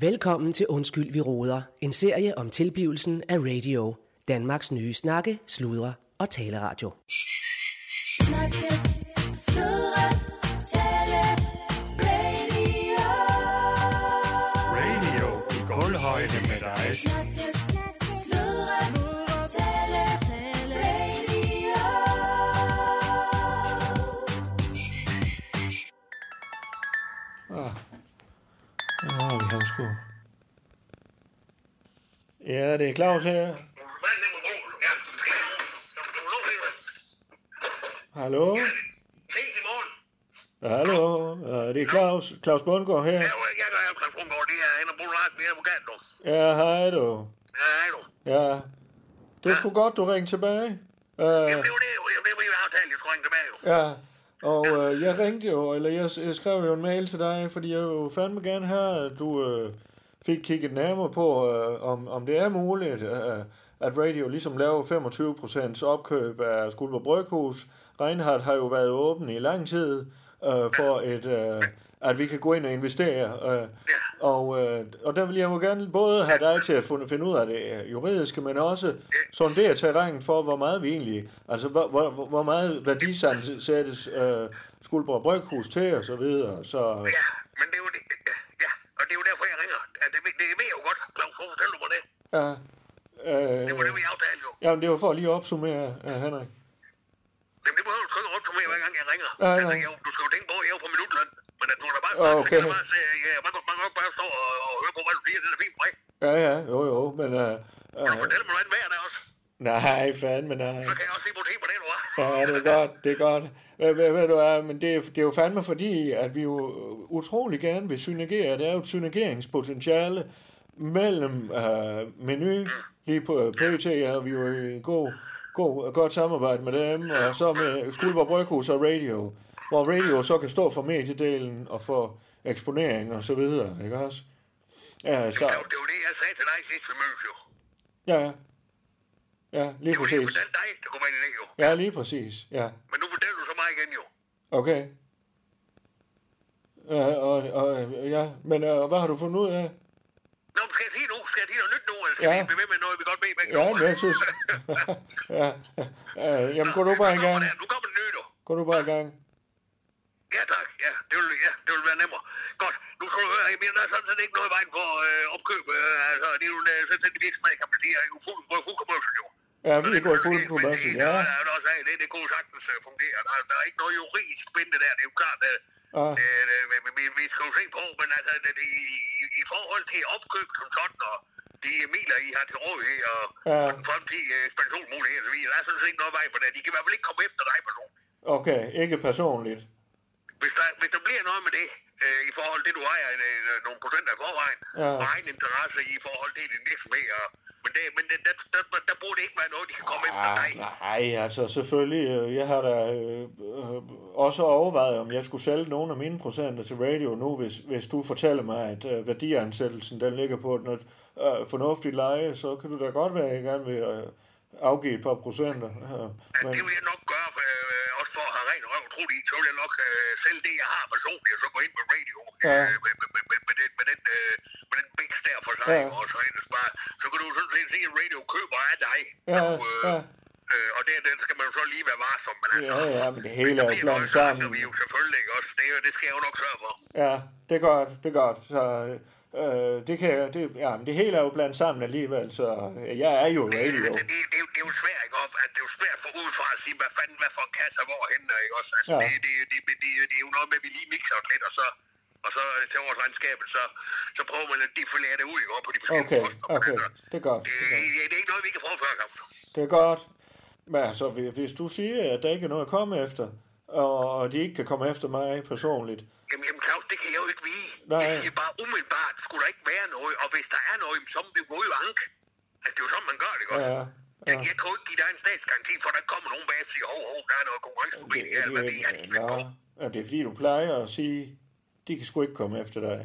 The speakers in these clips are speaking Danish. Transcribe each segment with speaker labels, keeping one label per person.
Speaker 1: Velkommen til Undskyld, vi råder. En serie om tilblivelsen af radio. Danmarks nye snakke, sludre og taleradio.
Speaker 2: Snakke, sludre, tale, radio.
Speaker 3: Radio i gulvhøjde med dig.
Speaker 2: Snakke, sludre, tale, tale, radio.
Speaker 4: Nå, vi har sgu. Ja, det er Claus her. Hallo? Hallo, ja, det er Claus, Claus Bundgaard her. Ja, hej du. Ja, det er sgu godt, du ringer tilbage. Uh, ja, og uh, jeg ringte jo, eller jeg, s- jeg skrev jo en mail til dig, fordi jeg jo fandme gerne have, at du uh, fik kigget nærmere på, uh, om, om det er muligt, uh, at Radio ligesom laver 25% opkøb af Skuldborg Bryghus. Reinhardt har jo været åben i lang tid, uh, for et, uh, at vi kan gå ind og investere. Uh, og, øh, og der vil jeg jo gerne både have dig til at fund- finde ud af det juridiske, men også sondere terrænet for, hvor meget vi egentlig, altså hvor, hvor, hvor- hvor meget værdisansættes øh, Skuldborg Bryghus til og så videre. Så ja, øh, jamen, det var for lige at opsummere, øh, Henrik. Nej, nej.
Speaker 5: Du skal jo tænke på, at jeg er jo på minutløn, men at du kan da bare,
Speaker 4: Ah, okay.
Speaker 5: okay. kan da bare, sige, ja, man, kan, man kan jo bare stå og, og høre på, hvad du siger, det er da fint for mig.
Speaker 4: Ja, ja, jo, jo, men... Øh,
Speaker 5: Jeg
Speaker 4: øh,
Speaker 5: fortæller mig, hvordan vejret er også.
Speaker 4: nej, øh, fandme nej.
Speaker 5: Så kan jeg også lige vurdere på det, du er.
Speaker 4: Ja, det er godt, det er godt. Ved, ved, ved du hvad, men det, er- det er jo fandme fordi, at vi jo utrolig gerne vil synergere. Der er jo et synergeringspotentiale mellem øh, menu, lige på PT, er vi jo i god, god, godt samarbejde med dem, og så med Skuldborg Bryghus og Radio, hvor Radio så kan stå for mediedelen og for eksponering og så videre, ikke også? Ja, så,
Speaker 5: Det var- Det var det, jeg sagde til dig sidst, vi mødtes jo.
Speaker 4: ja, ja, lige
Speaker 5: Det var det, jeg
Speaker 4: præcis.
Speaker 5: fortalte dig, der kunne være en idé jo.
Speaker 4: Ja, lige præcis, ja.
Speaker 5: Men nu fortæller du så mig igen jo.
Speaker 4: Okay. Øh, og, og, ja, men øh, hvad har du fundet ud af?
Speaker 5: Nå, men skal jeg sige nu? Skal jeg sige noget nyt nu? Eller skal
Speaker 4: Ja.
Speaker 5: ja. vi blive ved med noget, vi godt ved begge
Speaker 4: Ja,
Speaker 5: to?
Speaker 4: men jeg synes... ja, øh, jamen, gå du bare i
Speaker 5: Nu kommer
Speaker 4: gang.
Speaker 5: det- Nu kommer det nye nu.
Speaker 4: Gå du bare i gang.
Speaker 5: Ja, tak. Ja, det vil, ja, det vil være nemmere. Godt. Nu eh, skal du høre, Emil, der er sådan set ikke noget i vejen for øh, opkøb. Øh, altså, det er jo en øh, selvstændig virksomhed, kan man sige. Jeg er jo fuld, hvor jeg fuld på børsen, jo.
Speaker 4: Ja, vi går fuld på
Speaker 5: Men
Speaker 4: massen.
Speaker 5: Det,
Speaker 4: Ja,
Speaker 5: der, der også af, det, det kunne sagtens øh, fungere. Der, der er ikke noget juridisk bindende der. Det er jo klart, at
Speaker 4: Ah.
Speaker 5: øh, øh, vi, vi, vi skal jo se på, men altså, det, det, i, i, i forhold til opkøb som sådan, og de midler, I har til rådighed, og,
Speaker 4: Ja.
Speaker 5: og den fremtidige ekspansionsmulighed, så videre, der er sådan set ikke noget vej på det. De kan i hvert fald ikke komme efter dig, person.
Speaker 4: okay, ikke personligt.
Speaker 5: Hvis der, hvis der bliver noget med det, øh, i forhold til, du ejer øh, nogle procenter i forvejen,
Speaker 4: Ja.
Speaker 5: og egen interesse i forhold til din virksomhed, og, men, det, men det, der, der, der, der burde ikke være noget, de kan komme efter
Speaker 4: Ah,
Speaker 5: dig.
Speaker 4: nej, altså selvfølgelig. øh, Jeg har da øh, øh, også overvejet, om jeg skulle sælge nogle af mine procenter til radio nu, hvis, hvis du fortæller mig, at øh, værdiansættelsen den ligger på et øh, fornuftigt leje, så kan du da godt være, at jeg gerne vil øh, afgive et par procenter. Øh,
Speaker 5: Men...
Speaker 4: men,
Speaker 5: Det vil jeg nok gøre, for, øh, også for at have ren røv, tro det, så vil jeg nok øh, selv det, jeg har personligt, og så gå ind med radio,
Speaker 4: Ja.
Speaker 5: øh, med, med, med, med, med, den, med, den, øh, med den biks der for sig,
Speaker 4: Ja.
Speaker 5: ja. og så ellers bare, så kan du jo sådan set sige, at radio køber af dig,
Speaker 4: Ja,
Speaker 5: og,
Speaker 4: ja.
Speaker 5: øh, og det, den skal man jo så lige være varsom, men altså,
Speaker 4: ja, ja, men det hele er
Speaker 5: det er
Speaker 4: blandet
Speaker 5: noget, så
Speaker 4: sammen.
Speaker 5: vi jo selvfølgelig ikke også, det, det skal jeg jo nok sørge for.
Speaker 4: Ja, det er godt, det er godt. Så, øh, det, kan, jeg- det, ja, men det hele er jo blandet sammen alligevel, så øh, jeg er jo radio.
Speaker 5: Det, det, det, det er jo svært, ikke? Og At det er jo svært for udefra at sige, hvad fanden, hvad for en kasse, og hvorhen, ikke? Også, altså,
Speaker 4: Ja.
Speaker 5: ja. det, det, det, det, det, det, er jo noget med, at vi lige mixer os lidt, og så, og så øh, til årsregnskabet, så, så prøver man at defilere det ud, ikke? Og På de forskellige
Speaker 4: Okay,
Speaker 5: poster.
Speaker 4: okay,
Speaker 5: Altså,
Speaker 4: det er godt.
Speaker 5: Det, det, det, er ikke noget, vi kan prøve før, Kamp.
Speaker 4: Det er godt. Men altså, hvi- hvis du siger, at der ikke er noget at komme efter, og og de ikke kan komme efter mig personligt.
Speaker 5: Jamen, jamen Claus, det kan jeg jo ikke vide.
Speaker 4: Nej.
Speaker 5: Jeg siger bare umiddelbart, skulle der ikke være noget, og hvis der er noget, jamen, så må vi gå ud og anke. Altså, det er jo sådan, man gør det, ikke? også?
Speaker 4: Ja, ja.
Speaker 5: Jeg, jeg kan jo ikke give dig en statsgaranti, for der kommer nogen bag og siger, hov, hov, der er noget konkurrenceforbind,
Speaker 4: Det,
Speaker 5: ja, hvad det er, de
Speaker 4: det,
Speaker 5: finder på.
Speaker 4: nå, ja, det er fordi, du plejer at sige, de kan sgu ikke komme efter dig.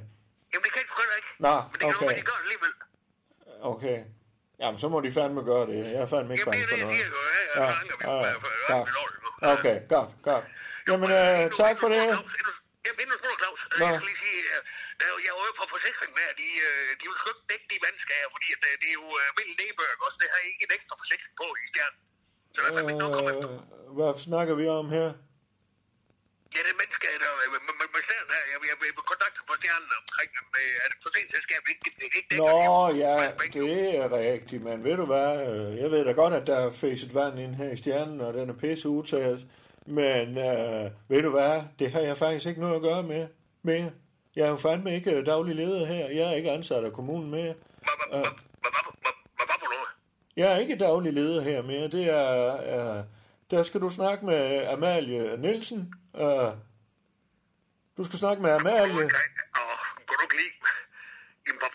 Speaker 5: Jamen, det kan de sgu heller ikke.
Speaker 4: Nå,
Speaker 5: Men det kan
Speaker 4: okay.
Speaker 5: jo, de gør det alligevel.
Speaker 4: Okay. Jamen, så må de fandme gøre det. Jeg er fandme ikke
Speaker 5: Jamen,
Speaker 4: bange
Speaker 5: det er
Speaker 4: for
Speaker 5: det, jeg
Speaker 4: noget.
Speaker 5: siger. jo. Ja, ja,
Speaker 4: Ja,
Speaker 5: så anker vi
Speaker 4: ja,
Speaker 5: jo.
Speaker 4: ja.
Speaker 5: Ja, for- ja,
Speaker 4: Godt.
Speaker 5: vi når det nu. Ja.
Speaker 4: Okay, godt, godt. Jamen,
Speaker 5: Men
Speaker 4: øh,
Speaker 5: endnu-
Speaker 4: tak
Speaker 5: endnu
Speaker 4: for
Speaker 5: en
Speaker 4: det.
Speaker 5: stor Claus, endnu- Jamen, endnu en stor Claus. Øh,
Speaker 4: Nå.
Speaker 5: Jeg skal lige sige, øh, der er jo- jeg er jo for for forsikring der, de, øh, de vil sgu ikke dække de vandskader, fordi at, øh, det er jo øh, vild nedbørg også. Det har ikke en ekstra forsikring på i stjernen. Så der er fandme ikke noget at komme efter.
Speaker 4: Øh, hvad snakker vi om her?
Speaker 5: Ja, det er menneskeskader der, øh, med, med, med stjernen her. Jeg, jeg, jeg vil kontakte på stjernen omkring, om det er det forsikringsselskabet ikke, ikke, ikke dækker.
Speaker 4: Nå,
Speaker 5: det.
Speaker 4: ja,
Speaker 5: Men- men-
Speaker 4: det er rigtigt, men ved du hvad, øh, jeg ved da godt, at der er fæset vand ind her i stjernen, og den er pisse udtaget, men øh, ved du hvad, det har jeg faktisk ikke noget at gøre med mere. Jeg er jo fandme ikke øh, daglig leder her, jeg er ikke ansat af kommunen mere.
Speaker 5: Hvad- hvad- hvad- hvad- hvad- hvad- hvad- hvad for noget?
Speaker 4: Jeg er ikke daglig leder her mere, det er, øh, der skal du snakke med Amalie Nielsen. Øh, du skal snakke med Amalie.
Speaker 5: Nej, åh, kan du ikke lide? Jamen, hvor...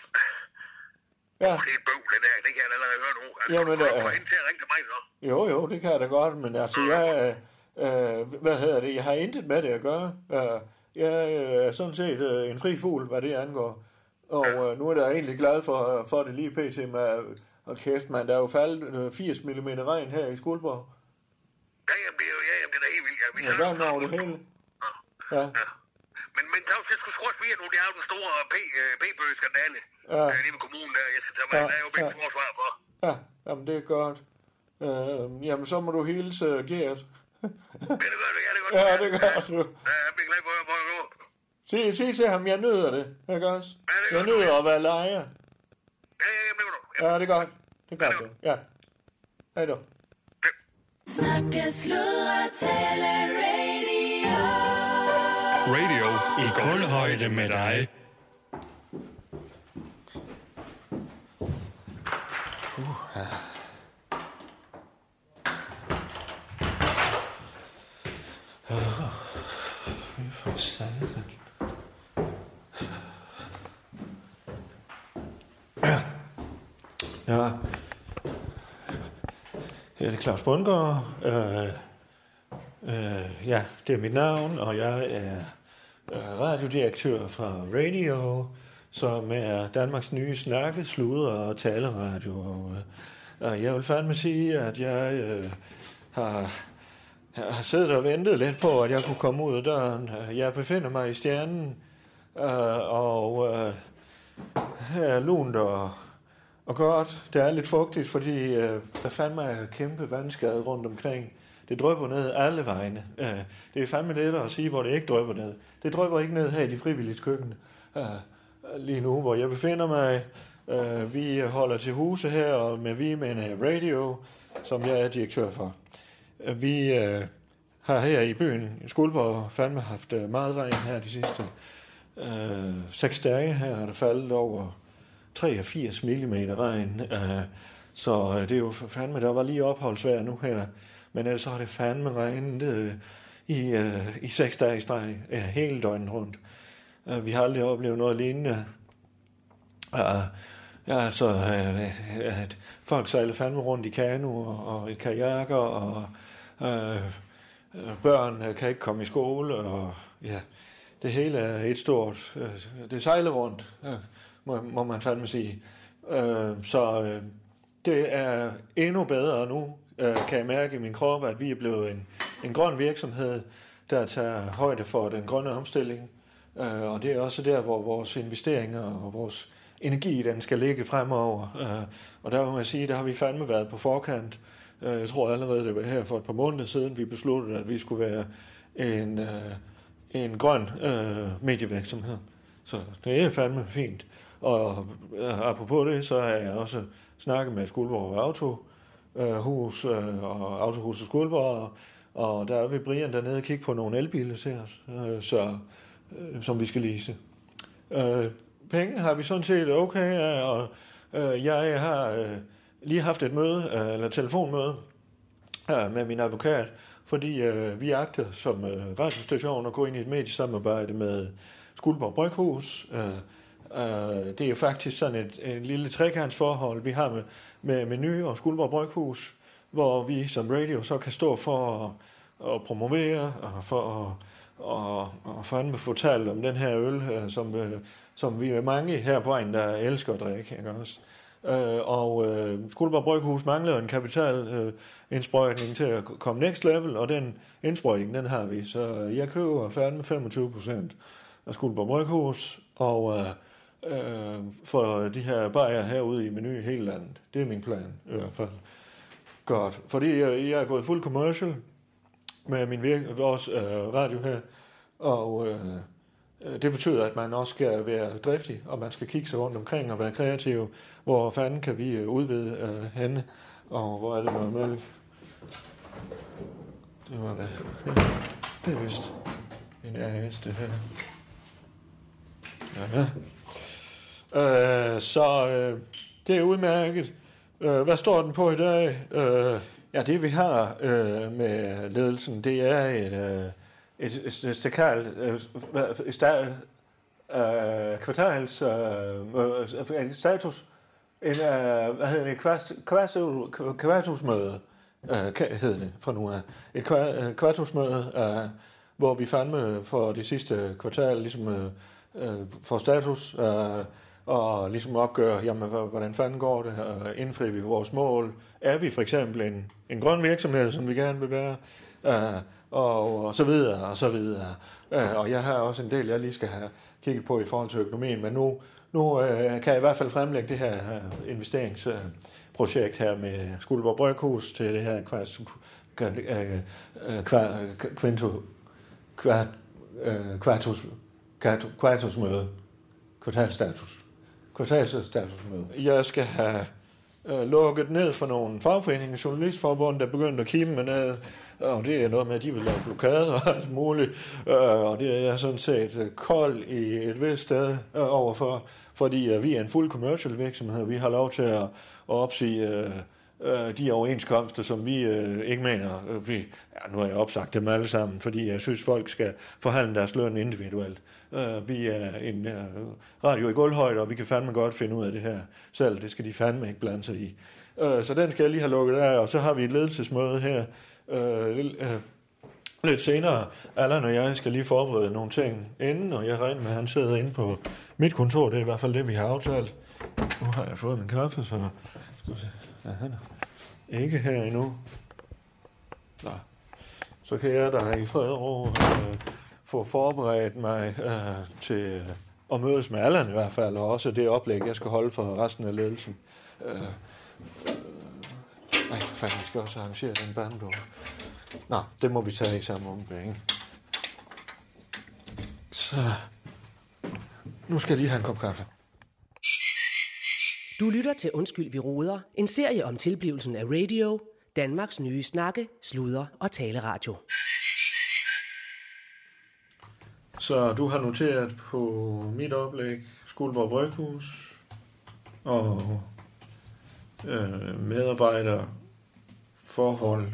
Speaker 4: Ja,
Speaker 5: Det er et bøvl, det der. Det kan jeg da allerede høre nu. Altså,
Speaker 4: Jamen,
Speaker 5: Jamen, kan du
Speaker 4: øh,
Speaker 5: få hende til at ringe til mig, så?
Speaker 4: Jo, jo, det kan jeg da godt, men altså, jeg, øh, øh, hvad hedder det, jeg har intet med det at gøre. Øh, jeg øh, er sådan set øh, en fri fugl, hvad det angår. Og øh, nu er jeg da egentlig glad for, øh, for det lige pt. med, og kæft, man, der er jo faldet øh, 80 mm regn her i Skuldborg.
Speaker 5: Ja, jamen, det er jo, ja, jamen, det er da helt vildt. Ja, vi
Speaker 4: Og
Speaker 5: snakker
Speaker 4: vand over
Speaker 5: sammen.
Speaker 4: det hele. Ja,
Speaker 5: Ja. Men, men Claus, jeg skulle sgu også vide, at nu det er jo den store P- øh, P-bøge-skandale.
Speaker 4: Ja.
Speaker 5: Ja. Øh, lige ved kommunen der, jeg skal tage
Speaker 4: Ja,
Speaker 5: mig. Ja. Der er jo begge
Speaker 4: ja.
Speaker 5: forsvar for.
Speaker 4: ja, jamen det er godt. Øh, jamen, så må du hilse uh, Gert.
Speaker 5: Ja, det gør det. Ja, det gør det.
Speaker 4: ja, det gør du.
Speaker 5: Ja, jeg bliver glad for, at jeg får det nu.
Speaker 4: Sig, sig til ham, jeg nyder det, ikke også?
Speaker 5: det
Speaker 4: Jeg
Speaker 5: gør du.
Speaker 4: nyder at være lejer.
Speaker 5: Ja, ja, jamen, det gør du. Ja.
Speaker 4: Ja, det er godt. Det er godt, ja. Hej då.
Speaker 2: Snakke, sludre, tale, radio.
Speaker 3: Radio i kulhøjde med dig.
Speaker 4: Ja. Ja, det er Claus Bundgaard. Øh, øh, ja, det er mit navn, og jeg er øh, radiodirektør fra Radio, som er Danmarks nye snakke, sluder og taleradio. Og, øh, og jeg vil fandme sige, at jeg øh, har, har siddet og ventet lidt på, at jeg kunne komme ud af døren. Jeg befinder mig i stjernen, øh, og... Øh, her er lunt og, og godt. Det er lidt fugtigt, fordi øh, der fandme er kæmpe vandskade rundt omkring. Det drøber ned alle vegne. Øh, det er fandme lettere at sige, hvor det ikke drøber ned. Det drøber ikke ned her i de frivillige køkken. Øh, lige nu, hvor jeg befinder mig. Øh, vi holder til huse her, og med vi mener jeg Radio, som jeg er direktør for. Øh, Vi øh, har her i byen i Skuldborg fandme haft øh, meget regn her de sidste øh, seks dage. Her har der faldet over 83 mm regn, øh, så øh, det er jo for fandme, der var lige opholdsvejr nu her, men ellers så har det fandme regnet øh, i, øh, i seks dage i streg, øh, hele døgnet rundt. Øh, vi har aldrig oplevet noget lignende. Ja, ja altså, øh, at folk sejler fandme rundt i kanoer og i kajakker, og øh, øh, børn øh, kan ikke komme i skole, og ja, det hele er et stort, øh, det sejler rundt, øh, må, må man fandme sige. Øh, så øh, det er endnu bedre nu, øh, kan jeg mærke i min krop, at vi er blevet en, en grøn virksomhed, der tager højde for den grønne omstilling. Øh, og det er også der, hvor vores investeringer og vores energi, den skal ligge fremover. Øh, og der må jeg sige, der har vi fandme været på forkant. Øh, jeg tror allerede, det var her for et par måneder siden, vi besluttede, at vi skulle være en, øh, en grøn øh, medievirksomhed. Så det er fandme fint. Og øh, apropos det, så har jeg også snakket med Skuldborg Auto, øh, hus øh, og autohuset Skuldborg, og, og der er vi Brian dernede og kigge på nogle elbiler til os, øh, så, øh, som vi skal lease. Øh, penge har vi sådan set okay af, og øh, jeg har øh, lige haft et møde, øh, eller telefonmøde, øh, med min advokat, fordi øh, vi agter som øh, radiostation at gå ind i et mediesamarbejde med Skuldborg Bryghus. Øh, øh, det er jo faktisk sådan et, et lille trekantsforhold, vi har med, med Menu og Skuldborg Bryghus, hvor vi som radio så kan stå for at, at promovere og for at og, og fandme fortalt om den her øl, øh, som, øh, som vi er mange her på en, der elsker at drikke, ikke også? Øh, og øh, Skuldborg Bryghus mangler en kapitalindsprøjtning til at k- komme next level, og den indsprøjtning, den har vi. Så jeg køber færdig med 25 procent af Skuldborg Bryghus, og øh, øh, for de her bajer herude i menu i hele landet. Det er min plan i hvert fald. Godt. Fordi jeg, jeg er gået fuld commercial med min vir- vores øh, radio her, og øh, øh, det betyder, at man også skal være driftig, og man skal kigge sig rundt omkring og være kreativ. Hvor fanden kan vi øh, udvide øh, henne, og hvor er det noget mælk? Det var det. Ja, det er vist en AS, det her. Ja. Øh, så øh, det er udmærket. Øh, hvad står den på i dag? Øh, ja, det vi har øh, med ledelsen, det er et, øh, et, et, et stakal, øh, hva- et sta- øh, kvartals øh, øh, en status, en, øh, hvad hedder det, kvast, kvast, kvartusmøde, øh, ka- hedder det fra nu af. Et kva- øh, kvartusmøde, øh, hvor vi fandme for det sidste kvartal ligesom øh, øh, får status øh, og ligesom opgør, jamen, hva- hvordan fanden går det, og indfrier vi vores mål? Er vi for eksempel en, en grøn virksomhed, som vi gerne vil være? Øh, og, og så videre, og så videre. Øh, og jeg har også en del, jeg lige skal have kigget på i forhold til økonomien, men nu, nu øh, kan jeg i hvert fald fremlægge det her øh, investeringsprojekt øh, projekt her med Skuldborg Bryghus til det her kvart, øh, øh, kvart, kvinto, kvart, øh, kvartus, kvart, kvartusmøde. Kvartalstatus. Kvartalstatusmøde. Jeg skal have øh, lukket ned for nogle fagforeninger, journalistforbund, der begyndte at kime mig ned. Og det er noget med, at de vil lave blokade og alt muligt. Øh, og det er jeg sådan set øh, kold i et vist sted øh, overfor. Fordi øh, vi er en fuld commercial virksomhed. Vi har lov til at, at opsige øh, øh, de overenskomster, som vi øh, ikke mener. Øh, vi, ja, nu har jeg opsagt dem alle sammen, fordi jeg synes, folk skal forhandle deres løn individuelt. Øh, vi er en øh, radio i gulvhøjde, og vi kan fandme godt finde ud af det her selv. Det skal de fandme ikke blande sig i. Øh, så den skal jeg lige have lukket af, og så har vi et ledelsesmøde her. Øh, lille- øh, lidt senere. Allan og jeg skal lige forberede nogle ting inden, og jeg regner med, at han sidder inde på mit kontor. Det er i hvert fald det, vi har aftalt. Nu har jeg fået min kaffe, så skal vi se. Ja, han er ikke her endnu. Nå. Så kan jeg da i fred og ro øh, få forberedt mig øh, til at mødes med Allan i hvert fald, og også det oplæg, jeg skal holde for resten af ledelsen. Øh, øh, nej, for fanden, jeg skal også arrangere den barndom. Nå, det må vi tage i samme ombæring. Så... Nu skal jeg lige have en kop kaffe.
Speaker 1: Du lytter til Undskyld, vi roder, en serie om tilblivelsen af radio, Danmarks nye snakke, sludre og taleradio.
Speaker 4: Så du har noteret på mit oplæg Skuldborg Bryghus og øh, medarbejder forhold.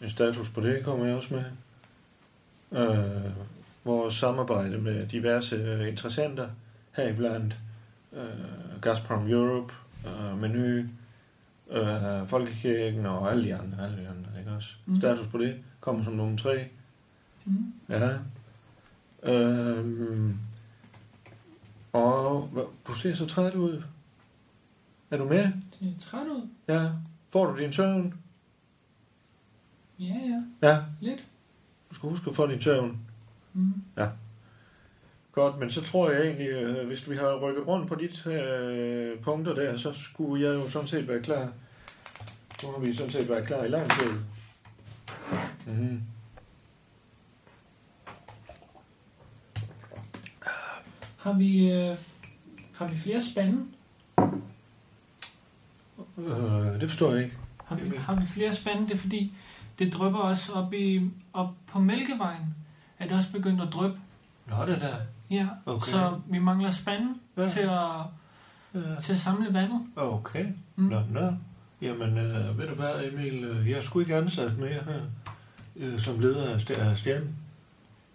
Speaker 4: En status på det kommer jeg også med. Øh, vores samarbejde med diverse øh, interessenter, heriblandt øh, Gazprom Europe, øh, Menu, øh, Folkekirken og alle de andre. Alle de andre ikke også? Mm. Status på det kommer som nummer tre.
Speaker 6: Mm.
Speaker 4: Ja. Øhm, og hva- du ser så træt ud. Er du med?
Speaker 6: Det er Øh, træt ud.
Speaker 4: Ja. Får du din søvn?
Speaker 6: Ja, ja.
Speaker 4: Ja.
Speaker 6: Lidt.
Speaker 4: Du skal huske at få din søvn.
Speaker 6: Mm.
Speaker 4: Godt, men så tror jeg egentlig, øh, hvis vi har rykket rundt på de øh, punkter der, så skulle jeg jo sådan set være klar. Nu har vi sådan set været klar i lang tid. Mm.
Speaker 6: Har vi, øh, har vi flere spande?
Speaker 4: Øh, det forstår jeg ikke.
Speaker 6: Har vi, har vi flere spande? Det er fordi, det drypper også op, i, op på Mælkevejen. Er det også begyndt at dryppe?
Speaker 4: Nå, det der.
Speaker 6: Ja,
Speaker 4: Okay.
Speaker 6: så vi mangler spanden
Speaker 4: Ja.
Speaker 6: ja. til, at,
Speaker 4: Øh,
Speaker 6: til at samle vandet.
Speaker 4: Okay.
Speaker 6: Mm.
Speaker 4: Nå, nå. Jamen, øh, ved du hvad, Emil, øh, jeg er sgu ikke ansat mere her øh, som leder af st- af stjernen.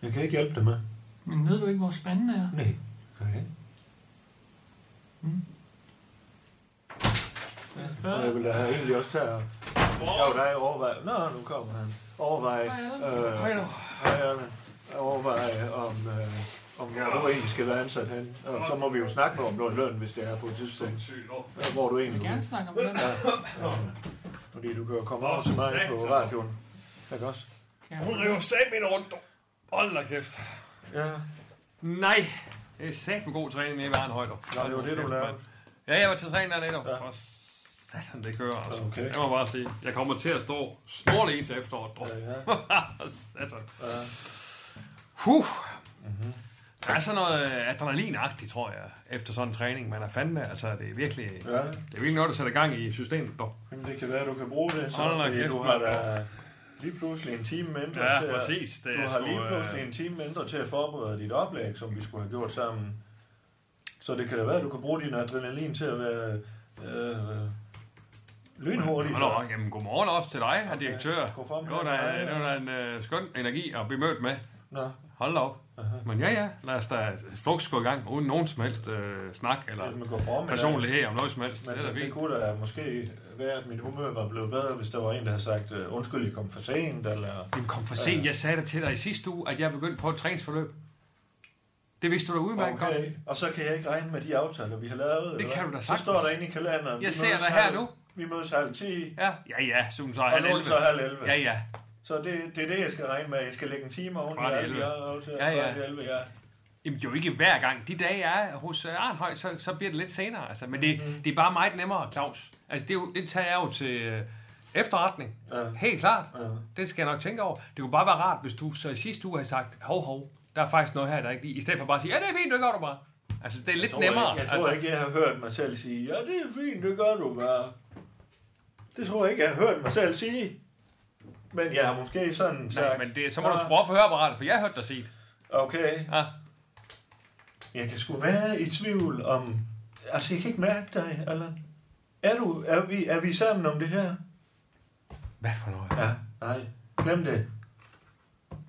Speaker 4: Jeg kan ikke hjælpe dig med.
Speaker 6: Men ved du ikke, hvor spanden er?
Speaker 4: Nej. Okay.
Speaker 6: Mm.
Speaker 4: Og jeg vil da egentlig også tage og sjov dig overveje. Nå, nu kommer han. Overveje.
Speaker 6: Hej, Allan.
Speaker 4: Øh, hej, Allan. Overveje om... Øh, om hvor du egentlig skal være ansat hen. Og så må vi jo snakke med om noget løn, hvis det er på et tidspunkt. øh, Hvor du
Speaker 6: Jeg
Speaker 4: egentlig
Speaker 6: vil gerne snakke om det.
Speaker 4: Fordi du kan jo komme over til mig på radioen. Ikke også?
Speaker 6: Ja.
Speaker 7: Hun river satme ind rundt. Hold da kæft.
Speaker 4: Ja.
Speaker 7: Nej.
Speaker 3: Det er satme god træning med i hver en højder.
Speaker 4: Nå, det var det, du lærte.
Speaker 3: Ja, jeg var til træning dernede, og for satan, det kører altså.
Speaker 4: Okay.
Speaker 3: Okay. Jeg må bare sige, jeg kommer til at stå snorlig til efteråret.
Speaker 4: Ja,
Speaker 3: For satan. Huh.
Speaker 4: Mhm.
Speaker 3: Der er sådan noget adrenalinagtigt, tror jeg, efter sådan en træning. Man er fandme, altså det er virkelig, ja. det er virkelig noget, der sætter gang i systemet. Dog.
Speaker 4: Jamen, det kan være, at du kan bruge det, så,
Speaker 3: Hold da
Speaker 4: fordi
Speaker 3: kæft,
Speaker 4: du har
Speaker 3: mand.
Speaker 4: da lige pludselig en time mindre
Speaker 3: Ja,
Speaker 4: til at,
Speaker 3: præcis. Det
Speaker 4: du
Speaker 3: er
Speaker 4: har
Speaker 3: sgu,
Speaker 4: lige
Speaker 3: øh,
Speaker 4: pludselig en time mindre til at forberede dit oplæg, som vi skulle have gjort sammen. Så det kan da være, at du kan bruge din adrenalin til at være øh, lynhurtig.
Speaker 3: Nå, nå, jamen godmorgen også til dig, herr direktør.
Speaker 4: god formiddag.
Speaker 3: Det var da, det var da en øh, skøn energi at blive mødt med.
Speaker 4: Nå,
Speaker 3: Hold da op. Men ja, ja, lad os da flugt gå i gang, uden nogen som helst øh, snak eller
Speaker 4: det man går
Speaker 3: øh,
Speaker 4: for med.
Speaker 3: personlighed om noget som helst.
Speaker 4: Men
Speaker 3: det er da
Speaker 4: det, det
Speaker 3: fint.
Speaker 4: kunne da måske være, at mit humør var blevet bedre, hvis der var en, der havde sagt, øh, undskyld, I kom for sent, eller...
Speaker 3: Jamen kom for sent, jeg sagde det til dig i sidste uge, at jeg begyndte på et træningsforløb. Det vidste du da udmærket okay. godt.
Speaker 4: Okay, og så kan jeg ikke regne med de aftaler, vi har lavet. eller
Speaker 3: kan
Speaker 4: hvad?
Speaker 3: du da
Speaker 4: Så
Speaker 3: sagtens.
Speaker 4: står der inde i kalenderen.
Speaker 3: Jeg
Speaker 4: vi
Speaker 3: ser
Speaker 4: mødes
Speaker 3: dig her
Speaker 4: halv-
Speaker 3: nu.
Speaker 4: Vi mødes halv 10,
Speaker 3: Ja, ja, ja, som så
Speaker 4: og
Speaker 3: halv
Speaker 4: nu er
Speaker 3: 11.
Speaker 4: det så halv 11.
Speaker 3: Ja, ja.
Speaker 4: Så det, det er det, jeg skal regne med. Jeg skal lægge en time oven i
Speaker 3: Kvart i
Speaker 4: alle de
Speaker 3: 11.
Speaker 4: andre aftaler.
Speaker 3: Ja, ja.
Speaker 4: Kvart i 11, ja.
Speaker 3: Jamen jo ikke hver gang. De dage jeg er hos øh, Arnhøj, så, så bliver det lidt senere. Altså. Men det,
Speaker 4: Mhm.
Speaker 3: det er bare meget nemmere, Claus. Altså, det, er jo, det tager jeg jo til øh, efterretning.
Speaker 4: Ja.
Speaker 3: Helt klart.
Speaker 4: Ja.
Speaker 3: Det skal jeg nok tænke over. Det kunne bare være rart, hvis du så i sidste uge havde sagt, hov, hov, der er faktisk noget her, der ikke lige... I stedet for bare at sige, ja, det er fint, du gør det bare. Altså, det er lidt
Speaker 4: Jeg tror
Speaker 3: nemmere.
Speaker 4: Ikke, jeg tror
Speaker 3: altså,
Speaker 4: ikke, jeg har hørt mig selv sige, ja, det er fint, det gør du bare. Det tror jeg ikke, jeg har hørt mig selv sige. Men jeg har måske sådan
Speaker 3: Nej,
Speaker 4: sagt,
Speaker 3: men det, så må du
Speaker 4: "Nå,
Speaker 3: skrue op for høreapparatet, for jeg hørte dig sige det. Ah.
Speaker 4: Okay,
Speaker 3: Ja.
Speaker 4: Jeg kan sgu være i tvivl om... Altså, jeg kan ikke mærke dig, Allan. Er, du, er, vi, er vi sammen om det her?
Speaker 3: Hvad for noget?
Speaker 4: Ja, nej. Glem det.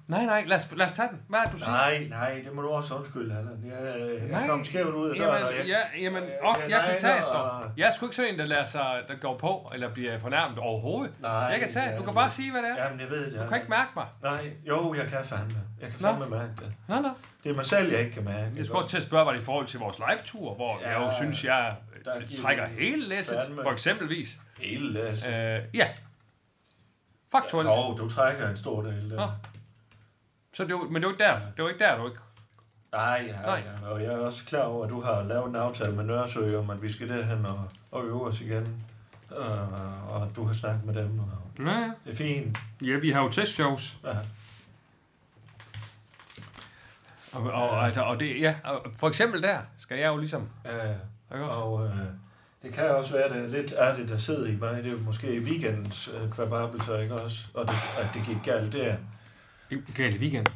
Speaker 3: Nej, nej, lad os, lad os tage den. Hvad er det, du siger?
Speaker 4: Nej, nej, det må du også undskylde, Allan. Jeg, øh, jeg kom skævt ud af døren,
Speaker 3: jamen,
Speaker 4: og jeg... Øh,
Speaker 3: ja, jamen,
Speaker 4: jeg-
Speaker 3: åh,
Speaker 4: jeg
Speaker 3: jeg, kan tage det.
Speaker 4: negler,
Speaker 3: dog.
Speaker 4: og-
Speaker 3: Jeg er sgu ikke sådan en, der, lader sig, der går på eller bliver fornærmet overhovedet.
Speaker 4: Nej,
Speaker 3: jeg kan tage det. Du
Speaker 4: ja,
Speaker 3: kan bare
Speaker 4: ja.
Speaker 3: sige, hvad det er.
Speaker 4: Jamen, jeg ved det.
Speaker 3: Du kan ikke mærke mig.
Speaker 4: Nej, jo, jeg kan fandme. Jeg kan
Speaker 3: Nå.
Speaker 4: fandme mærke det.
Speaker 3: Nå, nå.
Speaker 4: Det er mig selv, jeg ikke kan mærke.
Speaker 3: Jeg skulle også til at spørge, var det i forhold til vores live-tur, hvor
Speaker 4: Ja,
Speaker 3: jeg jo synes, jeg øh,
Speaker 4: der gik-
Speaker 3: trækker hele læsset,
Speaker 4: Fandme.
Speaker 3: for eksempelvis.
Speaker 4: Hele læs.
Speaker 3: Øh, ja. Faktuelt.
Speaker 4: Jo, du trækker en stor del.
Speaker 3: Nå.
Speaker 4: Der.
Speaker 3: Så det var, men det var ikke der, det var ikke der, du ikke...
Speaker 4: Nej, nej,
Speaker 3: Nej.
Speaker 4: nej. Og jeg er også klar over, at du har lavet en aftale med Nørresø om, at vi skal derhen og, og øve os igen. Øh, og at du har snakket med dem. Og
Speaker 3: Nå, ja.
Speaker 4: det er fint.
Speaker 3: Ja, vi har jo testshows.
Speaker 4: Ja.
Speaker 3: Og, og, altså, og det, ja, og for eksempel der skal jeg jo ligesom...
Speaker 4: Ja,
Speaker 3: Ikke også?
Speaker 4: og øh, det kan også være, at det er lidt af det, der sidder i mig. Det er jo måske i weekendens øh, kvababelser, ikke også? Og det, at det gik galt der.
Speaker 3: Galt i weekend.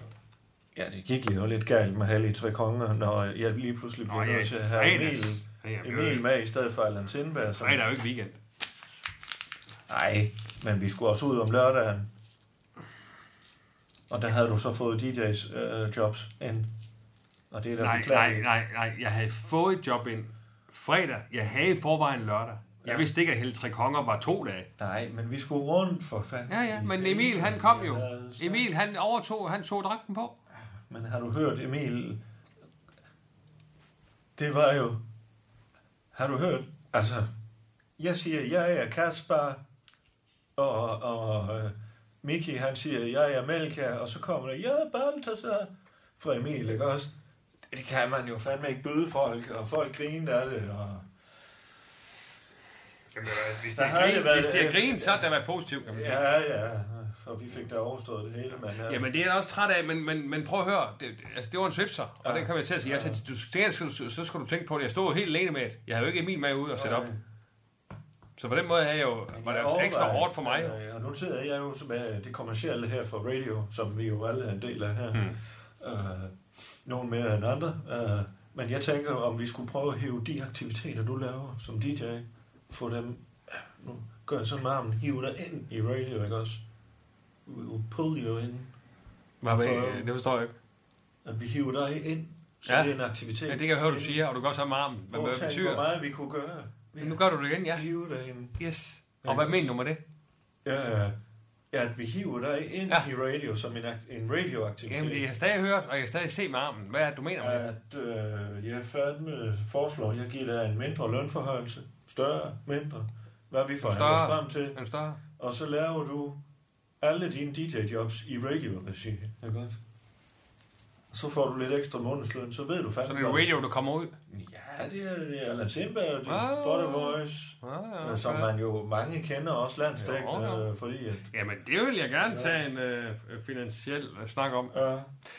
Speaker 4: Ja, det gik lige jo lidt galt med Halli Tre Konger, når jeg lige pludselig blev
Speaker 3: Nå, ja,
Speaker 4: nødt til at have Emil,
Speaker 3: fredags. Ja, jamen, det var
Speaker 4: Emil
Speaker 3: ikke-
Speaker 4: med i stedet for Allan Sindberg. som-
Speaker 3: Fredag er jo ikke weekend.
Speaker 4: Nej, men vi skulle også ud om lørdagen. Og der havde du så fået DJ's øh, jobs ind. Og det er da
Speaker 3: Nej, nej,
Speaker 4: beklageligt.
Speaker 3: nej, nej. Jeg havde fået et job ind fredag. Jeg havde i forvejen lørdag. Jeg vidste ikke, at hele tre konger var to dage.
Speaker 4: Nej, men vi skulle rundt for fanden.
Speaker 3: Ja, ja, men Emil, han kom jo.
Speaker 4: Ja, så-
Speaker 3: Emil, han overtog, han tog dragten på.
Speaker 4: Men har du hørt, Emil? Det var jo... Har du hørt? Altså, jeg siger, jeg er Kaspar, og, og øh, Miki, han siger, jeg er Melka, og så kommer der, jeg er Balthasar fra Emil, ikke også? Det kan man jo fandme ikke byde folk, og folk griner af det, og...
Speaker 3: Hvis
Speaker 4: Der
Speaker 3: det
Speaker 4: havde det
Speaker 3: er
Speaker 4: været-
Speaker 3: grin, hvis det er grin så er det været positivt. kan man sige.
Speaker 4: Ja, ja, og vi fik da overstået det hele, men... øh,
Speaker 3: Jamen, det er jeg også træt af, men, men, men prøv at høre. Det, altså, det var en svipser, og
Speaker 4: Ja.
Speaker 3: den kom jeg til at sige. Jeg sagde, du, det skal du, så skulle du tænke på det. Jeg stod jo helt alene med det. Jeg havde jo ikke Emil med ud og sætte op.
Speaker 4: Nej.
Speaker 3: Så på den måde havde jeg jo, var det også ekstra hårdt for mig.
Speaker 4: Ja, og nu sidder jeg jo med det kommercielle her fra radio, som vi jo alle er en del af her. Mm.
Speaker 3: Hmm.
Speaker 4: Uh, nogle mere end andre. Uh, men jeg tænker, om vi skulle prøve at hive de aktiviteter, du laver som DJ, få dem, nu gør jeg sådan med armen, hive dig ind i radio, ikke også? We will pull you in.
Speaker 3: Hvad
Speaker 4: For-
Speaker 3: med- Det forstår jeg ikke.
Speaker 4: At vi hiver dig ind, så
Speaker 3: Ja.
Speaker 4: det er en aktivitet.
Speaker 3: Ja, det kan jeg høre, du siger, og du gør så med armen. Men
Speaker 4: Prøv
Speaker 3: hvad
Speaker 4: at tænke, hvor
Speaker 3: betyder
Speaker 4: meget vi kunne gøre. Vi
Speaker 3: Nu gør du det igen, ja.
Speaker 4: hive dig ind.
Speaker 3: Yes. Og hvad mener du med det?
Speaker 4: Ja, ja. Ja, at vi hiver dig ind
Speaker 3: Ja.
Speaker 4: ja. i radio som en, akt- en radioaktivitet.
Speaker 3: Jamen, jeg har stadig hørt, og jeg kan stadig se med armen. Hvad er det, du mener med det?
Speaker 4: At øh, jeg fandme foreslår, jeg giver dig en mindre lønforhøjelse. Større, mindre. Hvad vi får
Speaker 3: Større.
Speaker 4: frem til.
Speaker 3: Er du større?
Speaker 4: Og så laver du alle dine DJ-jobs i radio-regi. Ikke også? så får du lidt ekstra månedsløn, så ved du fandme...
Speaker 3: Så det er
Speaker 4: godt-
Speaker 3: radio, der kommer ud.
Speaker 4: Ja, det er, det er Allan Sindberg, det er
Speaker 3: Ah.
Speaker 4: Butter Voice,
Speaker 3: Ah,
Speaker 4: øh, som
Speaker 3: okay.
Speaker 4: man jo mange kender også landstækkende,
Speaker 3: Jo, jo.
Speaker 4: øh, fordi at...
Speaker 3: Jamen, det vil jeg gerne tage en øh, finansiel øh, snak om.
Speaker 4: Ja,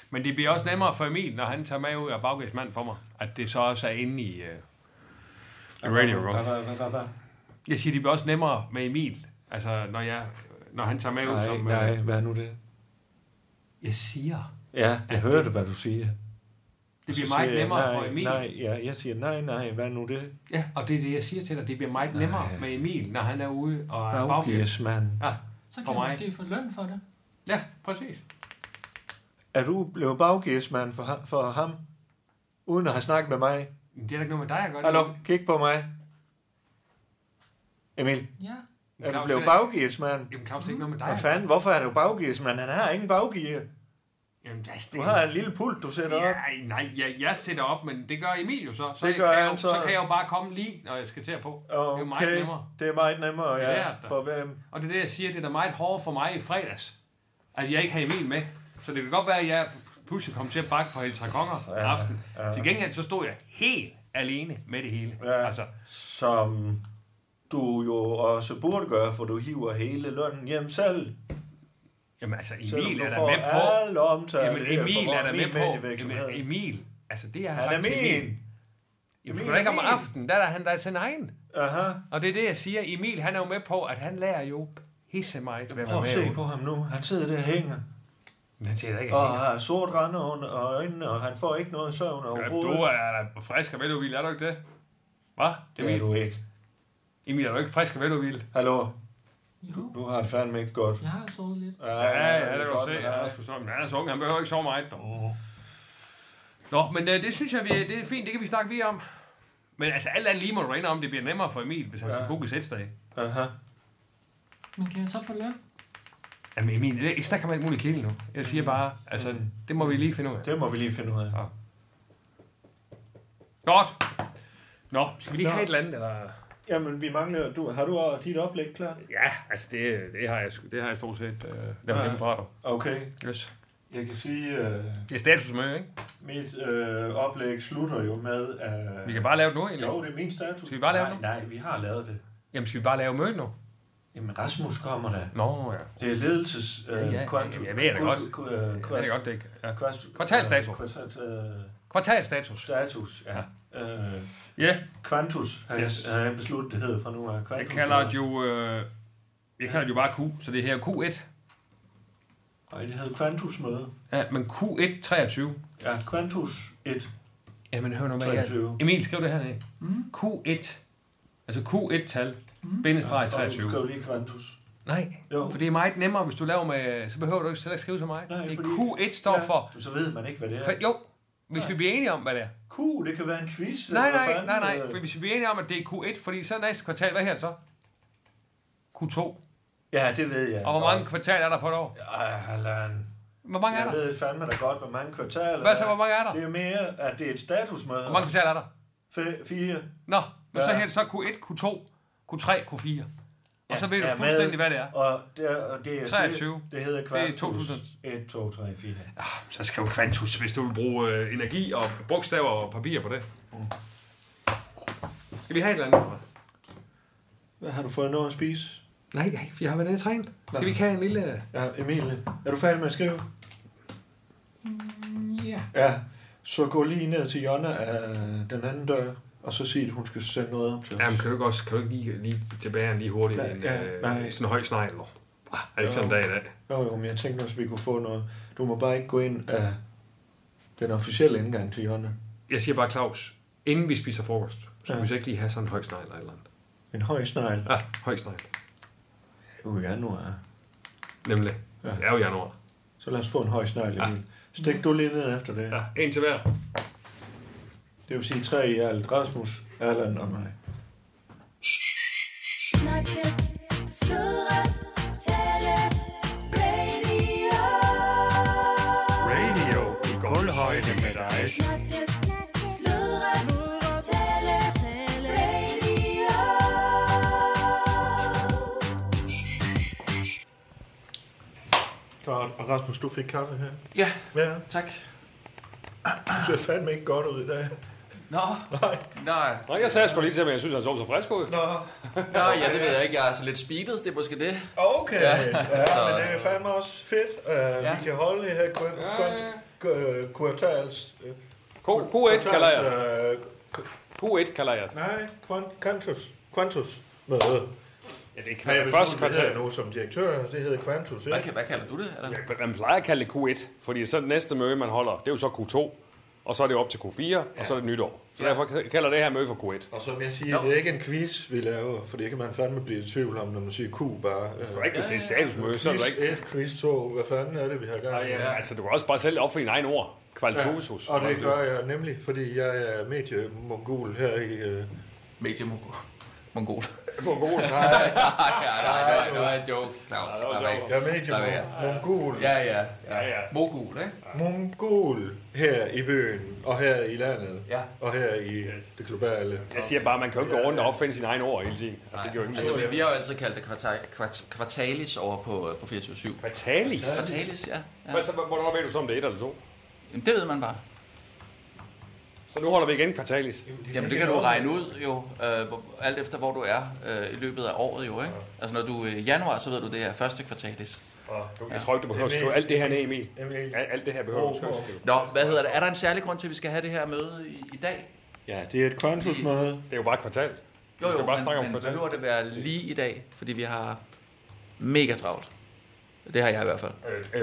Speaker 3: Men det bliver også nemmere for Emil, når han tager med ud af baggagsmanden for mig, at det så også er inde i øh, radio. Row.
Speaker 4: Hvad, hvad, hvad, hvad, hvad?
Speaker 3: Jeg siger, det bliver også nemmere med Emil, altså når, jeg, når han tager med ud
Speaker 4: Nej,
Speaker 3: som... øh,
Speaker 4: nej, hvad er nu det?
Speaker 3: Jeg siger,
Speaker 4: Ja, jeg hørte, hvad du siger.
Speaker 3: det
Speaker 4: Så
Speaker 3: bliver meget
Speaker 4: siger jeg,
Speaker 3: nemmere
Speaker 4: nej,
Speaker 3: for Emil.
Speaker 4: Nej, ja, jeg siger nej, nej, hvad er nu det?
Speaker 3: Ja, og det er det, jeg siger til dig. Det bliver meget nemmere
Speaker 4: Nej. Ah,
Speaker 3: med Emil, når han er ude og er baggags.
Speaker 4: Baggirsmand.
Speaker 3: Ja, For
Speaker 6: Så kan du
Speaker 3: mig.
Speaker 6: måske få løn for det.
Speaker 3: ja, præcis.
Speaker 4: Er du blevet baggirsmand for, ham- for ham, uden at have snakket med mig?
Speaker 3: Men det er da ikke noget med dig, jeg gør
Speaker 4: Hallo, kig på mig. Emil,
Speaker 6: Ja.
Speaker 4: er du
Speaker 3: Claus,
Speaker 4: blevet
Speaker 3: det er-
Speaker 4: baggirsmand?
Speaker 3: Jamen Claus, det er ikke noget med
Speaker 4: Hvad
Speaker 3: dig.
Speaker 4: fanden, hvorfor er du baggirsmand? Han har ingen baggear.
Speaker 3: Jamen, det er
Speaker 4: Du har en lille pult, du sætter op.
Speaker 3: Nej, nej, jeg, jeg sætter op, men det gør Emil jo så. Så,
Speaker 4: Det
Speaker 3: jeg
Speaker 4: gør
Speaker 3: kan,
Speaker 4: han
Speaker 3: jo,
Speaker 4: så.
Speaker 3: så. så kan jeg jo bare komme lige, når jeg skal til at på. Det er jo meget nemmere.
Speaker 4: Det er meget nemmere,
Speaker 3: Det
Speaker 4: ja.
Speaker 3: er det.
Speaker 4: For hvem?
Speaker 3: Og det er det, jeg siger, det er da meget hårdere for mig i fredags, at jeg ikke har Emil med. Så det kan godt være, at jeg pludselig kom til at bakke på hele Konger ja, aften. Ja. Til gengæld så stod jeg helt alene med det hele. Ja. Altså,
Speaker 4: Som du jo også burde gøre, for du hiver hele lønnen hjem selv.
Speaker 3: jamen, altså
Speaker 4: Selvom
Speaker 3: Emil
Speaker 4: du
Speaker 3: er da
Speaker 4: får
Speaker 3: med på.
Speaker 4: Alle omtale
Speaker 3: Jamen,
Speaker 4: her
Speaker 3: Emil
Speaker 4: fra
Speaker 3: er da
Speaker 4: min
Speaker 3: med på.
Speaker 4: medievirksomhed.
Speaker 3: Jamen, Emil, altså det, jeg har
Speaker 4: Han er
Speaker 3: sagt til Emil.
Speaker 4: min.
Speaker 3: Jamen,
Speaker 4: Emil
Speaker 3: Emil, ikke om
Speaker 4: er min.
Speaker 3: aftenen, der er han der sin egen.
Speaker 4: Aha.
Speaker 3: Og det er det, jeg siger. Emil, han er jo med på, at han lærer jo hisse mig at være
Speaker 4: Prøv at se
Speaker 3: med.
Speaker 4: på ham nu. Han sidder der og hænger.
Speaker 3: Men han siger da ikke,
Speaker 4: Og
Speaker 3: at
Speaker 4: har sort rande under og øjnene, og han får ikke noget søvn
Speaker 3: Ja, du
Speaker 4: overhovedet.
Speaker 3: er da frisk og veludvild, er du ikke det? Hvad?
Speaker 4: Det er
Speaker 3: Emil,
Speaker 4: du ikke.
Speaker 3: Emil, er du ikke frisk og veludvild?
Speaker 4: Hallo,
Speaker 6: Jo,
Speaker 4: du har det fandme ikke godt.
Speaker 6: jeg har sovet lidt.
Speaker 4: Ja,
Speaker 3: Ja, ja, det kan du se.
Speaker 4: men
Speaker 3: Han er,
Speaker 4: ja.
Speaker 3: sgu så, men han er så ung, han behøver ikke sove meget. Dog. Nå, men øh, det synes jeg, vi, det er fint, det kan vi snakke videre om. Men altså, alt andet lige må du regne om, det bliver nemmere for Emil, hvis han ja. skal booke et dag.
Speaker 4: Aha.
Speaker 6: Men kan jeg så få løn?
Speaker 3: Jamen Emil, det- ikke snakke om alt muligt kæle nu. Jeg siger bare, altså, det må vi lige finde ud af.
Speaker 4: Det må vi lige finde ud af.
Speaker 3: Godt. Nå, skal vi lige
Speaker 4: Nå.
Speaker 3: have et eller andet, eller?
Speaker 4: Jamen, vi mangler... Du, har du også dit oplæg klar?
Speaker 3: Ja, altså, det, det, har, jeg, sgu- det har jeg stort set øh, lavet
Speaker 4: Ja.
Speaker 3: ja. hjemmefra, dog.
Speaker 4: Okay.
Speaker 3: Yes.
Speaker 4: Jeg kan sige, øh,
Speaker 3: Det er statusmøde, ikke?
Speaker 4: mit øh, oplæg slutter jo med... Øh,
Speaker 3: Vi kan bare lave det nu, egentlig.
Speaker 4: Jo, det er min status.
Speaker 3: Skal vi bare lave
Speaker 4: nej,
Speaker 3: den?
Speaker 4: nej, vi har lavet det.
Speaker 3: Jamen, skal vi bare lave mødet nu?
Speaker 4: Jamen, Rasmus kommer da.
Speaker 3: Nå, ja.
Speaker 4: Det er ledelses... Øh,
Speaker 3: Ja, ja, jamen, jeg ved det godt.
Speaker 4: Ku, øh,
Speaker 3: Ja, det er godt, det ikke. Ja.
Speaker 4: Kvast,
Speaker 3: Kvartalsdato.
Speaker 4: Kvartalt, øh,
Speaker 3: Kvartalstatus.
Speaker 4: status, ja. Øh,
Speaker 3: Ja,
Speaker 4: Quantus har
Speaker 3: Yes.
Speaker 4: jeg, har jeg besluttet, det hedder fra nu af.
Speaker 3: jeg
Speaker 4: Quantus.
Speaker 3: kalder det jo... Øh, jeg kalder det jo bare Q, så det her er Q1.
Speaker 4: Nej, det hedder Quantus-møde.
Speaker 3: Ja, men Q1 23.
Speaker 4: Ja, Quantus 1.
Speaker 3: Jamen, hør nu med jer.
Speaker 4: 23.
Speaker 3: Emil, skriv det hernede. Mm. Q1. Altså Q1-tal. Mm. Bindestreg
Speaker 4: Og du
Speaker 3: 23.
Speaker 4: skrev lige Quantus.
Speaker 3: Nej,
Speaker 4: Jo.
Speaker 3: for det er meget nemmere, hvis du laver med... Så behøver du ikke selv at skrive så meget.
Speaker 4: Nej,
Speaker 3: det er
Speaker 4: fordi-
Speaker 3: Q1 står for...
Speaker 4: Så ved man ikke, hvad det er.
Speaker 3: Jo, hvis vi bliver enige om, hvad det er.
Speaker 4: Q, det kan være en quiz. eller
Speaker 3: Nej,
Speaker 4: hvad
Speaker 3: nej,
Speaker 4: fanden,
Speaker 3: nej, nej.
Speaker 4: øh.
Speaker 3: For hvis vi bliver enige om, at det er Q1, fordi så næste kvartal, hvad her så? Q2.
Speaker 4: Ja, det ved jeg.
Speaker 3: Og hvor mange kvartaler er der på et år?
Speaker 4: Ej, Allan.
Speaker 3: Hvor mange er
Speaker 4: Jeg
Speaker 3: der?
Speaker 4: ved fandme da godt, hvor mange kvartaler
Speaker 3: Hvad så, hvor mange er der?
Speaker 4: Det er mere, at det er et statusmøde.
Speaker 3: Hvor mange kvartaler er der?
Speaker 4: Fe- fire.
Speaker 3: Nå, men så
Speaker 4: Ja.
Speaker 3: her så Q1, Q2, Q3, Q4. Og så ved du
Speaker 4: er med,
Speaker 3: fuldstændig, hvad det er.
Speaker 4: Og det, er- og det er
Speaker 3: 23.
Speaker 4: Det hedder
Speaker 3: er
Speaker 4: kvartus.
Speaker 3: 2000.
Speaker 4: 1, 2, 3, 4.
Speaker 3: Så skriv kvantus, hvis du vil bruge øh, energi og bogstaver og papir på det. Skal vi have et eller andet?
Speaker 4: Hvad har du fået noget at spise?
Speaker 3: Nej, nej, vi har været nede i træen. Skal vi ikke have en lille...
Speaker 4: Ja, Emilie, er du færdig med at skrive?
Speaker 6: Ja.
Speaker 4: Ja. Så gå lige ned til Jonna af den anden dør, og så sig, at hun skal sende noget om til os.
Speaker 3: Jamen, kan du ikke også kan du ikke lige, lige tilbage lige hurtigt
Speaker 4: Nej,
Speaker 3: en,
Speaker 4: ja, nej.
Speaker 3: øh, sådan en høj snegl? dog? Ah, er det ikke sådan en dag i dag?
Speaker 4: Jo, jo, men jeg tænkte også, at vi kunne få noget. Du må bare ikke gå ind af den officielle indgang til Jonna.
Speaker 3: Jeg siger bare, Claus, inden vi spiser frokost, så
Speaker 4: Ja.
Speaker 3: ja. vi så ikke lige have sådan en høj snegl eller et eller andet.
Speaker 4: En høj snegl.
Speaker 3: Ja, høj snegl.
Speaker 4: Uh, januar.
Speaker 3: Nemlig. Ja. Det er jo januar.
Speaker 4: Så lad os få en høj snegl, Emil. Stik du lige ned efter det.
Speaker 3: Ja, en til hver.
Speaker 4: Det vil sige tre i alt. Rasmus, Allan og mig.
Speaker 2: Snakke, sludre, tale, radio.
Speaker 8: Radio i gulvhøjde med dig.
Speaker 2: Snakke, sludre, tale, tale, radio.
Speaker 4: Godt. Og Rasmus, du fik kaffe her?
Speaker 6: Ja,
Speaker 4: Ja.
Speaker 6: tak.
Speaker 4: Det ser fandme ikke godt ud i dag.
Speaker 9: Nå,
Speaker 4: Nej.
Speaker 9: nej.
Speaker 3: Nå, jeg sagde sgu lige til, at jeg synes, han så så frisk ud.
Speaker 4: Nå,
Speaker 9: Nå, ja, det ved jeg ikke. Jeg er så lidt speedet, det er måske det.
Speaker 4: okay. Ja,
Speaker 9: Så-
Speaker 4: ja men det er fandme også fedt. Uh, ja. Vi kan holde det her kvartals...
Speaker 3: Ja, ja.
Speaker 4: Kvartals... Kvartals... øh,
Speaker 3: Q- Q1 kalder jeg.
Speaker 4: øh, k-
Speaker 3: Q1 kalder jeg.
Speaker 4: Nej, Quantus. Quantus. Møde.
Speaker 3: Ja, det
Speaker 4: Nej,
Speaker 3: kan
Speaker 4: jeg
Speaker 3: jeg
Speaker 4: vil
Speaker 3: først
Speaker 4: først det
Speaker 3: kvartal.
Speaker 4: hedder nu som direktør, det hedder Quantus,
Speaker 9: Hvad,
Speaker 4: ikke?
Speaker 9: kan- hvad kalder du det? Er der-
Speaker 3: Ja, Man plejer at kalde det Q1, fordi så det næste møde, man holder, det er jo så Q2, og så er det op til Q4, og så er det nytår. Så
Speaker 9: Ja.
Speaker 3: derfor kalder det her møde for Q1.
Speaker 4: Og som jeg siger, det er ikke en quiz, vi laver, for det kan man fandme blive i tvivl om, når man siger Q bare. Øh,
Speaker 3: Det er ikke, hvis det er et statusmøde, så er det
Speaker 4: Quiz
Speaker 3: ikke...
Speaker 4: 1, quiz 2, hvad fanden er det, vi har gang i?
Speaker 3: Ja, altså, du kan også bare selv opfinde dine egne ord. Kvaltosus.
Speaker 4: Og det gør jeg nemlig, fordi jeg er mediemongol her i... Øh,
Speaker 9: Mediemongol. Mongol.
Speaker 3: Mongol.
Speaker 9: nej, nej, nej, det var en joke, Claus. Slap af.
Speaker 4: jeg er
Speaker 9: Der er jeg.
Speaker 4: mediemongol.
Speaker 9: Ja, ja,
Speaker 3: Ja, ja.
Speaker 9: ja. Mogul, ikke?
Speaker 4: Mongol her i byen, og her i landet,
Speaker 9: Ja.
Speaker 4: og her i det globale.
Speaker 3: Jeg siger bare, man kan jo ikke gå rundt og opfinde sine egne ord hele tiden. Altså,
Speaker 9: Nej,
Speaker 3: det gør jo ingen
Speaker 9: altså,
Speaker 3: altså,
Speaker 9: vi, vi har jo altid kaldt det kvartal, kvart, kvartalis over på, øh, på 24-7.
Speaker 3: Kvartalis?
Speaker 9: Kvartalis, ja. ja.
Speaker 3: Hvad så, hvornår ved du så, om det er et eller to?
Speaker 9: Jamen, det ved man bare.
Speaker 3: Så nu holder vi igen kvartalis.
Speaker 9: Jamen, det kan du regne ud jo, øh, hvor- alt efter hvor du er øh, i løbet af året jo, ikke? Altså, når du er i januar, så ved du, det er første kvartalis.
Speaker 3: Jeg tror ikke, du behøver at skrive alt det her ned, Emil. Al- Alt det her behøver du ikke at skrive.
Speaker 9: Nå, hvad hedder det? Er der en særlig grund til, at vi skal have det her møde i, i dag?
Speaker 4: Ja, det er et kvantfusmøde.
Speaker 3: Det er jo bare kvartal.
Speaker 9: Jo,
Speaker 3: Vi
Speaker 9: jo,
Speaker 3: kan bare snakke om
Speaker 9: men, men
Speaker 3: kvartalis.
Speaker 9: behøver det være lige i dag? Fordi vi har mega travlt. Det har jeg i hvert fald.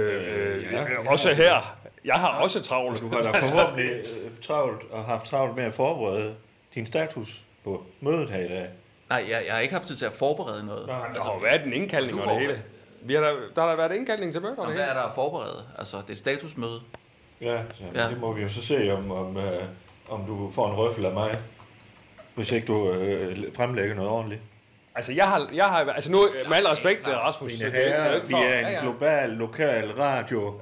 Speaker 3: Øh, øh, ja. Også her. Jeg har også travlt.
Speaker 4: Du har da forhåbentlig øh, travlt og haft travlt med at forberede din status på mødet her i dag.
Speaker 9: Nej, jeg, jeg har ikke haft tid til at forberede noget. Altså,
Speaker 4: Nå,
Speaker 3: Der har jo været en indkaldning
Speaker 9: Du
Speaker 3: og det
Speaker 9: får-
Speaker 3: hele. Vi har der, der har der været indkaldning til møder.
Speaker 9: Nå, hvad er der at forberede? Altså, det er et statusmøde.
Speaker 4: Ja, så, ja.
Speaker 9: Ja.
Speaker 4: det må vi jo så se, om, om, øh, om du får en røffel af mig. Hvis ikke du øh, fremlægger noget ordentligt.
Speaker 3: Altså, jeg har, jeg har, altså nu, med al respekt, Rasmus,
Speaker 4: Mine
Speaker 3: det er jo
Speaker 4: herrer,
Speaker 3: ikke
Speaker 4: vi
Speaker 3: for- ja,
Speaker 4: er
Speaker 3: ja.
Speaker 4: en global, lokal radio.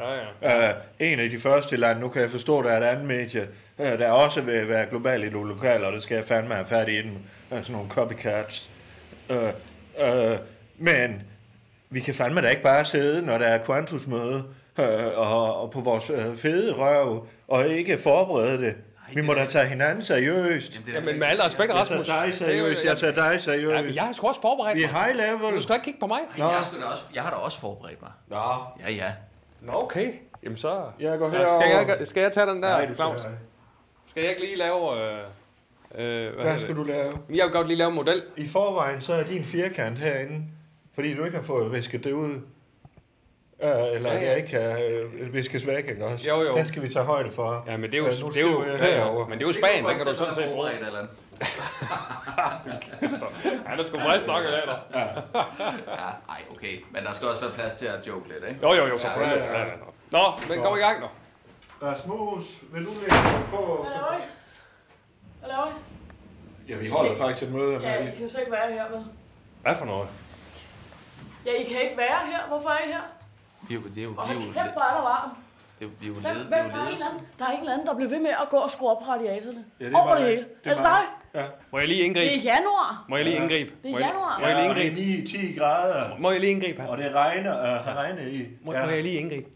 Speaker 3: Ja, ja.
Speaker 4: Uh, en af de første i landet, nu kan jeg forstå, der er et andet medie, uh, der også vil være global i det lokale, og det skal jeg fandme have fat i inden. Uh, sådan nogle copycats. Uh, uh, men vi kan fandme da ikke bare sidde, når der er Quantus-møde, uh, og, og på vores uh, fede røv, og ikke forberede det. Vi må da tage hinanden seriøst.
Speaker 9: det er
Speaker 3: Jamen, med al respekt,
Speaker 4: Jeg
Speaker 3: Rasmus.
Speaker 4: tager dig
Speaker 3: det er jo-
Speaker 4: seriøst, jeg tager dig
Speaker 3: Ja,
Speaker 4: seriøst.
Speaker 3: jeg har sgu også forberedt
Speaker 4: Vi er
Speaker 3: mig.
Speaker 4: high
Speaker 3: Du
Speaker 4: level.
Speaker 3: skal ikke kigge på mig.
Speaker 9: Ej, jeg, skulle da også, jeg har da også forberedt mig.
Speaker 4: Nå,
Speaker 9: Ja, ja.
Speaker 3: Nå, okay. Jamen så...
Speaker 4: Jeg går
Speaker 3: Ja,
Speaker 4: herover.
Speaker 3: Skal jeg, skal jeg tage den der,
Speaker 4: Nej, du skal
Speaker 3: Claus?
Speaker 4: ikke.
Speaker 3: Skal jeg ikke lige lave... Øh, øh, hvad,
Speaker 4: Hvad skal du lave?
Speaker 3: Jeg vil godt lige lave en model.
Speaker 4: I forvejen så er din firkant herinde, fordi du ikke har fået visket det ud. Øh, eller
Speaker 3: Ja,
Speaker 4: ja,
Speaker 3: ja.
Speaker 4: ja. jeg ikke kan øh, viskes væk, ikke også?
Speaker 3: Jo, jo.
Speaker 4: Den skal vi tage højde for.
Speaker 3: Ja, men det er jo...
Speaker 4: Øh, nu
Speaker 3: det er jo,
Speaker 4: skriver jeg herovre.
Speaker 3: men det er jo Spanien, den kan du sådan set bruge.
Speaker 9: forberedt eller andet.
Speaker 3: Ja, der skulle faktisk nok af dig.
Speaker 9: Ja, ej, okay. Men der skal også være plads til at joke lidt, ikke?
Speaker 3: Jo, jo, jo, selvfølgelig. Ja,
Speaker 4: Ja, ja,
Speaker 3: ja, ja. Nå, men kom i gang nu.
Speaker 4: Rasmus, vil du lægge dig på?
Speaker 10: Hvad laver I? Hvad laver I?
Speaker 4: Ja, vi holder faktisk et møde
Speaker 10: Ja,
Speaker 4: med
Speaker 10: I kan jo så ikke være her, vel?
Speaker 3: Hvad for noget?
Speaker 10: Ja, I kan ikke være her. Hvorfor er I her?
Speaker 9: Det er jo, det er jo, det
Speaker 10: Og
Speaker 9: er jo,
Speaker 10: hold
Speaker 9: det er
Speaker 10: kæft, hvor er der varmt.
Speaker 9: jo, det er jo,
Speaker 10: Hvem,
Speaker 9: led- det
Speaker 10: hvem,
Speaker 9: er
Speaker 10: der,
Speaker 9: jo
Speaker 10: er en eller
Speaker 9: ledelse.
Speaker 10: anden, der er en eller anden, der bliver ved med at gå og skrue op på radiatorerne.
Speaker 4: Ja, det
Speaker 10: Ja,
Speaker 4: er
Speaker 10: Over
Speaker 4: mig.
Speaker 10: det hele.
Speaker 4: Det er
Speaker 10: Er det
Speaker 4: mig.
Speaker 10: dig?
Speaker 3: Må jeg lige
Speaker 10: Det er
Speaker 3: indgribe?
Speaker 10: januar.
Speaker 3: Må jeg lige indgribe?
Speaker 10: Det er
Speaker 3: Må jeg-
Speaker 10: januar.
Speaker 3: Må jeg lige
Speaker 4: Ja, og det
Speaker 3: indgribe?
Speaker 4: er 9-10 grader,
Speaker 3: Må jeg lige indgribe her?
Speaker 4: og det regner og har regnet i.
Speaker 3: Må, må jeg lige indgribe?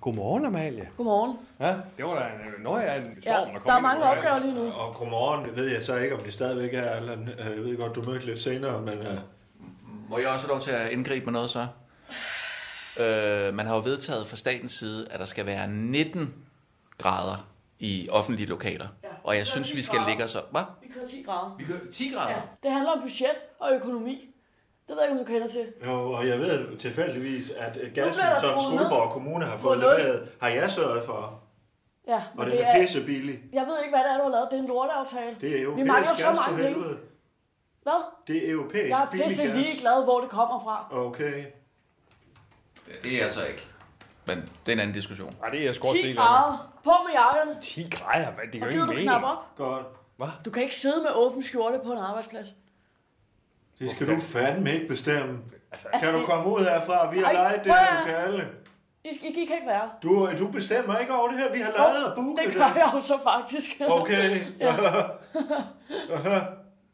Speaker 3: Godmorgen, Amalie.
Speaker 10: Godmorgen.
Speaker 3: Ja? Det var da en, når jeg er en
Speaker 10: Ja,
Speaker 3: storm, der kom
Speaker 10: der er
Speaker 3: ind i
Speaker 10: mange
Speaker 3: vores-
Speaker 10: opgaver lige nu.
Speaker 4: Og godmorgen, det ved jeg så ikke, om det stadigvæk er, eller øh, jeg ved godt, du mødte lidt senere, men øh,
Speaker 9: Må jeg også have lov til at indgribe med noget så? Øh, man har jo vedtaget fra statens side, at der skal være 19 grader i offentlige lokaler.
Speaker 10: Ja.
Speaker 9: Og jeg
Speaker 10: Så
Speaker 9: synes,
Speaker 10: ti
Speaker 9: vi skal
Speaker 10: grader.
Speaker 9: ligge os op. Hvad?
Speaker 10: Vi kører 10 grader.
Speaker 9: Vi kører 10
Speaker 10: Ja,
Speaker 9: grader?
Speaker 10: det handler om budget og økonomi. Det ved jeg ikke, om du kender til.
Speaker 4: Jo, og jeg ved tilfældigvis, at øh,
Speaker 10: bliver
Speaker 4: gassen,
Speaker 10: der
Speaker 4: som
Speaker 10: skruet ned.
Speaker 4: Skuldborg Kommune har fået
Speaker 10: nul.
Speaker 4: leveret, har jeg sørget for.
Speaker 10: Ja, men
Speaker 4: Og den
Speaker 10: det
Speaker 4: er
Speaker 10: er,
Speaker 4: pisse billig.
Speaker 10: jeg ved ikke, hvad det er, du har lavet. Det er en lorteaftale.
Speaker 4: Det er
Speaker 10: Vi
Speaker 4: europæisk
Speaker 10: mangler
Speaker 4: gas
Speaker 10: så mange
Speaker 4: for
Speaker 10: penge.
Speaker 4: helvede.
Speaker 10: Hvad?
Speaker 4: Det er europæisk
Speaker 10: Jeg er
Speaker 4: billig
Speaker 10: pisse
Speaker 4: gas.
Speaker 10: ligeglad, hvor det kommer fra.
Speaker 4: Okay.
Speaker 9: Det er jeg så ikke. Men det er en anden diskussion.
Speaker 3: Ej, det er jeg sgu også
Speaker 10: 10
Speaker 3: ligeglad med.
Speaker 10: grader. På med jakkerne.
Speaker 3: 10 grader, hvad? Det
Speaker 10: Og
Speaker 3: gør
Speaker 10: gider
Speaker 3: ingen
Speaker 10: du
Speaker 3: mening.
Speaker 10: knap op?
Speaker 4: Godt.
Speaker 10: Du kan ikke sidde med åben skjorte på en arbejdsplads.
Speaker 4: Det skal du fandme ikke bestemme. Kan du
Speaker 10: Altså, det-
Speaker 4: komme ud herfra? Vi har
Speaker 10: Ej,
Speaker 4: lejet det
Speaker 10: prøv
Speaker 4: her
Speaker 10: at-
Speaker 4: lokale.
Speaker 10: I, I, I kan ikke være.
Speaker 4: Du, øh, du bestemmer ikke over det her. Vi har lejet og booket
Speaker 10: Det gør jeg jo så faktisk.
Speaker 4: Okay.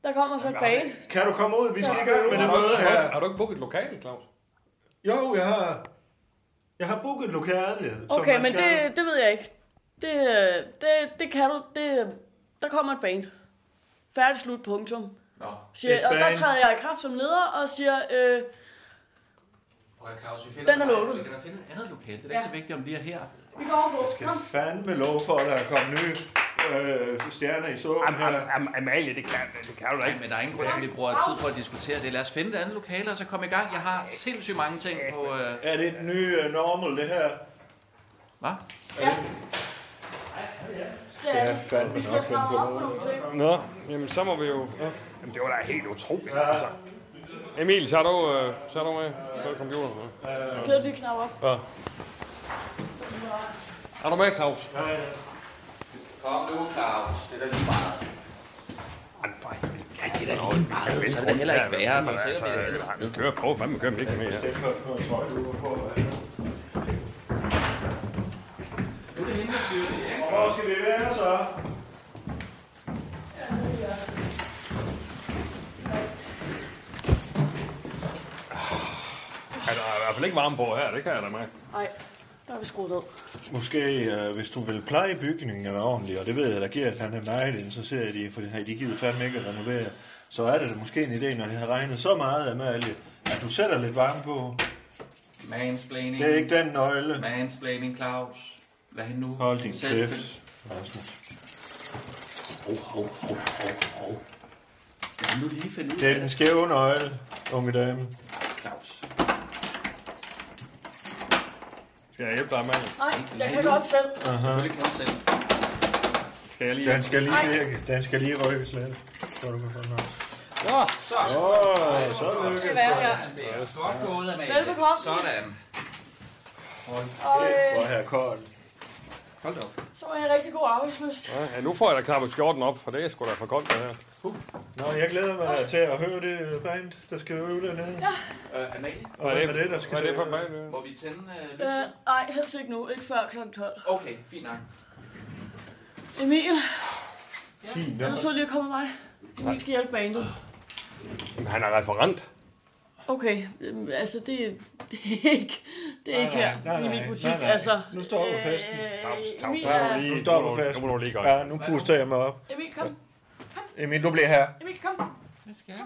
Speaker 10: Der kommer så et band.
Speaker 4: kan du komme ud? Vi skal i gang med det
Speaker 3: Har du-
Speaker 4: møde
Speaker 3: har du-
Speaker 4: her.
Speaker 3: Har du ikke booket lokale, Claus?
Speaker 4: Jo, jeg har... Jeg har booket lokale. som
Speaker 10: Okay,
Speaker 4: man
Speaker 10: men
Speaker 4: skal.
Speaker 10: det, det ved jeg ikke. Det, øh, det, det kan du. Det, øh, der kommer et band. Færdig slut, punktum.
Speaker 9: Nå.
Speaker 10: Siger,
Speaker 4: Et
Speaker 10: og der
Speaker 4: band.
Speaker 10: træder jeg i kraft som leder og siger, øh,
Speaker 9: Prøv at Claus, vi finder
Speaker 10: Den er
Speaker 9: dig.
Speaker 10: lukket.
Speaker 9: Vi kan da finde et andet lokale. Det er da ikke
Speaker 10: Ja.
Speaker 9: så vigtigt om lige er her.
Speaker 10: vi går over på.
Speaker 4: Skal
Speaker 10: Kom.
Speaker 4: fandme lov for, at der er kommet nye øh, stjerner i suppen her.
Speaker 3: Amalie, det kan, det kan du da
Speaker 9: Nej,
Speaker 3: ikke.
Speaker 9: men der er ingen grund til, at vi bruger tid på at diskutere det. Lad os finde et andet lokale, og så komme i gang. Jeg har sindssygt mange ting på... Øh...
Speaker 4: Er det den nye øh, normal, det her?
Speaker 9: Hvad?
Speaker 10: Det er det.
Speaker 4: fandme
Speaker 10: Vi skal stramme op på nogle ting.
Speaker 3: Nå, jamen så må vi jo... Jamen, det var da helt utroligt, altså. Emil, så er du, øh, så er du med på computeren. Ja.
Speaker 10: Kædet lige knap op.
Speaker 3: Ja. Er du med, Claus?
Speaker 9: Kom nu, Claus. Det er da lige meget. Ja, det er da lige meget. Så er det da heller ikke værre. For altså,
Speaker 3: Vi kører på, fandme kører vi ikke med her.
Speaker 4: Det skal få noget tøj, du har på.
Speaker 9: nu er det hende, der styrer det. ikke?
Speaker 4: Hvor skal vi være så?
Speaker 7: Ja, der er i hvert fald ikke varme på her, det kan jeg da mærke.
Speaker 10: Nej, der er vi skruet ned.
Speaker 4: Måske, øh, hvis du vil pleje bygningen ordentligt, og det ved jeg, der giver, at han er meget interesseret i, for det har de givet fandme ikke at renovere, så er det da måske en idé, når det har regnet så meget af Malie, at du sætter lidt varme på.
Speaker 9: Mansplaining.
Speaker 4: Det er ikke den nøgle.
Speaker 9: Mansplaining, Claus. Hvad er han nu?
Speaker 4: Hold din
Speaker 9: Selv-
Speaker 4: kæft, Rasmus.
Speaker 9: Lad ham nu lige finde ud
Speaker 4: Det
Speaker 9: af
Speaker 4: er den skæve nøgle, unge dame.
Speaker 9: Claus.
Speaker 7: Skal jeg hjælpe dig, mand?
Speaker 10: Nej, jeg kan godt selv.
Speaker 9: Selvfølgelig kan du selv.
Speaker 7: Skal jeg lige...
Speaker 4: Den skal lige virke. Den skal lige rykkes lidt. Så du kan få den op. Åh, så lykkes.
Speaker 10: Ja, ja.
Speaker 9: Godt gået, Amalie.
Speaker 10: Velbekomme.
Speaker 9: Sådan.
Speaker 10: Og øh,
Speaker 4: Hvor her koldt.
Speaker 9: Hold da op.
Speaker 10: så var jeg rigtig god arbejdslyst.
Speaker 7: Ja, nu får jeg da klappet skjorten op, for det er sgu da for koldt, det her.
Speaker 4: Nå, jeg glæder mig da til at høre det band, der skal øve dernede. Ja.
Speaker 9: Øh, Amalie,
Speaker 4: Og hvem er det, der skal
Speaker 7: Hvad er det for mig?
Speaker 9: må vi tænde øh,
Speaker 10: Øh,
Speaker 9: lyset?
Speaker 10: nej, helst ikke nu. Ikke før kl. 12.
Speaker 9: Okay, fint nok.
Speaker 10: Emil,
Speaker 4: Fint,
Speaker 10: er du så lige at komme med mig? Emil skal hjælpe bandet.
Speaker 7: Jamen, han er referent.
Speaker 10: Okay, øhm, altså det, det er ikke, det er ikke her
Speaker 4: nej,
Speaker 10: i
Speaker 4: nej,
Speaker 10: min butik.
Speaker 4: nej, nej.
Speaker 10: Altså,
Speaker 4: Nu står du festen.
Speaker 7: Tavs,
Speaker 10: Øh,
Speaker 7: tavs,
Speaker 10: Emil,
Speaker 7: tavs,
Speaker 10: er,
Speaker 7: lige.
Speaker 4: Nu står du
Speaker 7: Nu må du-
Speaker 4: fast.
Speaker 7: nu må du lige gøre
Speaker 4: Ja, nu puster jeg mig op.
Speaker 10: Emil, kom.
Speaker 4: Emil, du bliver her.
Speaker 10: Emil, kom.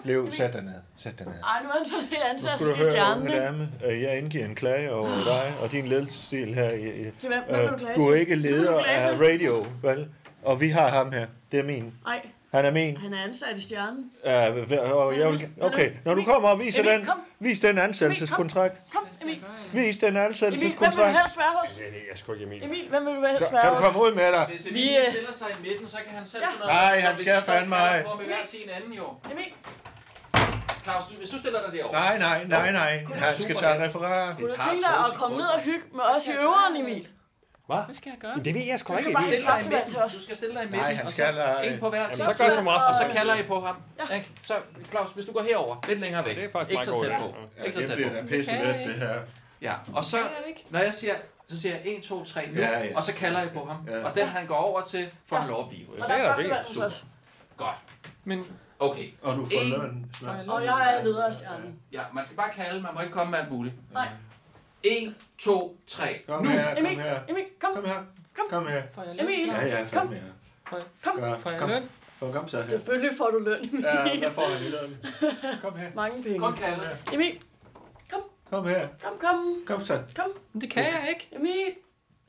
Speaker 4: Bliv, sæt dig ned. Sæt dig ned.
Speaker 10: Ej, nu er han sådan set
Speaker 4: Nu
Speaker 10: ansat
Speaker 4: skal du
Speaker 10: i
Speaker 4: høre, unge
Speaker 10: stjernene.
Speaker 4: dame, at øh, jeg indgiver en klage over dig og din ledelsesstil her. i- i-
Speaker 10: Til hvem? Hvem vil du klage
Speaker 4: Øh, Du er
Speaker 10: til?
Speaker 4: ikke
Speaker 10: Hvem vil
Speaker 4: leder
Speaker 10: du klage
Speaker 4: af
Speaker 10: til?
Speaker 4: radio, vel? Og vi har ham her. Det er min.
Speaker 10: Nej,
Speaker 4: Han er min.
Speaker 10: han er ansat i stjernen.
Speaker 4: Ja, og jeg vil, okay, når du kommer og viser den, vis den ansættelseskontrakt.
Speaker 10: Kom, Emil.
Speaker 4: Vis den
Speaker 10: Emil, hvem vil du
Speaker 4: ansættelseskontrakt.
Speaker 10: helst være hos?
Speaker 7: Ja, det er sgu ikke Emil.
Speaker 10: Emil, hvem vil du helst være
Speaker 4: Kan du
Speaker 10: hos?
Speaker 4: komme ud med dig?
Speaker 9: Hvis
Speaker 10: Vi,
Speaker 9: Emilie
Speaker 10: øh,
Speaker 9: stiller sig i midten, så kan han selv
Speaker 10: ja.
Speaker 9: finde noget.
Speaker 4: Nej,
Speaker 9: Så
Speaker 4: han
Speaker 9: hvis
Speaker 4: skal
Speaker 9: I står i
Speaker 4: fandme
Speaker 9: knald
Speaker 4: ej.
Speaker 9: på med hver sin anden, jo.
Speaker 10: Emil,
Speaker 9: Claus, du- hvis du stiller dig derovre.
Speaker 4: Nej, nej, nej, nej. Han skal tage referat.
Speaker 10: kunne du
Speaker 9: tager
Speaker 10: tænke dig at
Speaker 9: to
Speaker 10: komme ned
Speaker 9: sekunder.
Speaker 10: og hygge med os i øveren, Emil?
Speaker 3: Det ved jeg sgu
Speaker 10: Du
Speaker 3: ikke,
Speaker 10: skal
Speaker 9: Stil
Speaker 10: bare helt
Speaker 9: dig i
Speaker 10: saftevand til
Speaker 9: midten.
Speaker 10: os.
Speaker 9: Du skal stille dig i midten.
Speaker 4: han
Speaker 9: og så
Speaker 4: skal, øh,
Speaker 9: En på hver side.
Speaker 7: Jamen, så gør som Rasmus.
Speaker 9: Og så kalder I på ham. Ikke? Så Claus, hvis du går herover lidt længere væk.
Speaker 7: Det er faktisk
Speaker 9: ikke
Speaker 7: meget
Speaker 9: så
Speaker 7: god
Speaker 9: tæt
Speaker 7: idé.
Speaker 9: på. Ikke så tæt på.
Speaker 4: pisse let, det her.
Speaker 9: Ja, og så når jeg siger, så siger jeg 1, 2, 3 nu,
Speaker 4: Ja, ja.
Speaker 9: og så kalder I på ham.
Speaker 4: Ja.
Speaker 9: Og den han går over til, får han lov at blive.
Speaker 10: Og der er
Speaker 7: Det er da
Speaker 10: saftevand hos
Speaker 9: super.
Speaker 10: os.
Speaker 9: Godt.
Speaker 6: Men
Speaker 9: Okay.
Speaker 4: Og du
Speaker 9: En.
Speaker 4: løn.
Speaker 10: Og jeg er leder af stjernen.
Speaker 9: Ja, man skal bare kalde, man må ikke komme med alt muligt.
Speaker 10: Nej.
Speaker 9: 1, 2, 3.
Speaker 4: Kom her, kom
Speaker 10: Emil,
Speaker 4: her.
Speaker 10: Emil, kom.
Speaker 4: Kom her. Kom her.
Speaker 6: får jeg
Speaker 10: Emil,
Speaker 6: løn?
Speaker 4: Ja, ja, fandme her.
Speaker 10: Kom.
Speaker 4: Godt.
Speaker 6: Får jeg
Speaker 4: Kom,
Speaker 6: løn?
Speaker 4: kom, kom så her.
Speaker 10: Selvfølgelig får du løn, Emil.
Speaker 4: Ja, hvad får han i løn? Kom her.
Speaker 10: Mange
Speaker 9: Kun
Speaker 10: penge.
Speaker 9: kalde.
Speaker 10: Emil,
Speaker 4: Kom her.
Speaker 10: kom, kom.
Speaker 4: Kom så.
Speaker 6: Men det kan jeg ikke.
Speaker 10: Emil.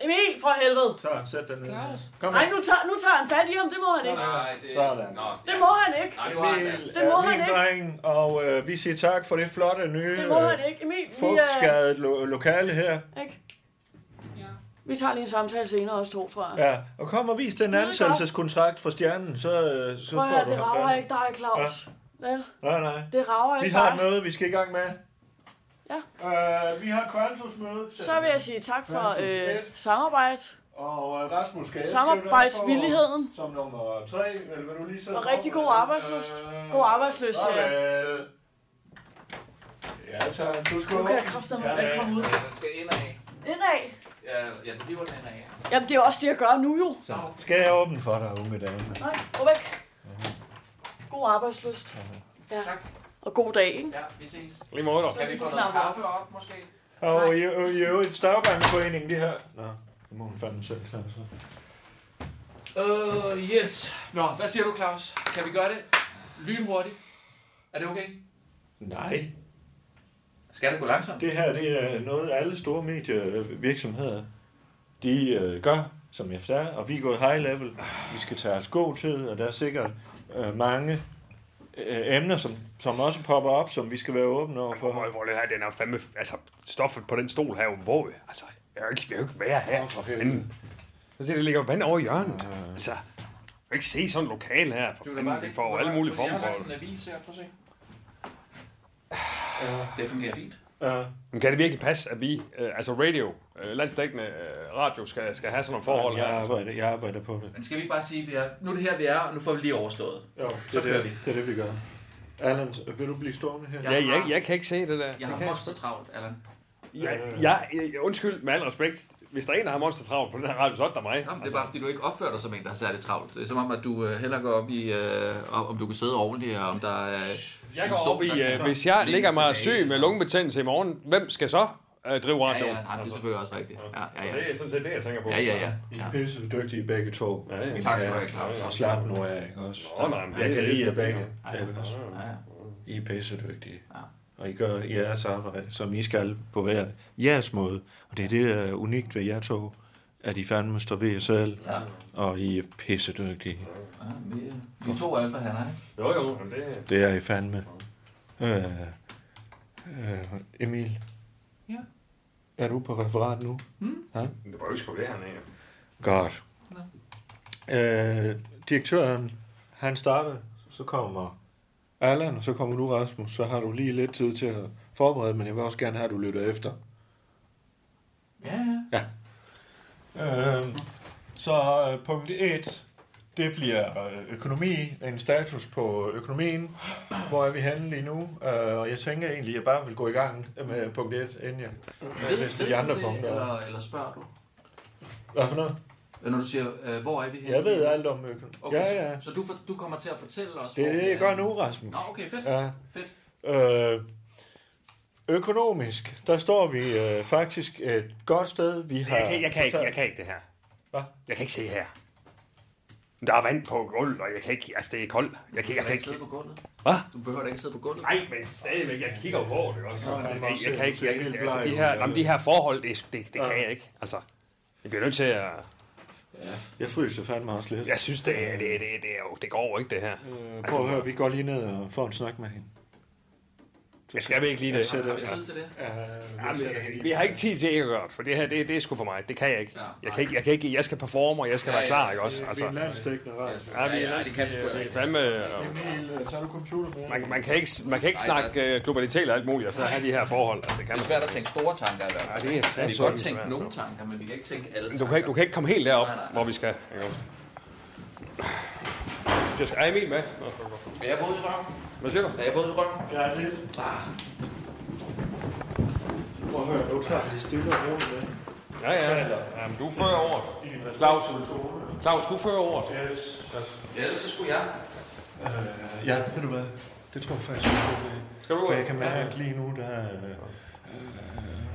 Speaker 10: Emil, for helvede.
Speaker 4: Så, sæt dig ned.
Speaker 6: Claus.
Speaker 4: Kom
Speaker 10: Nej,
Speaker 4: her.
Speaker 10: nu tager, nu tager han fat i ham. Det må han ikke.
Speaker 9: Nej, det...
Speaker 4: Sådan.
Speaker 9: Nå,
Speaker 10: Det må han ikke.
Speaker 9: Nej, du har
Speaker 4: Emil
Speaker 9: det.
Speaker 10: Det må
Speaker 4: er
Speaker 10: han
Speaker 4: min
Speaker 10: ikke.
Speaker 4: dreng, og øh, vi siger tak for det flotte nye
Speaker 10: Det må han
Speaker 4: øh,
Speaker 10: ikke. Emil, vi, er,
Speaker 4: fugtskadet lo- lokale her.
Speaker 10: ikke? vi tager lige en samtale senere, os to, tror jeg.
Speaker 4: Ja, og kom og vis den
Speaker 10: Skide
Speaker 4: ansættelseskontrakt fra stjernen, så, øh, så
Speaker 10: Prøv at
Speaker 4: får
Speaker 10: høre,
Speaker 4: du
Speaker 10: det
Speaker 4: ham
Speaker 10: rager
Speaker 4: færdig.
Speaker 10: ikke dig, Claus. Vel?
Speaker 4: Nej, nej.
Speaker 10: Det rager
Speaker 4: Vi
Speaker 10: ikke
Speaker 4: har
Speaker 10: dig.
Speaker 4: noget, vi skal i gang med.
Speaker 10: Ja.
Speaker 4: Øh, vi har kvantusmøde.
Speaker 10: Så vil jeg sige tak for øh, samarbejde,
Speaker 4: Og øh, Rasmus skal
Speaker 10: samarbejdsvilligheden
Speaker 4: Som nummer tre, eller vil du lige sætte
Speaker 10: og rigtig god arbejdsløst. God øh, arbejdsløst, siger jeg.
Speaker 4: arbejdsløst. Ja, så du skal
Speaker 10: Nu kan jeg kraftedeme ikke komme ud.
Speaker 9: Den skal indad.
Speaker 10: Indad.
Speaker 9: Ja, ja, den bliver den indad.
Speaker 10: Jamen, det er også det, jeg gør nu jo.
Speaker 4: Skal jeg åbne for dig, unge dame?
Speaker 10: Nej, gå væk. God arbejdsløst. Ja.
Speaker 9: Mhm. Tak.
Speaker 10: Og god dag, ikke?
Speaker 9: Ja, vi ses.
Speaker 7: Lige måde dig.
Speaker 9: Kan vi få noget kaffe op, måske?
Speaker 4: Og i, i, i øvrigt, Stavgangforeningen, det her... Nå, det må hun fandme selv. Altså.
Speaker 9: Uh, yes. Nå, hvad siger du, Claus? Kan vi gøre det lynhurtigt? Er det okay?
Speaker 4: Nej.
Speaker 9: Skal det gå langsomt?
Speaker 4: Det her, det er noget, alle store medievirksomheder, de øh, gør, som jeg sagde, og vi er gået high level. Vi skal tage os god tid, og der er sikkert øh, mange øh, emner, som, som også popper op, som vi skal være åbne over for.
Speaker 3: Hvor, hvor det her, den er fandme... Altså, stoffet på den stol her er jo våg. Altså, jeg kan jo ikke, jeg kan jo ikke være her. For fanden. Altså, det ligger vand over hjørnet. Altså, jeg kan ikke se sådan et lokal her. For fanden, vi får jo alle mulige former for det.
Speaker 9: en avis her, prøv at se. Øh, Det fungerer fint.
Speaker 4: Ja.
Speaker 3: Men kan det virkelig passe, at vi, øh, altså radio, øh, landsdækkende øh, radio, skal, skal have sådan nogle forhold her?
Speaker 4: Jeg
Speaker 3: Altså,
Speaker 4: arbejder, jeg arbejder på det.
Speaker 9: Men skal vi ikke bare sige, at vi er... nu er det her, vi er, og nu får vi lige overstået.
Speaker 4: Jo,
Speaker 9: Så kører vi.
Speaker 4: Det er det, vi gør. Allan, vil du blive stående her?
Speaker 9: Ja.
Speaker 3: Ja, jeg, jeg kan ikke se det der. Det
Speaker 9: Jeg har
Speaker 3: kan
Speaker 9: monster travlt, Allan.
Speaker 3: jeg, jeg, jeg, undskyld, med al respekt. Hvis der er en, der har monster travlt på den her radio, så er det da mig.
Speaker 9: Jamen, det er bare, fordi du ikke opfører dig som en, der har særligt travlt. Det er som om, at du øh, hellere går op i, øh, om om du kan sidde ordentligt, og om der er...
Speaker 3: Jeg går op i, øh, hvis jeg ligger mig syg med lungebetændelse i morgen, hvem skal så øh, drive
Speaker 9: Ja,
Speaker 3: radioen?
Speaker 9: ja, nej, det er selvfølgelig også rigtigt. Ja, ja, ja.
Speaker 3: Altså. Det er sådan set det, jeg tænker på.
Speaker 9: Ja, ja, ja.
Speaker 4: I
Speaker 9: ja.
Speaker 4: er pisse dygtige begge to.
Speaker 3: Ja, ja.
Speaker 9: Tak skal du have, Claus.
Speaker 4: Og slap nu af, ikke også?
Speaker 3: Nå, nej, men
Speaker 4: jeg
Speaker 3: det-
Speaker 4: kan
Speaker 3: det-
Speaker 4: lide jer
Speaker 3: det-
Speaker 4: begge.
Speaker 9: Ja,
Speaker 4: Ja, ikke også?
Speaker 9: ja, ja.
Speaker 4: I er pisse dygtige.
Speaker 9: Ja.
Speaker 4: Og I gør jeres arbejde, som I skal på hver jeres måde. Og det er det, der er unikt ved jer to, at I fandme står ved jer selv,
Speaker 9: Ja.
Speaker 4: og I er pisse dygtige.
Speaker 9: Ja, vi, vi er to alfahander, ikke?
Speaker 3: Jo, jo, men det,
Speaker 4: Det er I fandme. Øh, øh, Emil?
Speaker 6: Ja?
Speaker 4: Er du på referat nu?
Speaker 9: Hmm?
Speaker 3: det var jo sgu det, han er.
Speaker 4: Godt. Øh, direktøren, han starter, så kommer Allan, og så kommer du, Rasmus. Så har du lige lidt tid til at forberede, men jeg vil også gerne have, at du lytter efter.
Speaker 9: Ja, ja.
Speaker 4: Øh, så øh, punkt 1, det bliver øh, økonomi, en status på økonomien. Hvor er vi henne lige nu? Øh, og jeg tænker egentlig, at jeg bare vil gå i gang med punkt 1, inden jeg øh, lister de andre
Speaker 9: du det,
Speaker 4: punkter. op.
Speaker 9: eller, eller spørger du?
Speaker 4: Hvad for noget?
Speaker 9: Når du siger, øh, hvor er vi henne?
Speaker 4: Jeg ved alt om økonomi.
Speaker 9: Okay,
Speaker 4: Ja, ja.
Speaker 9: Så, så du, for, du kommer til at fortælle os,
Speaker 4: Det er
Speaker 9: hvor
Speaker 4: det,
Speaker 9: vi
Speaker 4: jeg gør
Speaker 9: henne?
Speaker 4: nu, Rasmus.
Speaker 9: Nå, okay, fedt.
Speaker 4: Ja.
Speaker 9: Fedt.
Speaker 4: Øh, økonomisk, der står vi øh, faktisk et godt sted. Vi har
Speaker 3: Jeg kan, jeg, kan ikke, jeg kan ikke det her.
Speaker 4: Hvad?
Speaker 3: Jeg kan ikke se her. Der er vand på gulvet, og jeg kan ikke... Altså, det er koldt. Jeg kan, jeg
Speaker 9: Du kan
Speaker 3: kan
Speaker 9: ikke sidde
Speaker 3: ikke...
Speaker 9: på gulvet.
Speaker 3: Hvad?
Speaker 9: Du behøver da ikke sidde på gulvet.
Speaker 3: Nej, men stadigvæk, jeg kigger jo på det også. Altså, Jeg, jeg, jeg, kan ikke... Jeg,
Speaker 4: Helt
Speaker 3: altså,
Speaker 4: bleg
Speaker 3: de,
Speaker 4: ud,
Speaker 3: her,
Speaker 4: jeg
Speaker 3: jamen,
Speaker 4: ved.
Speaker 3: de her forhold, det, det, det kan jeg ikke. Altså, jeg bliver nødt til at...
Speaker 4: Jeg fryser fandme også lidt.
Speaker 3: Jeg synes, det, er- det, det, det, er jo, det går jo ikke, det her.
Speaker 4: Øh, prøv at høre, vi går lige ned og får en snak med hende.
Speaker 3: Jeg skal vi ikke lige det.
Speaker 9: Har vi tid til det?
Speaker 3: Jamen, vi har ikke tid til ikke at gøre det, for det her, det, det er sgu for mig. Det kan jeg ikke.
Speaker 9: Ja,
Speaker 3: Jeg kan ikke, jeg, kan ikke, jeg skal performe, og jeg skal
Speaker 9: Ja,
Speaker 3: være
Speaker 9: ja.
Speaker 3: klar, ikke også?
Speaker 4: Altså, vi er en
Speaker 3: Altså,
Speaker 4: landstækkende rejse.
Speaker 3: ja, vi er
Speaker 9: det kan vi sgu da
Speaker 3: det er
Speaker 9: ikke.
Speaker 3: fandme...
Speaker 4: Emil, øh, tager du computer med?
Speaker 3: Man, man, kan ikke, man kan ikke
Speaker 9: Nej,
Speaker 3: snakke øh, globalitet og alt muligt, og så have de her forhold. Altså, det kan
Speaker 9: Det
Speaker 3: man.
Speaker 9: er svært at tænke store tanker i hvert fald.
Speaker 3: Ja, det er satme
Speaker 9: Vi kan godt
Speaker 3: svært.
Speaker 9: tænke nogle tanker, men vi kan ikke tænke alle
Speaker 3: Men Du kan, ikke, du kan ikke komme helt derop, hvor vi skal. ikke også? Jeg skal, er Emil med? Nå, skal du gå.
Speaker 9: Er jeg våd i røven?
Speaker 3: Hvad siger du?
Speaker 9: Er jeg våd i røven?
Speaker 4: Ja, lidt. Prøv at høre, nu tager vi det stille og roligt med.
Speaker 3: Ja, ja. Jamen, du fører over. Claus, Claus, du fører over.
Speaker 9: Ja, ellers så skulle jeg.
Speaker 4: Øh, ja, ved du hvad? Det tror jeg faktisk, jeg vil.
Speaker 3: Skal du
Speaker 4: For
Speaker 3: ud?
Speaker 4: jeg kan mærke at lige nu, der er... Øh,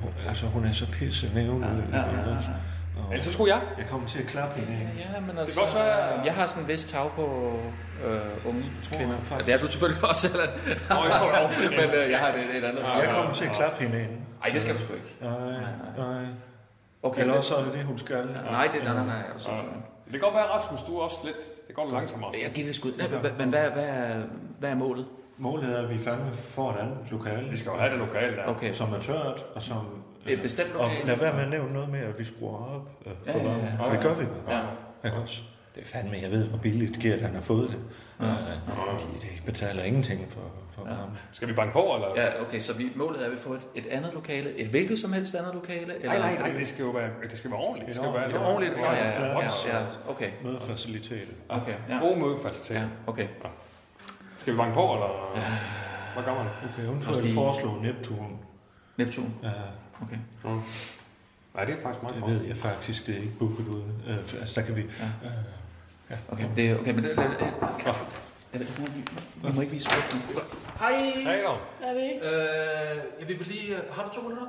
Speaker 4: øh, altså, hun er så pisse nævnt. Ja, ja, ja, ja.
Speaker 3: Ellers så skulle jeg.
Speaker 4: Jeg kommer til at klappe hende. ikke?
Speaker 9: Ja, men altså,
Speaker 3: godt være-
Speaker 9: jeg har sådan en vis tag på øh, unge
Speaker 4: jeg
Speaker 9: kvinder. Ja,
Speaker 4: faktisk.
Speaker 9: det er du selvfølgelig også, eller?
Speaker 3: jo, jo.
Speaker 9: men øh, jeg har et, et andet tag.
Speaker 4: Jeg kommer til at klappe hende ind.
Speaker 9: Nej, det skal du sgu ikke.
Speaker 4: Nej, nej.
Speaker 9: Okay,
Speaker 4: Eller
Speaker 9: men-
Speaker 4: også er det det, hun skal.
Speaker 9: Nej, det, nej, nej, nej. er du sindssyg?
Speaker 3: Det kan godt være, Rasmus, du er også lidt... Det går lidt langsommere.
Speaker 9: Jeg giver det et skud. Hva- Men hvad, hvad, er- hvad er målet?
Speaker 4: Målet er, at vi fandme får et andet lokale,
Speaker 3: Vi skal jo have det lokale der.
Speaker 9: Okay.
Speaker 4: som er tørt, og som... øh,
Speaker 9: Et bestemt
Speaker 4: og
Speaker 9: lokale.
Speaker 4: lad være med at nævne noget med, at vi skruer op øh, for
Speaker 9: Ja, ja, ja.
Speaker 4: varmen. For det gør vi.
Speaker 9: Ja.
Speaker 4: Ikke også? Det er fandme, jeg ved, hvor billigt Gert han har fået det. Ja. De, de betaler ingenting for, for varmen.
Speaker 3: Skal vi banke på, eller?
Speaker 9: Ja, okay, så vi, målet er, at vi får et, et andet lokale, et hvilket som helst andet lokale? Eller
Speaker 3: Nej, nej, nej, det skal jo være, det skal være ordentligt. Det skal jo være
Speaker 9: Et ordentligt? Åh, ja, ja, ja,
Speaker 3: ordentligt.
Speaker 9: ja, okay.
Speaker 4: Mødefaciliteter.
Speaker 9: Okay, ja.
Speaker 3: Gode mødefaciliteter.
Speaker 9: Ja, okay.
Speaker 3: Skal vi banke på, eller hvad gør man?
Speaker 4: Okay, hun tror, jeg
Speaker 9: Måske-
Speaker 4: foreslår Neptun.
Speaker 9: Neptun.
Speaker 4: Ja,
Speaker 9: Okay.
Speaker 3: Nej, det er faktisk meget
Speaker 4: det
Speaker 3: godt.
Speaker 4: ved jeg faktisk, det er ikke booket ud. Øh, altså, der kan vi...
Speaker 9: Okay, det er okay, men det, det, det, det, det, vi må ikke vise frygten. Hej!
Speaker 3: Hey, dog.
Speaker 10: Er vi ikke?
Speaker 9: Øh, jeg vil lige... Har du to minutter?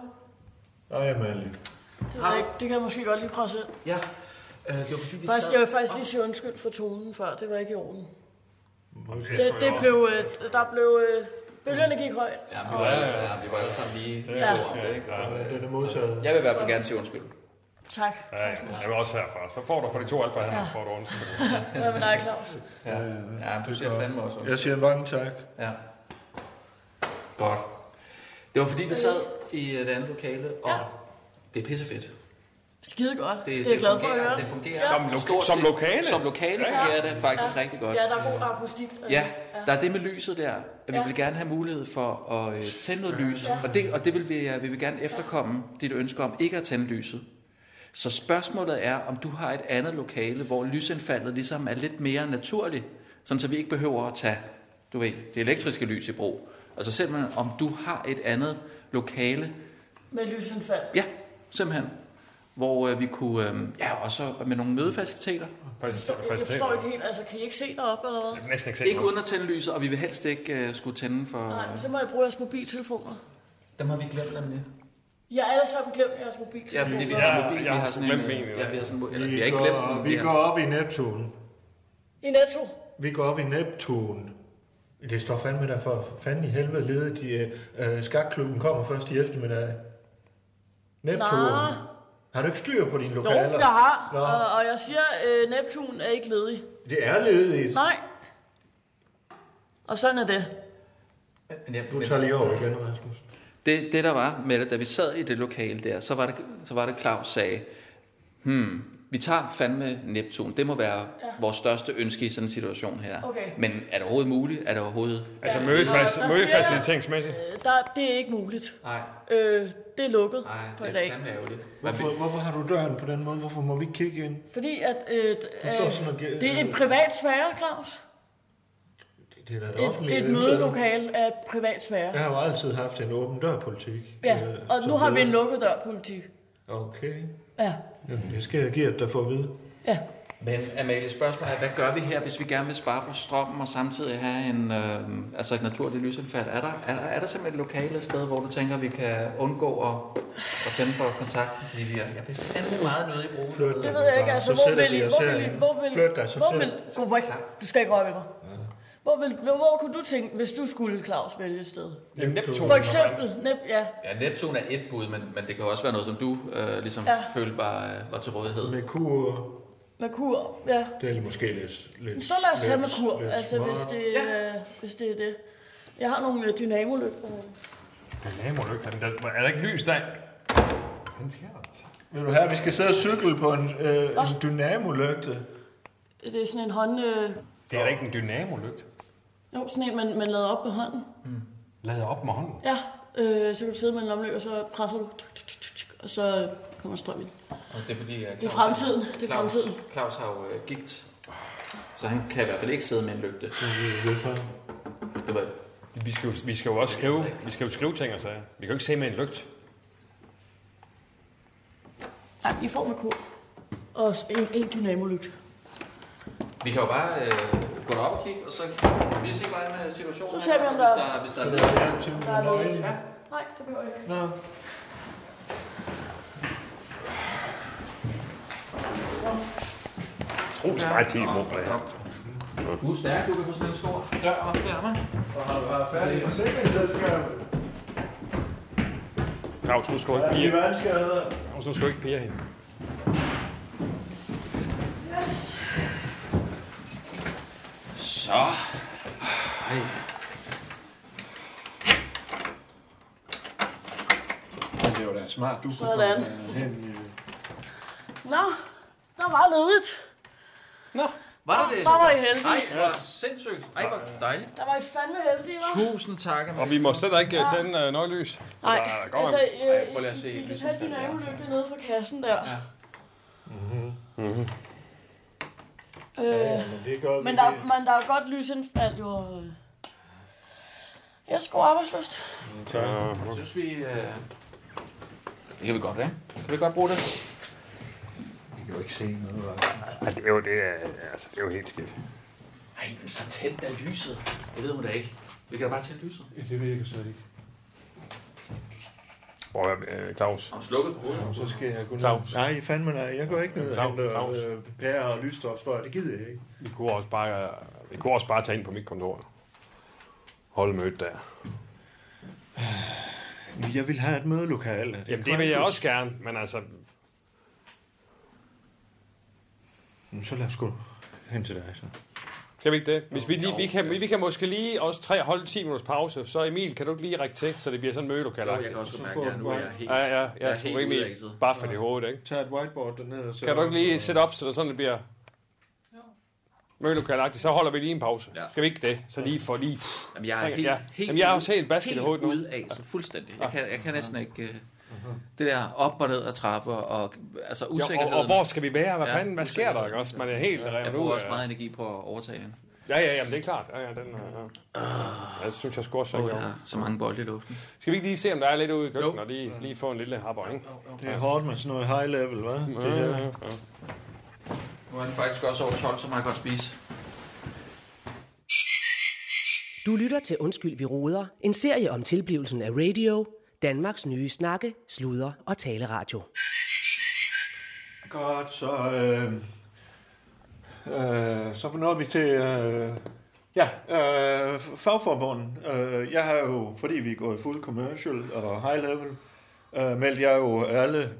Speaker 4: Nej, Amalie.
Speaker 10: Det, ved jeg ikke. det kan jeg måske godt lige presse ind.
Speaker 9: Ja. Øh, det var fordi, vi
Speaker 10: Faktisk,
Speaker 9: sad-
Speaker 10: jeg vil faktisk lige sige undskyld for tonen før. Det var ikke i orden.
Speaker 7: Det,
Speaker 10: Det, det blev, øh, der blev, øh, bølgerne gik højt.
Speaker 9: Ja, vi var, ja, vi var alle sammen lige
Speaker 10: Ja.
Speaker 9: lige over om det, ikke? Og, øh,
Speaker 4: Den er modtaget.
Speaker 9: jeg vil i hvert fald gerne sige undskyld.
Speaker 10: Tak.
Speaker 7: Ja, ja. Jeg vil også herfra. Så får du for de to alfa hænder, ja. får du undskyld.
Speaker 10: Hvad med dig, Claus?
Speaker 9: Ja, ja men du siger fandme også undskyld.
Speaker 4: Jeg siger mange tak.
Speaker 9: Ja. Godt. Det var fordi, vi sad i et andet lokale, og
Speaker 10: Ja.
Speaker 9: det er pissefedt.
Speaker 10: Skide godt. Det, det er jeg glad for at
Speaker 9: fungerer,
Speaker 10: høre.
Speaker 9: Det fungerer
Speaker 10: Ja.
Speaker 9: ja.
Speaker 10: Som
Speaker 3: lo- som lokale.
Speaker 9: Som lokale fungerer det faktisk rigtig godt.
Speaker 10: Ja, der er god akustik. Altså.
Speaker 9: Ja, der er det med lyset der. Vi
Speaker 10: Ja.
Speaker 9: vil gerne have mulighed for at øh, tænde noget lys, og det, og det vil vi, øh, vi vil gerne efterkomme dit ønske om ikke at tænde lyset. Så spørgsmålet er, om du har et andet lokale, hvor lysindfaldet ligesom er lidt mere naturligt, sådan så vi ikke behøver at tage du ved, det elektriske lys i brug. Altså simpelthen, om du har et andet lokale,
Speaker 10: Med lysindfald.
Speaker 9: ja, simpelthen, hvor øh, vi kunne, øh, ja, og så med nogle mødefaciliteter.
Speaker 7: Faktisk,
Speaker 10: Jeg jeg forstår ikke helt, altså kan I ikke se deroppe eller hvad?
Speaker 7: Næsten ikke
Speaker 9: Ikke
Speaker 7: sikker.
Speaker 9: uden at tænde lyset, og vi vil helst ikke øh, skulle tænde for...
Speaker 10: Nej, men så må I bruge jeres mobiltelefoner.
Speaker 9: Dem har vi glemt nemlig.
Speaker 10: I har alle sammen glemt jeres
Speaker 9: Ja,
Speaker 10: mobiltelefoner.
Speaker 9: fordi vi
Speaker 10: Ja,
Speaker 9: har
Speaker 7: Ja,
Speaker 9: mobil, vi
Speaker 7: jeg
Speaker 9: har
Speaker 7: har
Speaker 9: sådan en...
Speaker 7: glemt
Speaker 9: øh,
Speaker 7: min, eller
Speaker 9: Ja, vi har sådan en... Eller, vi
Speaker 4: Vi,
Speaker 9: har ikke glemt
Speaker 4: går,
Speaker 9: den.
Speaker 4: vi
Speaker 9: har-
Speaker 4: går op i Neptun.
Speaker 10: I Netto.
Speaker 4: Vi går op i Neptun. Det står fandme der for fanden i helvede ledet. De, øh, øh, skakklubben kommer først i eftermiddag. Neptun.
Speaker 10: Nå.
Speaker 4: Har du ikke styr på dine
Speaker 10: Jo,
Speaker 4: lokaler?
Speaker 10: jeg har.
Speaker 4: Nå.
Speaker 10: Og, og jeg siger, øh, Neptun er ikke ledig.
Speaker 4: Det er ledigt.
Speaker 10: Nej. Og sådan er det.
Speaker 9: Men jeg-
Speaker 4: Du tager lige over igen, Rasmus.
Speaker 9: Det, det der var med det, da vi sad i det lokale der, så var det, så var det Claus sagde, hmm, vi tager fandme Neptun. Det må være ja. vores største ønske i sådan en situation her.
Speaker 10: Okay.
Speaker 9: Men er det overhovedet muligt? Er det overhovedet...
Speaker 7: Altså
Speaker 10: Ja,
Speaker 7: mødefac-
Speaker 10: der- der
Speaker 7: mødefaciliteringsmæssigt.
Speaker 10: Øh, Der, det er ikke muligt.
Speaker 9: Nej,
Speaker 10: Øh, det er lukket
Speaker 9: nej,
Speaker 10: for i
Speaker 9: det er
Speaker 10: dag.
Speaker 9: fandme ærgerligt. Hvad fik-
Speaker 4: Hvorfor, hvorfor har du døren på den måde? Hvorfor må vi ikke kigge ind?
Speaker 10: Fordi at, øh, d-
Speaker 4: Du står
Speaker 10: øh,
Speaker 4: sådan og giver-
Speaker 10: det er en privat sfære, Claus.
Speaker 4: Det, det er da et, offentligt
Speaker 10: Et, et
Speaker 4: emne.
Speaker 10: mødelokale er et privat sfære.
Speaker 4: Jeg har jo altid haft en åben dør-politik.
Speaker 10: Ja,
Speaker 4: øh,
Speaker 10: og
Speaker 4: som
Speaker 10: nu har vi en
Speaker 4: leder.
Speaker 10: lukket dør-politik.
Speaker 4: Okay.
Speaker 10: Ja,
Speaker 4: Jamen, det skal jeg give, at der får at vide.
Speaker 10: ja.
Speaker 9: Men Amalie, spørgsmålet er, hvad gør vi her, hvis vi gerne vil spare på strømmen og samtidig have en, øh, altså et naturligt lysindfald? Er der, er, der, er der simpelthen et lokale et sted, hvor du tænker, vi kan undgå at, at tænde for kontakten? Fordi vi er, jeg vil fandme meget nødig bruge
Speaker 4: Flyt dig.
Speaker 10: Det ved jeg ikke,
Speaker 4: bare.
Speaker 10: altså,
Speaker 4: Så
Speaker 10: hvor
Speaker 4: sætter
Speaker 10: vil I,
Speaker 4: vi os
Speaker 10: hvor vil I,
Speaker 4: herinde.
Speaker 10: hvor vil,
Speaker 4: Flyt dig, så
Speaker 10: hvor
Speaker 4: sætter-
Speaker 10: vil, gå væk, du skal ikke røre ved mig. Hvor, vil, hvor, hvor kunne du tænke, hvis du skulle, Claus, vælge et sted?
Speaker 7: Jamen, Neptun.
Speaker 10: For eksempel, nep, ja,
Speaker 9: Ja, Neptun er et bud, men, men det kan også være noget, som du øh, ligesom
Speaker 10: Ja.
Speaker 9: ja. følte var, øh, var til rådighed.
Speaker 4: Med kur,
Speaker 10: med kur, ja.
Speaker 4: det er måske lidt... lidt
Speaker 10: Så lad os tage med
Speaker 4: lidt-
Speaker 10: kur,
Speaker 4: lidt
Speaker 10: altså,
Speaker 4: smart.
Speaker 10: hvis det, øh, hvis det er det. Jeg har nogle øh, dynamolygter.
Speaker 7: Dynamolygter. Men der- Er der ikke lys der? Hvad sker der?
Speaker 4: Vil du have, vi skal sidde og cykle på en, øh, en dynamolygte?
Speaker 10: Det er sådan en hånd, øh,
Speaker 7: Det er da ikke en dynamolygt.
Speaker 10: jo, sådan en, man, man lader op med hånden.
Speaker 7: Lad op med hånden.
Speaker 10: Ja, øh, så kan du sidde med en lommeløb, og så presser du, tuk, tuk, tuk, tuk, tuk, og så øh, kommer strømmen.
Speaker 9: Og det er fordi, at
Speaker 10: Det er fremtiden, det er fremtiden.
Speaker 9: Claus, Claus har jo øh, gigt, så han kan i hvert fald ikke sidde med en lygte. Det var,
Speaker 7: Vi skal, jo, vi skal jo også skrive, vi skal jo skrive ting og sager. Vi kan jo ikke se med en lygt.
Speaker 10: Nej, I får med kur. Og s- en, en dynamolygt.
Speaker 9: vi kan jo bare øh, gå derop og kigge, og så vi se, hvordan øh, situationen
Speaker 10: Så ser vi,
Speaker 9: er,
Speaker 10: om
Speaker 9: hvis
Speaker 10: der-
Speaker 9: der, hvis der er
Speaker 4: Eller
Speaker 9: noget.
Speaker 4: er det simpelthen
Speaker 10: Der er noget.
Speaker 4: nøgen?
Speaker 10: Nej, det behøver jeg ikke.
Speaker 4: Nå,
Speaker 3: Utrolig meget tid på det her.
Speaker 9: Du er stærk, du kan få sådan en stor dør op der, man.
Speaker 4: bare færdig forsikringsselskabet.
Speaker 7: Claus, nu skal du
Speaker 4: Der
Speaker 7: ikke
Speaker 4: er de
Speaker 7: pige,
Speaker 4: vandskader.
Speaker 7: Claus, nu skal du ikke pige hende.
Speaker 10: Yes.
Speaker 9: Så. Ej.
Speaker 4: Det var da smart, du kunne
Speaker 10: Sådan.
Speaker 4: komme hen i...
Speaker 10: Nå, der var ledigt.
Speaker 9: Var der det?
Speaker 10: Der var I heldige.
Speaker 9: Ej, hvor sindssygt. Ej, hvor dejligt.
Speaker 10: Der var I fandme heldige, hva'?
Speaker 9: Tusind tak, Amalie.
Speaker 7: Og vi må slet ikke øh, tænde øh, noget lys.
Speaker 10: Nej,
Speaker 7: der er godt
Speaker 10: altså,
Speaker 7: nok-
Speaker 10: øh,
Speaker 9: Ej, prøv lige at se
Speaker 10: I, I kan
Speaker 9: lyset
Speaker 10: tage
Speaker 9: falde, ja.
Speaker 10: dynamolygt nede fra kassen der. Mm-hmm.
Speaker 9: Ja.
Speaker 10: Øh,
Speaker 4: Men det gør vi
Speaker 10: men, der,
Speaker 4: ikke.
Speaker 10: men der er godt lysindfald, jo. og, øh. Jeg er sgu arbejdsløst.
Speaker 4: Tak.
Speaker 9: Synes vi... Øh... Det kan vi godt, ja. Kan vi godt bruge det?
Speaker 4: Vi kan jo ikke se noget. hva'?
Speaker 3: Ja, det er jo, det er, altså, det er jo helt skidt.
Speaker 9: Nej, men så tændt da lyset. Det ved hun da ikke. Vi kan da bare tænde lyset.
Speaker 4: Ja, Det virker slet ikke.
Speaker 3: Prøv at høre, øh, Claus.
Speaker 9: Om slukket på hovedet.
Speaker 4: Så skal jeg gå
Speaker 3: Claus.
Speaker 4: ned. Nej, fandme nej. Jeg går ikke ned og
Speaker 3: Claus,
Speaker 4: henter
Speaker 3: Claus.
Speaker 4: øh, pærer og lysstof, tror jeg. Det gider jeg ikke.
Speaker 3: Vi kunne også bare, vi kunne også bare tage ind på mit kontor. Holde mødet der.
Speaker 4: Men Jeg vil have et mødelokale.
Speaker 3: Jamen, det vil jeg også gerne, men altså...
Speaker 4: Jamen, Så lad os gå hen til dig, så.
Speaker 3: Kan vi ikke det? Hvis vi, lige, vi, kan, vi kan måske lige også tre holde 10 minutters pause, så Emil, kan du ikke lige række til, så det bliver sådan en mødelokale?
Speaker 9: Jo, jeg kan også godt mærke, at jeg nu er jeg helt,
Speaker 3: Ja, ja,
Speaker 9: jeg er
Speaker 3: ja,
Speaker 9: helt
Speaker 3: sgu Emil.
Speaker 9: udlægget.
Speaker 3: Bare for det hoved, ikke?
Speaker 4: Tag et whiteboard derned og så...
Speaker 3: Kan du ikke lige sætte op, så det sådan det bliver mødelokale så holder vi lige en pause.
Speaker 9: Ja.
Speaker 3: Skal vi ikke det? Så lige for lige...
Speaker 9: Jamen, jeg er
Speaker 3: Ja.
Speaker 9: helt,
Speaker 3: Jamen,
Speaker 9: helt,
Speaker 3: jeg er
Speaker 9: ude-
Speaker 3: også helt basket i
Speaker 9: helt
Speaker 3: hovedet nu. Ah. Mhm.
Speaker 9: ude af, så fuldstændig. Jeg kan, jeg kan næsten ikke... øh, det der op og ned af trapper, og altså
Speaker 3: Ja,
Speaker 9: usikkerheden.
Speaker 3: og, og, hvor skal vi være? Hvad
Speaker 9: Ja,
Speaker 3: fanden? Hvad sker der? Ikke? Også, man er helt
Speaker 9: jeg
Speaker 3: revet ud.
Speaker 9: bruger
Speaker 3: af-
Speaker 9: også meget energi på at overtage hende.
Speaker 3: Ja, ja, jamen, det er klart. Ja, ja, den, øh, ja. Ja, det synes jeg sgu også.
Speaker 9: Åh,
Speaker 3: Oh,
Speaker 9: oh, jeg
Speaker 3: ja.
Speaker 9: har så mange bolde i luften.
Speaker 3: Skal vi ikke lige se, om der er lidt ude i køkkenet,
Speaker 9: Jo.
Speaker 3: og lige, lige få en lille happer, ikke?
Speaker 4: Det er hårdt med sådan noget high level, hva'?
Speaker 3: Ja,
Speaker 4: Det
Speaker 3: ja,
Speaker 4: her.
Speaker 3: ja.
Speaker 9: Nu er den faktisk også over 12, så man kan godt spise.
Speaker 1: Du lytter til Undskyld, vi roder. En serie om tilblivelsen af radio. Danmarks nye snakke, sludre og taleradio.
Speaker 4: Godt, så... Øh, øh, så nåede vi til... Øh, ja, øh, fagforbundet. Øh, jeg har jo, fordi vi er gået fuld commercial og high level, øh, meldte jeg jo alle,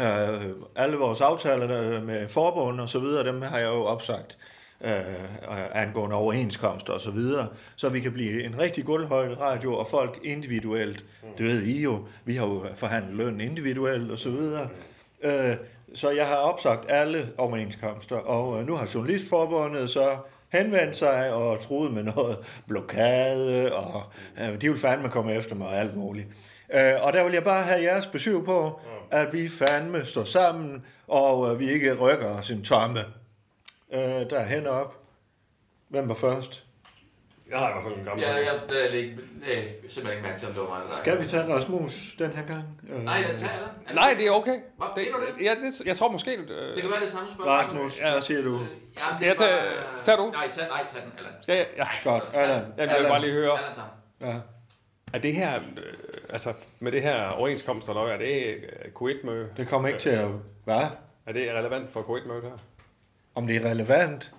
Speaker 4: øh, alle vores aftaler der med forbund og så videre, dem har jeg jo opsagt øh, angående overenskomster og så videre, så vi kan blive en rigtig guldhøjde radio, og folk individuelt, det ved I jo, vi har jo forhandlet løn individuelt og så videre, øh, så jeg har opsagt alle overenskomster, og øh, nu har Journalistforbundet så henvendt sig og troet med noget blokade, og øh, de vil fandme komme efter mig og alt muligt. Øh, og der vil jeg bare have jeres besøg på, at vi fandme står sammen, og øh, vi ikke rykker os en tomme. Øh, der er hen op. Hvem var først?
Speaker 3: Jeg har i hvert fald en gammel.
Speaker 9: Ja, jeg lagde ikke, lagde simpelthen ikke mærke til, om det var mig eller dig.
Speaker 4: Skal vi tage Rasmus den her gang? Øh,
Speaker 9: Nej, jeg tager den. Er
Speaker 3: Nej, det er okay.
Speaker 9: Hvad, mener du det?
Speaker 3: Ja, det, jeg tror måske... Øh,
Speaker 9: Det kan være det samme spørgsmål.
Speaker 4: Rasmus, hvad siger du?
Speaker 9: Ja, men
Speaker 3: Skal jeg
Speaker 9: det er
Speaker 3: tage-
Speaker 9: bare-
Speaker 3: tager du?
Speaker 9: Nej, tag, nej, tag den, Allan.
Speaker 3: skal jeg, ja.
Speaker 4: Godt, Allan.
Speaker 3: Jamen, jeg vil bare
Speaker 4: Allan.
Speaker 3: lige høre,
Speaker 9: Allan tager den.
Speaker 4: Ja.
Speaker 3: er det her, øh, altså med det her overenskomst, der er det øh, Kuwait-møde?
Speaker 4: Det kommer ikke til at... Hvad?
Speaker 3: Er det relevant for Kuwait-mødet her?
Speaker 4: om det er relevant.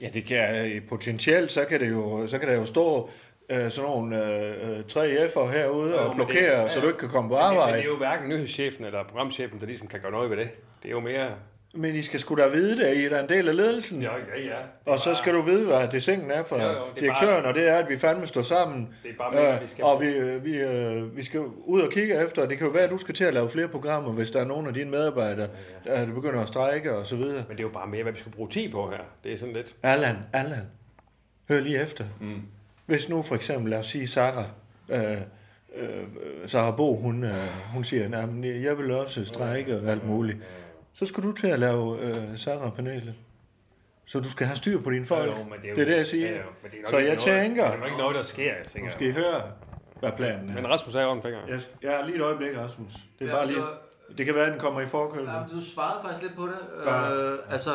Speaker 4: Ja, det kan øh, potentielt, så kan det jo, så kan der jo stå øh, sådan nogle øh, øh, 3F'er herude
Speaker 3: Jo,
Speaker 4: og
Speaker 3: men
Speaker 4: blokere,
Speaker 3: det-
Speaker 4: så du ikke kan komme på
Speaker 3: Men det, men
Speaker 4: arbejde.
Speaker 3: det er jo hverken nyhedschefen eller programchefen, der ligesom kan gøre noget ved det. Det er jo mere...
Speaker 4: Men I skal sgu da vide det, I er da en del af ledelsen.
Speaker 3: Ja, ja, ja.
Speaker 4: Mm. Og så skal du vide, hvad det sengen er for
Speaker 3: Jo, jo, det er
Speaker 4: direktøren,
Speaker 3: bare-
Speaker 4: og det er, at vi fandme står sammen.
Speaker 3: Det er bare mere,
Speaker 4: Øh,
Speaker 3: vi skal-
Speaker 4: Og vi, øh, vi, øh, vi skal ud og kigge efter, det kan jo være, at du skal til at lave flere programmer, hvis der er nogen af dine medarbejdere, der der begynder at strejke og så videre.
Speaker 3: Men det er jo bare mere, hvad vi skal bruge tid på her. Det er sådan lidt...
Speaker 4: Allan, Allan, hør lige efter. Mm. Hvis nu for eksempel, lad os sige, Sara, øh, øh, Sara Bo, hun, øh, hun siger, at jeg vil også strække og alt muligt. Så skal du til at lave øh, Sara-panelet. Så du skal have styr på dine folk.
Speaker 3: Jo, men
Speaker 4: det, er
Speaker 3: jo-
Speaker 4: det, jeg siger.
Speaker 3: Ja, jo, men det er nok
Speaker 4: Så
Speaker 3: ikke
Speaker 4: jeg
Speaker 3: noget,
Speaker 4: tænker,
Speaker 3: Det er jo ikke noget, der sker, jeg tænker.
Speaker 4: skal I høre, hvad planen er?
Speaker 3: Men Rasmus er jo en finger.
Speaker 4: Jeg, jeg er lige et øjeblik, Rasmus. Det er
Speaker 9: Ja,
Speaker 4: bare
Speaker 9: det
Speaker 4: lige... Det kan være, at den kommer i forkøbet.
Speaker 9: Jamen, du svarede faktisk lidt på det.
Speaker 4: Ja.
Speaker 9: Øh, altså,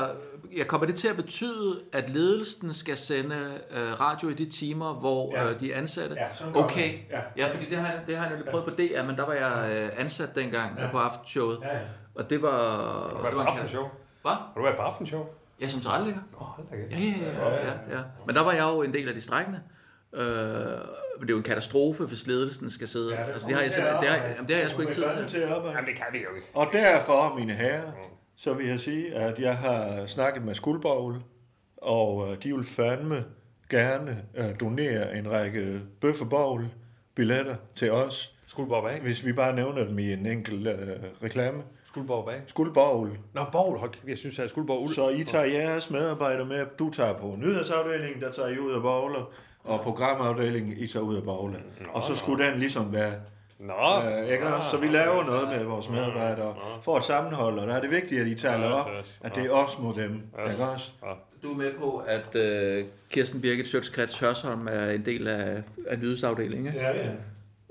Speaker 9: jeg kommer det til at betyde, at ledelsen skal sende øh, radio i de timer, hvor
Speaker 4: Ja.
Speaker 9: øh, de er ansatte?
Speaker 4: Ja, sådan kommer
Speaker 9: okay.
Speaker 4: det.
Speaker 9: Ja, fordi det har, jeg- det har jeg nemlig prøvet på DR, men der var jeg øh, ansat dengang ja. på aftenshowet.
Speaker 4: Ja, ja.
Speaker 9: Og det var...
Speaker 3: Har du været
Speaker 9: det var
Speaker 3: på
Speaker 9: en-
Speaker 3: aftenshow?
Speaker 9: Hvad?
Speaker 3: Har du været på aftenshow?
Speaker 9: Ja, som tilrettelægger.
Speaker 3: Nå, hold da
Speaker 9: Ja,
Speaker 3: kæft.
Speaker 9: ja, ja, ja, ja. Men der var jeg jo en del af de strækkende. Øh, men det er jo en katastrofe, hvis ledelsen skal sidde. Ja, altså, det, har jeg simpelthen, det, har, jamen, det har jeg sgu ikke tid til.
Speaker 4: til at arbejde.
Speaker 3: Jamen, det kan vi jo ikke.
Speaker 4: Og derfor, mine herrer, så vil jeg sige, at jeg har snakket med Skuldborg, og øh, de vil fandme gerne øh, donere en række bøffebogl billetter til os,
Speaker 3: Skuldborg bag.
Speaker 4: hvis vi bare nævner dem i en enkelt øh, reklame.
Speaker 3: Skuldborg bag.
Speaker 4: Skuldborg.
Speaker 3: Nå, Borg, hold kæft. Jeg synes, at Skuldborg Uld.
Speaker 4: Så I tager jeres medarbejdere med. Du tager på nyhedsafdelingen, der tager I ud af bogler, og programafdelingen, I tager ud af bogler. Og så skulle den ligesom være
Speaker 3: Nå,
Speaker 4: Øh, ikke? også? Så vi laver noget med vores medarbejdere
Speaker 9: Mm,
Speaker 4: for et sammenhold, og der er det vigtigt, at I taler op, at det er os mod dem. Ikke også?
Speaker 9: Du er med på, at øh, Kirsten Birgit Sjøtskrets Hørsholm er en del af, af nyhedsafdelingen. ikke?
Speaker 4: Ja, ja.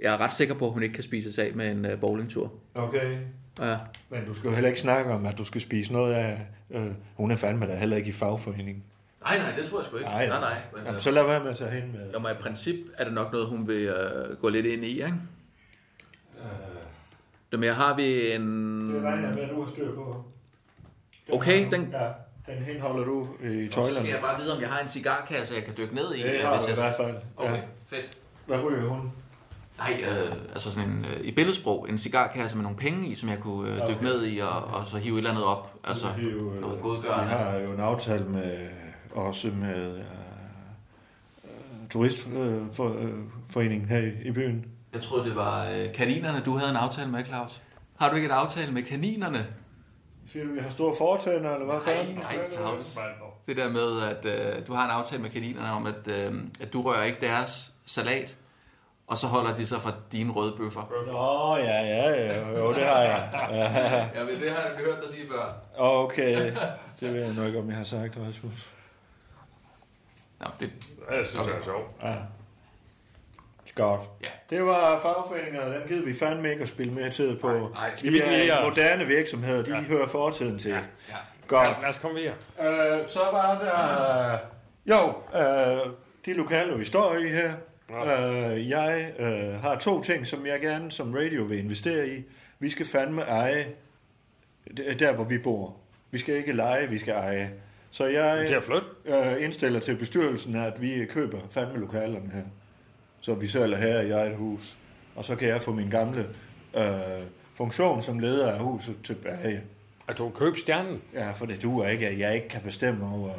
Speaker 9: Jeg er ret sikker på, at hun ikke kan spise af med en øh, bowlingtur.
Speaker 4: Okay.
Speaker 9: Ja.
Speaker 4: Men du skal jo heller ikke snakke om, at du skal spise noget af... Øh, hun er fandme da heller ikke i fagforeningen.
Speaker 9: Nej, nej, det tror jeg sgu ikke.
Speaker 4: Nej, nej.
Speaker 9: nej. nej men,
Speaker 4: Jamen,
Speaker 9: øh,
Speaker 4: så lad være med at tage hende med.
Speaker 9: jamen, i princip er det nok noget, hun vil øh, gå lidt ind i, ikke?
Speaker 4: Øh,
Speaker 9: Jamen, jeg har vi en...
Speaker 4: Det regner jeg med, at du har styr på.
Speaker 9: Okay, den...
Speaker 4: Ja, den henholder du i
Speaker 9: Så
Speaker 4: tøjlerne.
Speaker 9: skal jeg bare vide, om jeg har en cigarkasse, jeg kan dykke ned i.
Speaker 4: Det
Speaker 9: øh,
Speaker 4: har
Speaker 9: hvis
Speaker 4: du i
Speaker 9: jeg...
Speaker 4: hvert fald.
Speaker 9: Okay,
Speaker 4: Ja.
Speaker 9: fedt.
Speaker 4: Hvad ryger hun?
Speaker 9: Nej, øh, altså sådan en, øh, i billedsprog, en cigarkasse med nogle penge i, som jeg kunne øh, dykke
Speaker 4: okay.
Speaker 9: ned i, og, og så hive et eller andet op. Altså,
Speaker 4: Vi er jo, øh,
Speaker 9: noget godgørende.
Speaker 4: Vi har jo en aftale med, øh, også med øh, turistforeningen øh, her i, i byen.
Speaker 9: Jeg troede, det var øh, kaninerne, du havde en aftale med, Claus. Har du ikke en aftale med kaninerne?
Speaker 4: Siger du, vi har store foretænder, eller hvad
Speaker 9: Nej,
Speaker 4: fanden?
Speaker 9: nej, Claus. Det der med, at øh, du har en aftale med kaninerne om, at, øh, at du rører ikke deres salat, og så holder de sig fra dine røde bøffer.
Speaker 4: Nå, ja, ja, ja. Jo, det har jeg. Ja.
Speaker 9: Ja, men det har jeg hørt dig sige før.
Speaker 4: Okay, det ved jeg nok ikke, om jeg har sagt, Rasmus.
Speaker 9: Nå, det,
Speaker 3: Ja, jeg synes, okay. det er sjovt.
Speaker 4: Godt.
Speaker 9: Ja.
Speaker 4: Det var fagforeningerne, dem gider vi fandme ikke at spille mere tid på.
Speaker 9: nej.
Speaker 4: Vi
Speaker 3: vi ikke
Speaker 4: er
Speaker 3: lære os?
Speaker 4: moderne virksomheder, de ja. hører fortiden til. Ja.
Speaker 9: ja.
Speaker 4: Godt.
Speaker 3: Lad os komme videre.
Speaker 4: Øh, så var der... Jo, øh, de lokaler, vi står i her. Øh, jeg øh, har to ting, som jeg gerne som radio vil investere i. Vi skal fandme eje d- der, hvor vi bor. Vi skal ikke lege, vi skal eje. Så
Speaker 3: Det er
Speaker 4: jeg
Speaker 3: flot.
Speaker 4: øh, indstiller til bestyrelsen, at vi køber fandme lokalerne her. Så vi sælger her i eget hus. Og så kan jeg få min gamle øh, funktion som leder af huset tilbage.
Speaker 3: At Altså, du køber stjernen.
Speaker 4: Ja, for det duer ikke, at jeg ikke kan bestemme over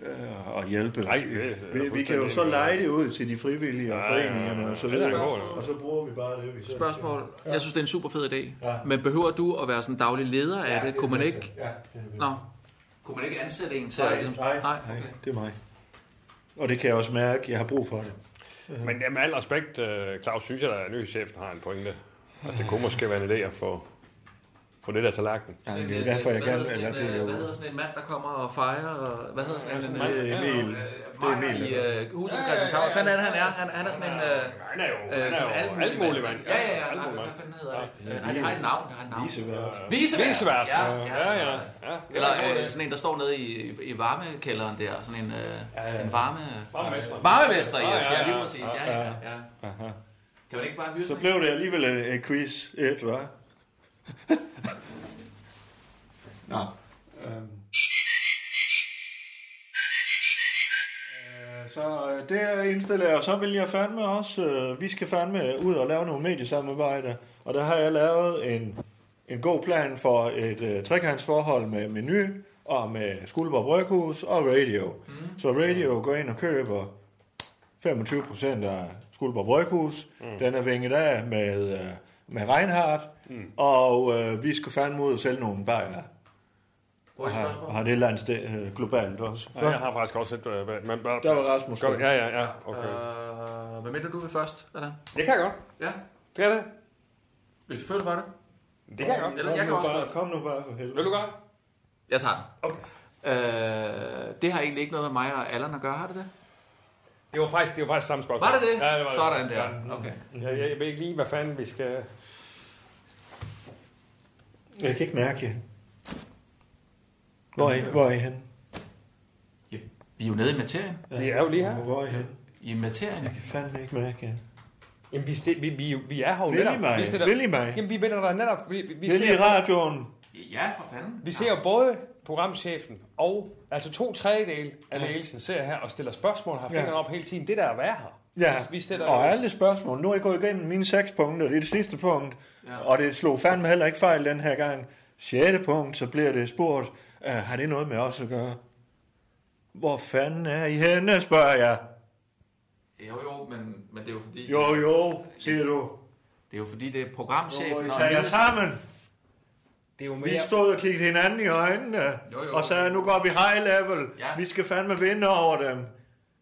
Speaker 4: øh, og hjælpe.
Speaker 3: Nej, det er
Speaker 4: vi, vi kan jo så lege det ud til de frivillige og
Speaker 3: Ja, ja, ja.
Speaker 4: foreningerne og så
Speaker 3: Det er
Speaker 4: videre.
Speaker 3: godt, ja.
Speaker 4: Og så bruger vi bare det, vi selv
Speaker 9: Spørgsmål. Jeg synes, det er en super fed idé.
Speaker 4: Ja.
Speaker 9: Men behøver du at være sådan daglig leder af det? Kunne man ikke...
Speaker 4: skal. Ja, det er
Speaker 9: Nå. Kunne man ikke ansætte en til... at
Speaker 4: nej,
Speaker 9: ligesom-
Speaker 4: nej, nej,
Speaker 9: nej, okay.
Speaker 4: det er mig. Og det kan jeg også mærke, jeg har brug for det.
Speaker 3: Men ja, med al respekt, øh, Claus, synes jeg, at nyhedschefen har en pointe. Altså, det kunne måske være en idé at få, få det der tallerken.
Speaker 4: Ja, men det er jo derfor, jeg
Speaker 9: Hvad hedder
Speaker 4: gerne...
Speaker 9: sådan
Speaker 4: Eller
Speaker 9: en,
Speaker 4: det er jo,
Speaker 9: øh, Hvad hedder sådan en mand, der kommer og fejrer? og- Hvad hedder sådan en... øh,
Speaker 4: det er Emil.
Speaker 9: øh,
Speaker 4: Det er
Speaker 9: Meyer
Speaker 4: Emil,
Speaker 9: i øh, huset på Christianshavn. Hvad fanden er det, han er? Han, han er sådan en... Øh,
Speaker 3: Han er jo,
Speaker 9: øh,
Speaker 3: han
Speaker 9: sådan
Speaker 3: er jo alt muligt, mand.
Speaker 9: Ja, ja, ja.
Speaker 3: Alt
Speaker 9: Nej,
Speaker 3: muligt,
Speaker 9: Hvad
Speaker 3: mand.
Speaker 9: fanden hedder det? Øh, Nej, det har et navn. Det har et navn.
Speaker 4: Visevært.
Speaker 9: Visevært.
Speaker 3: Visevært.
Speaker 9: Ja,
Speaker 3: Ja, ja. ja.
Speaker 9: Eller øh, sådan en, der står nede i, i- i varmekælderen der. Sådan en, øh, en varme...
Speaker 3: Varmemester.
Speaker 9: Varmemester,
Speaker 3: Ja,
Speaker 9: yes.
Speaker 3: ja,
Speaker 9: Ja, lige
Speaker 3: ja.
Speaker 9: præcis. Ja, ja, ja. Kan man ikke bare hyre
Speaker 4: Så
Speaker 9: sådan en?
Speaker 4: blev det alligevel en, en quiz, et, hva'? Nå. Øhm. Øh, Så øh, det indstiller jeg, og så vil jeg fandme også, øh, vi skal fandme ud og lave nogle mediesamarbejder, og der har jeg lavet en, en god plan for et øh, trekantsforhold med menu og med Skuldborg Bryghus og radio. Mm. Så radio går ind og køber 25 procent af Skuldborg Bryghus. Mm. Den er vinget af med, øh, med Reinhardt. Mm. Og øh, vi skal fandme ud og sælge nogle bajer. Og
Speaker 9: Hurtigt
Speaker 4: har,
Speaker 9: spørgsmål.
Speaker 4: og har det landsted øh, globalt også.
Speaker 3: Ja, jeg har faktisk også et... Øh, men, bare,
Speaker 4: Der var Rasmus.
Speaker 3: Godt, ja, ja, ja. Okay.
Speaker 9: Øh, hvad mener du vil først, Adam?
Speaker 3: Det kan jeg godt.
Speaker 9: Ja,
Speaker 3: Det er det.
Speaker 9: hvis du føler for det.
Speaker 3: Det kan jeg godt.
Speaker 9: Eller jeg kan
Speaker 4: kom, nu
Speaker 9: også
Speaker 4: bare,
Speaker 9: godt.
Speaker 4: kom nu bare for helvede.
Speaker 3: Vil du godt?
Speaker 9: Jeg tager den. Okay. Øh, det har egentlig ikke noget med mig og Allan at gøre, har det det?
Speaker 3: Det var faktisk, det var faktisk samme spørgsmål.
Speaker 9: Var det det?
Speaker 3: Ja, det var
Speaker 9: Sådan
Speaker 3: det.
Speaker 9: der. Okay.
Speaker 3: Jeg, jeg, jeg ved ikke lige, hvad fanden vi skal...
Speaker 4: Jeg kan ikke mærke jer. Hvor er I, hvor er I henne?
Speaker 9: Ja, vi er jo nede i materien.
Speaker 3: Vi er jo lige her.
Speaker 4: Hvor er I henne?
Speaker 9: I materien.
Speaker 4: Jeg kan fandme ikke mærke jer.
Speaker 3: Jamen, vi, sti- vi, vi, vi er her jo
Speaker 4: Vil I
Speaker 3: netop.
Speaker 4: mig?
Speaker 3: Vi stiller-
Speaker 4: Vil I mig?
Speaker 3: Jamen, vi vender der netop. Vi, vi, vi
Speaker 4: Vil I
Speaker 3: ser,
Speaker 4: radioen?
Speaker 9: Ja, for fanden.
Speaker 3: vi ser både programchefen og altså to tredjedel af ledelsen ser her og stiller spørgsmål og har fingrene op hele tiden. Det der er at være her. Altså,
Speaker 4: Ja,
Speaker 3: Vi, vi stiller
Speaker 4: og alle spørgsmål. Nu er jeg gået igennem mine seks punkter, det er det sidste punkt, ja. og det slog fandme heller ikke fejl den her gang. Sjette punkt, så bliver det spurgt, øh, har det noget med os at gøre? Hvor fanden er I henne, spørger jeg.
Speaker 9: Jo, jo, men, men det er jo fordi...
Speaker 4: Jo, jo, siger du.
Speaker 9: Det er jo fordi, det er
Speaker 4: Hvor
Speaker 9: programchefen
Speaker 4: I taler sammen.
Speaker 3: det er jo
Speaker 4: Vi
Speaker 3: mere...
Speaker 4: stod og kiggede hinanden i øjnene,
Speaker 9: Jo, jo.
Speaker 4: og sagde, nu går vi high level.
Speaker 9: Ja.
Speaker 4: Vi skal fandme vinde over dem.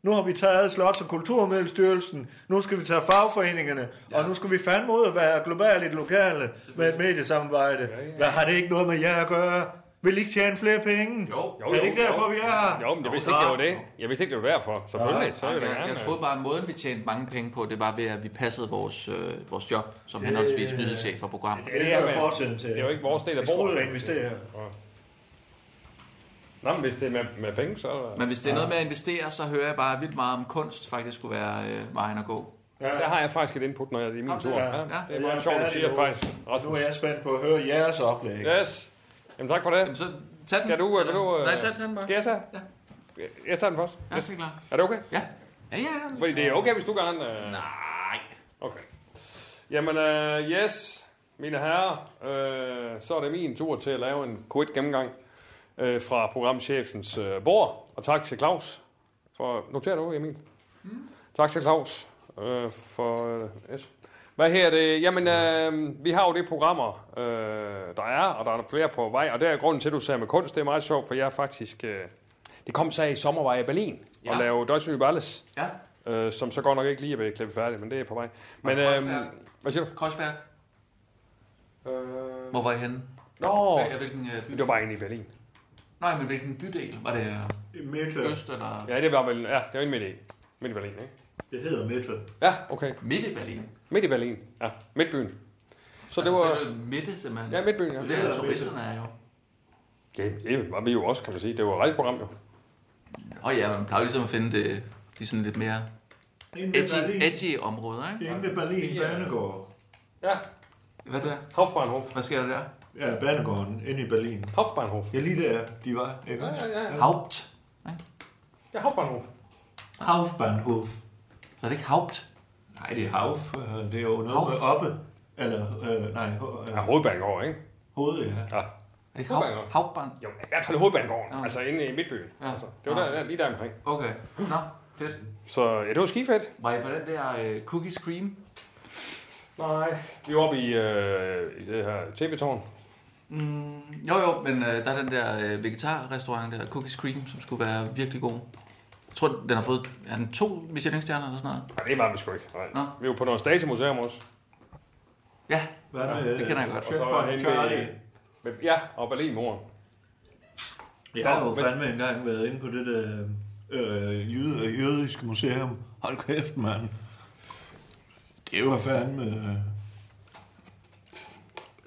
Speaker 4: Nu har vi taget Slots- og Kulturmiddelstyrelsen, nu skal vi tage fagforeningerne, og nu skal vi fandme ud og være globalt i det lokale med et mediesamarbejde. Ja, ja. Hvad har det ikke noget med jer at gøre? Vil I ikke tjene flere penge?
Speaker 9: Jo.
Speaker 4: er det ikke derfor, vi er her?
Speaker 3: Jo, men jeg vidste ikke, det var det. Jeg vidste ikke, det var derfor. Selvfølgelig. Så vil jeg
Speaker 9: Jeg, jeg
Speaker 3: gerne...
Speaker 9: troede bare, at måden, vi tjente mange penge på, det var ved, at vi passede vores, øh, vores job som henholdsvis nyhedschef og program.
Speaker 4: Det
Speaker 3: det er
Speaker 4: er jo
Speaker 3: med-
Speaker 4: fortiden til.
Speaker 3: Det er jo ikke vores del af
Speaker 4: Jeg troede,
Speaker 3: bordet.
Speaker 4: at investere.
Speaker 3: Nå, men hvis det er med, med penge, så...
Speaker 9: Men hvis det er noget med at investere, så hører jeg bare vildt meget om kunst faktisk skulle være øh, vejen at gå.
Speaker 3: Ja. Der har jeg faktisk et input, når jeg er i min tur. Ja.
Speaker 4: Ja.
Speaker 3: Ja, det er
Speaker 4: Jeg er
Speaker 3: meget sjovt, du
Speaker 4: færdig
Speaker 3: siger
Speaker 4: nu.
Speaker 3: faktisk,
Speaker 4: Nu
Speaker 3: Rasmus.
Speaker 4: er jeg spændt på at høre jeres oplæg.
Speaker 3: Yes. Jamen tak for
Speaker 9: Jamen,
Speaker 3: det.
Speaker 9: så tag den.
Speaker 3: Kan du... Kan du øh,
Speaker 9: Nej, tag, tag den bare.
Speaker 3: Skal jeg tage?
Speaker 9: Ja.
Speaker 3: Jeg tager den først.
Speaker 9: Ja, yes. klar.
Speaker 3: Er det okay?
Speaker 9: Ja. Ja, ja.
Speaker 3: Fordi det er okay, hvis du gerne... Øh...
Speaker 9: Nej.
Speaker 3: Okay. Jamen, øh, yes, mine herrer, øh, så er det min tur til at lave en kort gennemgang øh, fra programchefens øh, bord. Og tak til Claus for... Noterer du, Emil? Mm. Tak til Claus øh, for... Øh, yes. Hvad her det? Jamen, øh, vi har jo det programmer, øh, der er, og der er flere på vej. Og det er grunden til, at du sagde med kunst. Det er meget sjovt, for jeg er faktisk... Øh, det kom så i sommer, var jeg i Berlin ja. og
Speaker 9: Ja.
Speaker 3: lavede Deutsche Nye Balles.
Speaker 9: Ja.
Speaker 3: Øh, som så godt nok ikke lige er blevet klippet færdig, men det er på vej. Men,
Speaker 9: Mark
Speaker 3: øhm,
Speaker 9: Rosberg.
Speaker 3: hvad siger du?
Speaker 9: Kreuzberg.
Speaker 3: Øh,
Speaker 9: Hvor var I henne?
Speaker 3: Nå,
Speaker 9: Hvad- Hvilken øh, by?
Speaker 3: det var bare inde i Berlin.
Speaker 9: Nej, men hvilken bydel? Var det øh,
Speaker 4: Meta.
Speaker 9: øst eller
Speaker 3: Ja, det var vel, ja, det var inde midt i, midt i Berlin, ikke?
Speaker 4: Det hedder Meta.
Speaker 3: Ja, okay.
Speaker 9: midt i Berlin?
Speaker 3: Midt i Berlin. Ja, midtbyen. Så det
Speaker 9: Altså,
Speaker 3: var,
Speaker 9: selve midte, simpelthen.
Speaker 3: ja, midtbyen,
Speaker 9: Det
Speaker 3: ja.
Speaker 9: er der, turisterne er jo.
Speaker 3: Ja, det var vi jo også, kan man sige. Det var et rejseprogram, jo.
Speaker 9: Åh ja, man plejer ligesom at finde det, de sådan lidt mere
Speaker 4: Inde ved
Speaker 9: edgy,
Speaker 4: Berlin.
Speaker 9: edgy områder, ikke?
Speaker 4: Inde ved Berlin Banegård.
Speaker 3: Ja,
Speaker 9: Hvad der?
Speaker 3: Hofbahnhof.
Speaker 9: Hvad sker der der?
Speaker 4: Ja, Banegården inde i Berlin.
Speaker 3: Hofbahnhof.
Speaker 4: Ja, lige der, de var, ikke?
Speaker 3: Ja, ja, ja.
Speaker 9: Haupt.
Speaker 3: Ja, Hofbahnhof.
Speaker 4: Haufbahnhof.
Speaker 9: Så er det ikke Haupt?
Speaker 4: Nej, det er Hauf. øh, Det er jo noget
Speaker 9: Hauf.
Speaker 4: med oppe. Eller, øh, nej, ho- øh,
Speaker 3: Ja, Hovedbanegård, ikke?
Speaker 4: hovedet, ja.
Speaker 3: Ja.
Speaker 9: Er det ikke Haupt? Hauptbahn?
Speaker 3: Jo, i hvert fald Hovedbanegården,
Speaker 9: Ja.
Speaker 3: altså inde i midtbyen.
Speaker 9: Ja.
Speaker 3: Altså, det var der, der, lige der omkring.
Speaker 9: Okay. Nå, fedt.
Speaker 3: Så ja, det var skifedt.
Speaker 9: Var I på den der øh, Cookie Scream?
Speaker 3: Nej. Vi var oppe i, øh, i det her tv-tårn.
Speaker 9: Mm, jo jo, men øh, der er den der øh, vegetarrestaurant der, Cookie Scream, som skulle være virkelig god. Jeg tror, den har fået er den to Michelin-stjerner eller sådan noget.
Speaker 3: Nej, det var vi sgu ikke. Nej.
Speaker 9: Nå.
Speaker 3: Vi var på noget stagemuseum også.
Speaker 9: Ja,
Speaker 4: Hvad med,
Speaker 9: det kender jeg godt.
Speaker 4: Og så var han Charlie.
Speaker 3: Men, ja, og Berlinmuren.
Speaker 4: Jeg har jo
Speaker 3: men-
Speaker 4: fandme engang været inde på det der øh, jøde, jødiske museum. Hold kæft, mand. Det var fandme... Øh,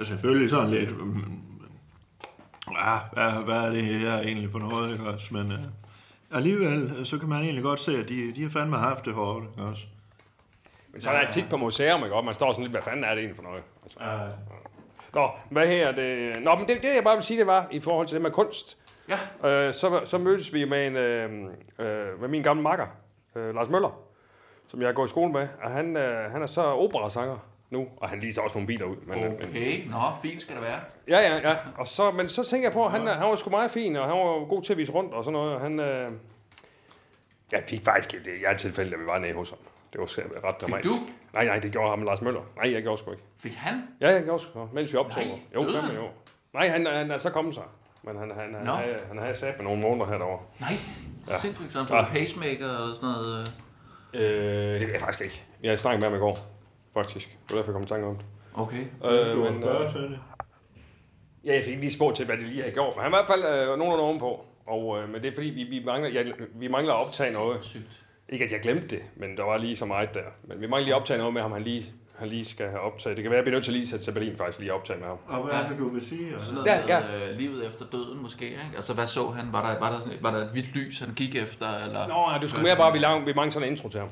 Speaker 4: selvfølgelig sådan lidt... Øh, ja, ah, hvad, hvad er det her egentlig for noget, ikke også? Men øh, alligevel, øh, så kan man egentlig godt se, at de, de har fandme haft det hårdt, ikke også?
Speaker 3: Men så er jeg tit på museum, ikke? Og man står sådan lidt, hvad fanden er det egentlig for noget? Altså.
Speaker 4: Ja.
Speaker 3: Nå, hvad her? Det... Nå, men det, det, jeg bare vil sige, det var i forhold til det med kunst.
Speaker 9: Ja.
Speaker 3: Øh, så, så mødtes vi med, en, øh, øh, med min gamle makker, øh, Lars Møller, som jeg går i skole med. Og han, øh, han er så operasanger nu, og han leaser også nogle biler ud. Men, øh, men,
Speaker 9: Okay, nå, fint skal det være.
Speaker 3: Ja, ja, ja. Og så, men så tænker jeg på, at han, han var sgu meget fin, og han var jo god til at vise rundt og sådan noget. Og han, øh... Jeg fik faktisk et, jeg er tilfælde, at vi var nede hos ham. Det var sgu ret dramatisk.
Speaker 9: du?
Speaker 3: Nej, nej, det gjorde ham Lars Møller. Nej, jeg gjorde sgu ikke.
Speaker 9: Fik han?
Speaker 3: Ja, jeg gjorde sgu, mens vi optog.
Speaker 9: Nej,
Speaker 3: jo,
Speaker 9: døde
Speaker 3: fandme
Speaker 9: han?
Speaker 3: jo. Nej, han, han er så kommet sig. Men han, han, han,
Speaker 9: Nå.
Speaker 3: havde, han havde sat med nogle måneder herovre.
Speaker 9: Nej, ja. sindssygt. Så han fået
Speaker 3: Ja. Ah.
Speaker 9: pacemaker eller sådan noget. øh.
Speaker 3: Øh, det ved jeg faktisk ikke. Jeg snakkede med ham i går, faktisk. Det var derfor, jeg kom i tanke om det.
Speaker 9: Okay.
Speaker 3: Øh,
Speaker 4: Du har
Speaker 3: men, øh,
Speaker 4: spørget til det.
Speaker 3: Ja, jeg fik ikke lige spurgt til, hvad det lige havde gjort, men han var i hvert fald øh, nogenlunde ovenpå. Og, øh, men det er fordi, vi, vi, mangler, jeg, vi mangler at optage noget.
Speaker 9: Sygt.
Speaker 3: Ikke at jeg glemte det, men der var lige så meget der. Men vi mangler lige at optage noget med ham, han lige, han lige skal have optaget. Det kan være, at jeg bliver nødt til lige at sætte til Berlin faktisk lige at optage med ham.
Speaker 4: Og hvad er det, du vil sige? Altså,
Speaker 9: Sådan noget
Speaker 3: Ja,
Speaker 9: ja, ja. Øh, livet efter døden måske, ikke? Altså, hvad så han? Var der, var der, sådan- var der et hvidt lys, han gik efter? Eller,
Speaker 3: Nå, ja, du skulle mere bare, vi, laver, vi mangler sådan en intro til ham.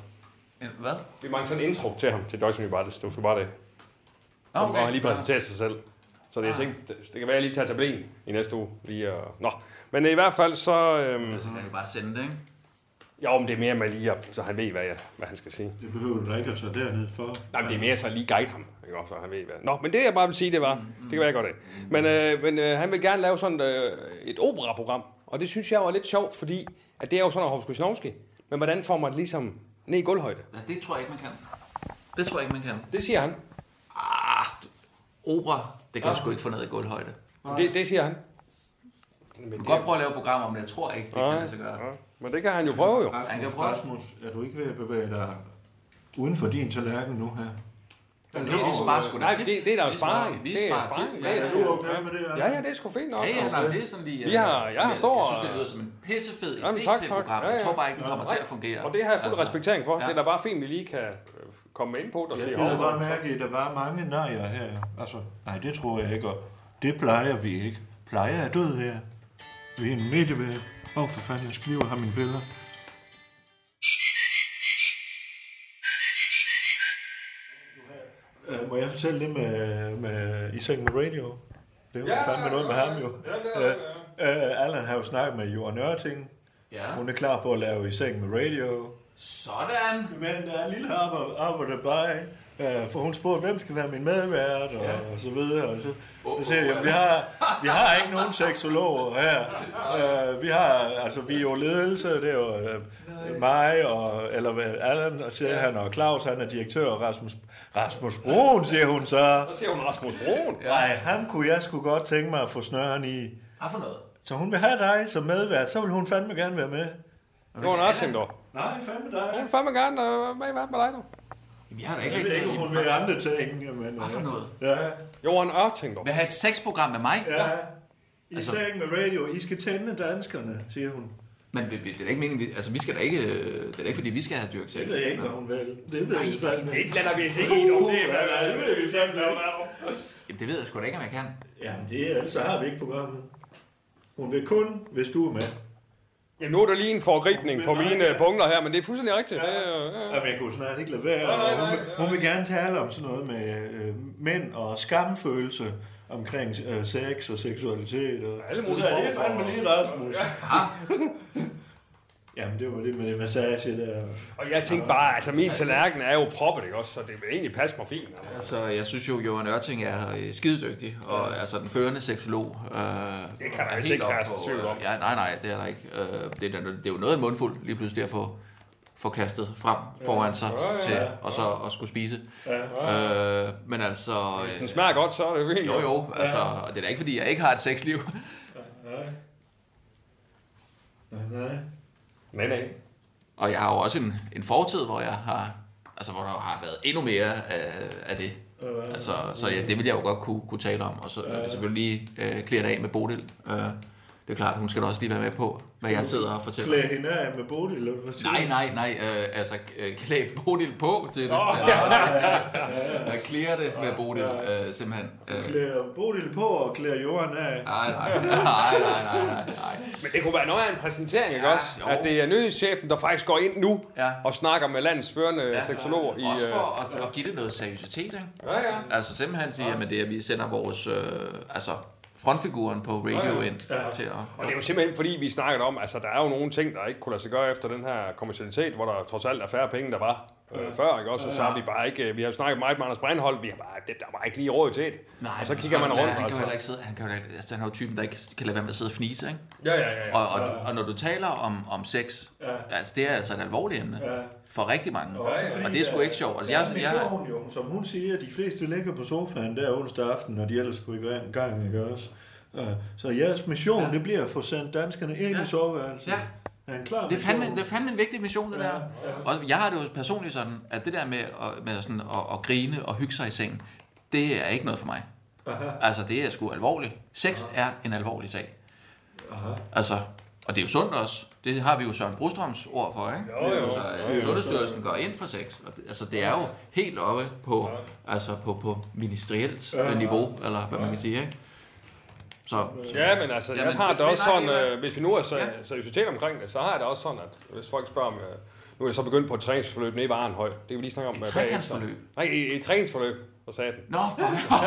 Speaker 9: En- Hvad?
Speaker 3: Vi mangler sådan en intro til ham, til Deutsche Nye Bartes. Det var bare det.
Speaker 9: Nå,
Speaker 3: Okay. Ah. Og han lige
Speaker 9: ja.
Speaker 3: præsenterer sig selv. Så det, jeg tænkte, det, det kan være, at jeg lige tager til Berlin i næste uge. Lige, og... Nå, men i hvert fald så... Øhm,
Speaker 9: Så kan du bare sende det, ikke?
Speaker 3: jo, men det er mere med lige, at, så han ved, hvad, jeg, hvad han skal sige.
Speaker 4: Det behøver du da ikke at tage derned for.
Speaker 3: Nej, men det er mere så lige guide ham, ikke? også, så han ved hvad. Nå, men det jeg bare vil sige, det var, det kan være, jeg godt af. Men, øh, men øh, han vil gerne lave sådan øh, et operaprogram, og det synes jeg var lidt sjovt, fordi at det er jo sådan noget Hovskusinovski, men hvordan får man det ligesom ned i gulvhøjde?
Speaker 9: Ja, det tror jeg ikke, man kan. Det tror jeg ikke, man kan.
Speaker 3: Det siger han.
Speaker 9: Ah, opera, det kan du sgu ikke få ned i gulvhøjde.
Speaker 3: Det, det siger han. Men
Speaker 9: Du kan godt prøve at lade lave et program om det, jeg tror ikke, det kan lade sig gøre.
Speaker 3: ja, men det kan han jo prøve jo.
Speaker 9: Han kan
Speaker 4: Rasmus,
Speaker 9: prøve.
Speaker 4: Rasmus, er du ikke ved at bevæge dig uden for din tallerken nu her?
Speaker 9: Men det sparer sgu da
Speaker 3: Nej,
Speaker 9: tit.
Speaker 3: det, det er der jo
Speaker 9: Vi sparer-
Speaker 3: sparring.
Speaker 9: Vi
Speaker 3: Det er
Speaker 9: sparer
Speaker 3: sparring.
Speaker 9: tit.
Speaker 3: Ja,
Speaker 9: Ja,
Speaker 3: ja.
Speaker 9: ja.
Speaker 4: Du er okay med det,
Speaker 3: Ja, ja, det er sgu fint nok.
Speaker 9: Ja, nej, det er sådan lige... øh,
Speaker 3: Vi har- jeg har
Speaker 9: jeg,
Speaker 3: stor-
Speaker 9: jeg synes, det lyder som en pissefed idé
Speaker 3: Jamen,
Speaker 9: Jamen,
Speaker 3: tak,
Speaker 9: til et
Speaker 3: tak.
Speaker 9: program.
Speaker 3: Ja,
Speaker 9: Jeg
Speaker 3: ja.
Speaker 9: tror bare ikke, den kommer til at fungere.
Speaker 3: Og det har jeg fuld
Speaker 9: Altså,
Speaker 3: respektering for.
Speaker 9: ja.
Speaker 3: Det er da bare fint, vi lige kan øh, komme med input og sige,
Speaker 4: Jeg
Speaker 3: hov,
Speaker 4: kan bare mærke, at der var mange nejer her. Altså, nej, det tror jeg ikke, og det plejer vi ikke. Plejer er død her. Vi er en medievæg. Åh, oh, for fanden, jeg skriver her mine billeder. Uh, må jeg fortælle det med, med I seng med radio? Det var ja, fandme noget med ham jo. Ja, uh, Allan har jo snakket med Johan Ørting.
Speaker 9: Ja.
Speaker 4: Hun er klar på at lave I seng med radio.
Speaker 9: Sådan.
Speaker 4: Men der er en lille arbejde, arbejde bare, øh, for hun spurgte, hvem skal være min medvært, og,
Speaker 9: Ja.
Speaker 4: ja. og så videre. Og så,
Speaker 9: Oh,
Speaker 4: så siger
Speaker 9: oh,
Speaker 4: jeg, vi har, vi har ikke nogen seksologer her. Øh, vi har, altså, vi er jo ledelse, det er jo øh, mig, og, eller hvad, Allan, og siger han, og Claus, han er direktør, og Rasmus, Rasmus Broen, siger hun så.
Speaker 3: Så siger hun Rasmus Broen.
Speaker 4: Nej, ham kunne jeg sgu godt tænke mig at få snøren i.
Speaker 9: Hvad for noget?
Speaker 4: Så hun vil have dig som medvært, så vil hun fandme gerne være med.
Speaker 3: Nu er hun også tænkt over.
Speaker 4: Nej, fandme dig.
Speaker 3: Jeg vil fandme gerne være med i hvert med dig nu.
Speaker 9: Vi har da ikke
Speaker 4: Jeg ved ikke, om hun vil andre ting. Men, øh,
Speaker 9: Hvad for noget?
Speaker 4: Ja,
Speaker 3: Johan Ørting, dog.
Speaker 9: Vil have et sexprogram med mig?
Speaker 4: ja. I
Speaker 9: Altså-
Speaker 4: altså... sagen med radio, I skal tænde danskerne, siger hun.
Speaker 9: Men vi, vi, det er da ikke meningen, vi, altså vi skal da ikke, øh, det er da ikke fordi vi skal have dyrket sex.
Speaker 4: Det ved jeg ikke, hvad hun vil. Det ved jeg ikke, hvad
Speaker 3: Det blander vi os ikke i, dog. Det er, hvad der er.
Speaker 4: det ved vi fandme ikke.
Speaker 9: Jamen, det ved jeg sgu da ikke, om jeg kan.
Speaker 4: Jamen, det er, ellers så har vi ikke programmet. Hun vil kun, hvis du er med.
Speaker 3: Jamen, nu er der lige en forgribning på mine øh, punkter her, men det er fuldstændig rigtigt. Det, er, øh,
Speaker 4: Jamen, jeg kunne snart ikke lade være. og hun, vil, hun vil gerne tale om sådan noget med øh, mænd og skamfølelse omkring øh, sex og seksualitet. Og,
Speaker 3: alle mulige
Speaker 4: så er det
Speaker 3: former
Speaker 4: fandme
Speaker 3: for-
Speaker 4: lige Rasmus. Jamen, det var det med det massage der.
Speaker 3: Og jeg tænkte bare, altså min tallerken er jo proppet, ikke også? Så det vil egentlig passe mig fint. altså.
Speaker 9: Altså, jeg synes jo, Johan Ørting er øh, skidedygtig, og er altså den førende seksolog. Øh, det
Speaker 3: kan der altså ikke herske tvivl om.
Speaker 9: Øh, ja, nej, nej, det er der ikke. Øh, det, er, da- det er jo noget af en mundfuld, lige pludselig at få, få kastet frem foran sig, ja, ja, til, og så at skulle spise. Ja, øh, men altså...
Speaker 3: Den
Speaker 9: Øh,
Speaker 3: smager godt, så er det jo fint.
Speaker 9: jo, jo, altså, og det er da ikke, fordi jeg ikke har et sexliv.
Speaker 4: Nej, nej.
Speaker 3: Nej, nej.
Speaker 9: Og jeg har jo også en, en fortid, hvor jeg har, altså hvor der har været endnu mere af, af det.
Speaker 4: Øh,
Speaker 9: Altså, så ja, det vil jeg jo godt kunne, kunne tale om. Og så øh, selvfølgelig lige øh, klæde det af med Bodil. Øh, det er klart, hun skal da også lige være med på, hvad jeg sidder og fortæller.
Speaker 4: Klæde hende af med Bodil, eller hvad siger
Speaker 9: Nej,
Speaker 4: du?
Speaker 9: nej, nej. Øh, altså, øh, klæde Bodil på til det. Oh, ja. Klæde det med Bodil, øh, simpelthen. Øh,
Speaker 4: Klæder Bodil på og klæder jorden af.
Speaker 9: nej, nej, nej, nej, nej, nej, nej.
Speaker 3: Men det kunne være noget af en præsentering, ikke
Speaker 9: Ja,
Speaker 3: også?
Speaker 9: jo.
Speaker 3: At det er nyhedschefen, der faktisk går ind nu
Speaker 9: Ja.
Speaker 3: og snakker med landets førende
Speaker 9: Ja.
Speaker 3: seksologer i...
Speaker 9: Også
Speaker 3: øh,
Speaker 9: for at, at give det noget seriøsitet, ikke?
Speaker 3: Ja, ja.
Speaker 9: Altså simpelthen sige, at det er, at vi sender vores øh, altså, frontfiguren på radio ind til at...
Speaker 3: Og det er jo simpelthen fordi, vi snakkede om, altså der er jo nogle ting, der ikke kunne lade sig gøre efter den her kommercialitet, hvor der trods alt er færre penge, der var øh, før, ikke også? Og så har vi bare ikke, øh, vi har jo snakket meget med Anders Breinholt, vi har bare, det, der var ikke lige råd til det. og så
Speaker 9: men
Speaker 3: kigger man
Speaker 9: spørgsmålet er,
Speaker 3: rundt,
Speaker 9: Han kan jo
Speaker 3: altså.
Speaker 9: heller ikke sidde... Han, kan jo, heller- altså, han er jo typen, der ikke kan lade være med at sidde og fnise, ikke?
Speaker 3: Ja, ja, ja. ja.
Speaker 9: Og, og, og når du taler om, om sex, ja. altså det er altså et alvorligt emne ja. for rigtig mange.
Speaker 4: Ja, ja, ja.
Speaker 9: Og det er sgu ikke sjovt. Altså,
Speaker 4: Ja,
Speaker 9: jeg,
Speaker 4: men så er
Speaker 9: jeg,
Speaker 4: hun jo, som hun siger, de fleste ligger på sofaen der onsdag aften, når de ellers skulle i gang- gang, ikke også? Øh, Så jeres mission,
Speaker 9: Ja.
Speaker 4: ja. det bliver at få sendt danskerne ind
Speaker 9: Ja.
Speaker 4: ja. i soveværelset.
Speaker 9: Ja.
Speaker 4: Er en klar
Speaker 9: det, er fandme,
Speaker 4: mission?
Speaker 9: det er fandme en vigtig mission, det der. Og jeg har det jo personligt sådan, at det der med, at, med sådan, at, at grine og hygge sig i sengen, det er ikke noget for mig. Altså, det er sgu alvorligt. Sex er en alvorlig sag. Altså, og det er jo sundt også. Det har vi jo Søren Brostrøms ord for, ikke? Jo, jo. Altså, øh, Sundhedsstyrelsen går ind for sex. Og det, altså, det er jo helt oppe på, altså, på, på ministerielt øh, niveau, eller hvad man kan sige, ikke? Så,
Speaker 3: Ja, men altså, jeg
Speaker 9: Jamen,
Speaker 3: har
Speaker 9: det-
Speaker 3: det også
Speaker 9: nej, det er
Speaker 3: sådan,
Speaker 9: hvad?
Speaker 3: øh, hvis vi nu er så,
Speaker 9: Ja.
Speaker 3: seriøsitet omkring det, så har jeg det også sådan, at hvis folk spørger om, øh, nu er jeg så begyndt på et træningsforløb nede i Varenhøj, det kan vi lige snakke om. øh, bagefter.
Speaker 9: trekantsforløb?
Speaker 3: Nej, et, et træningsforløb, for satan.
Speaker 9: nå, for...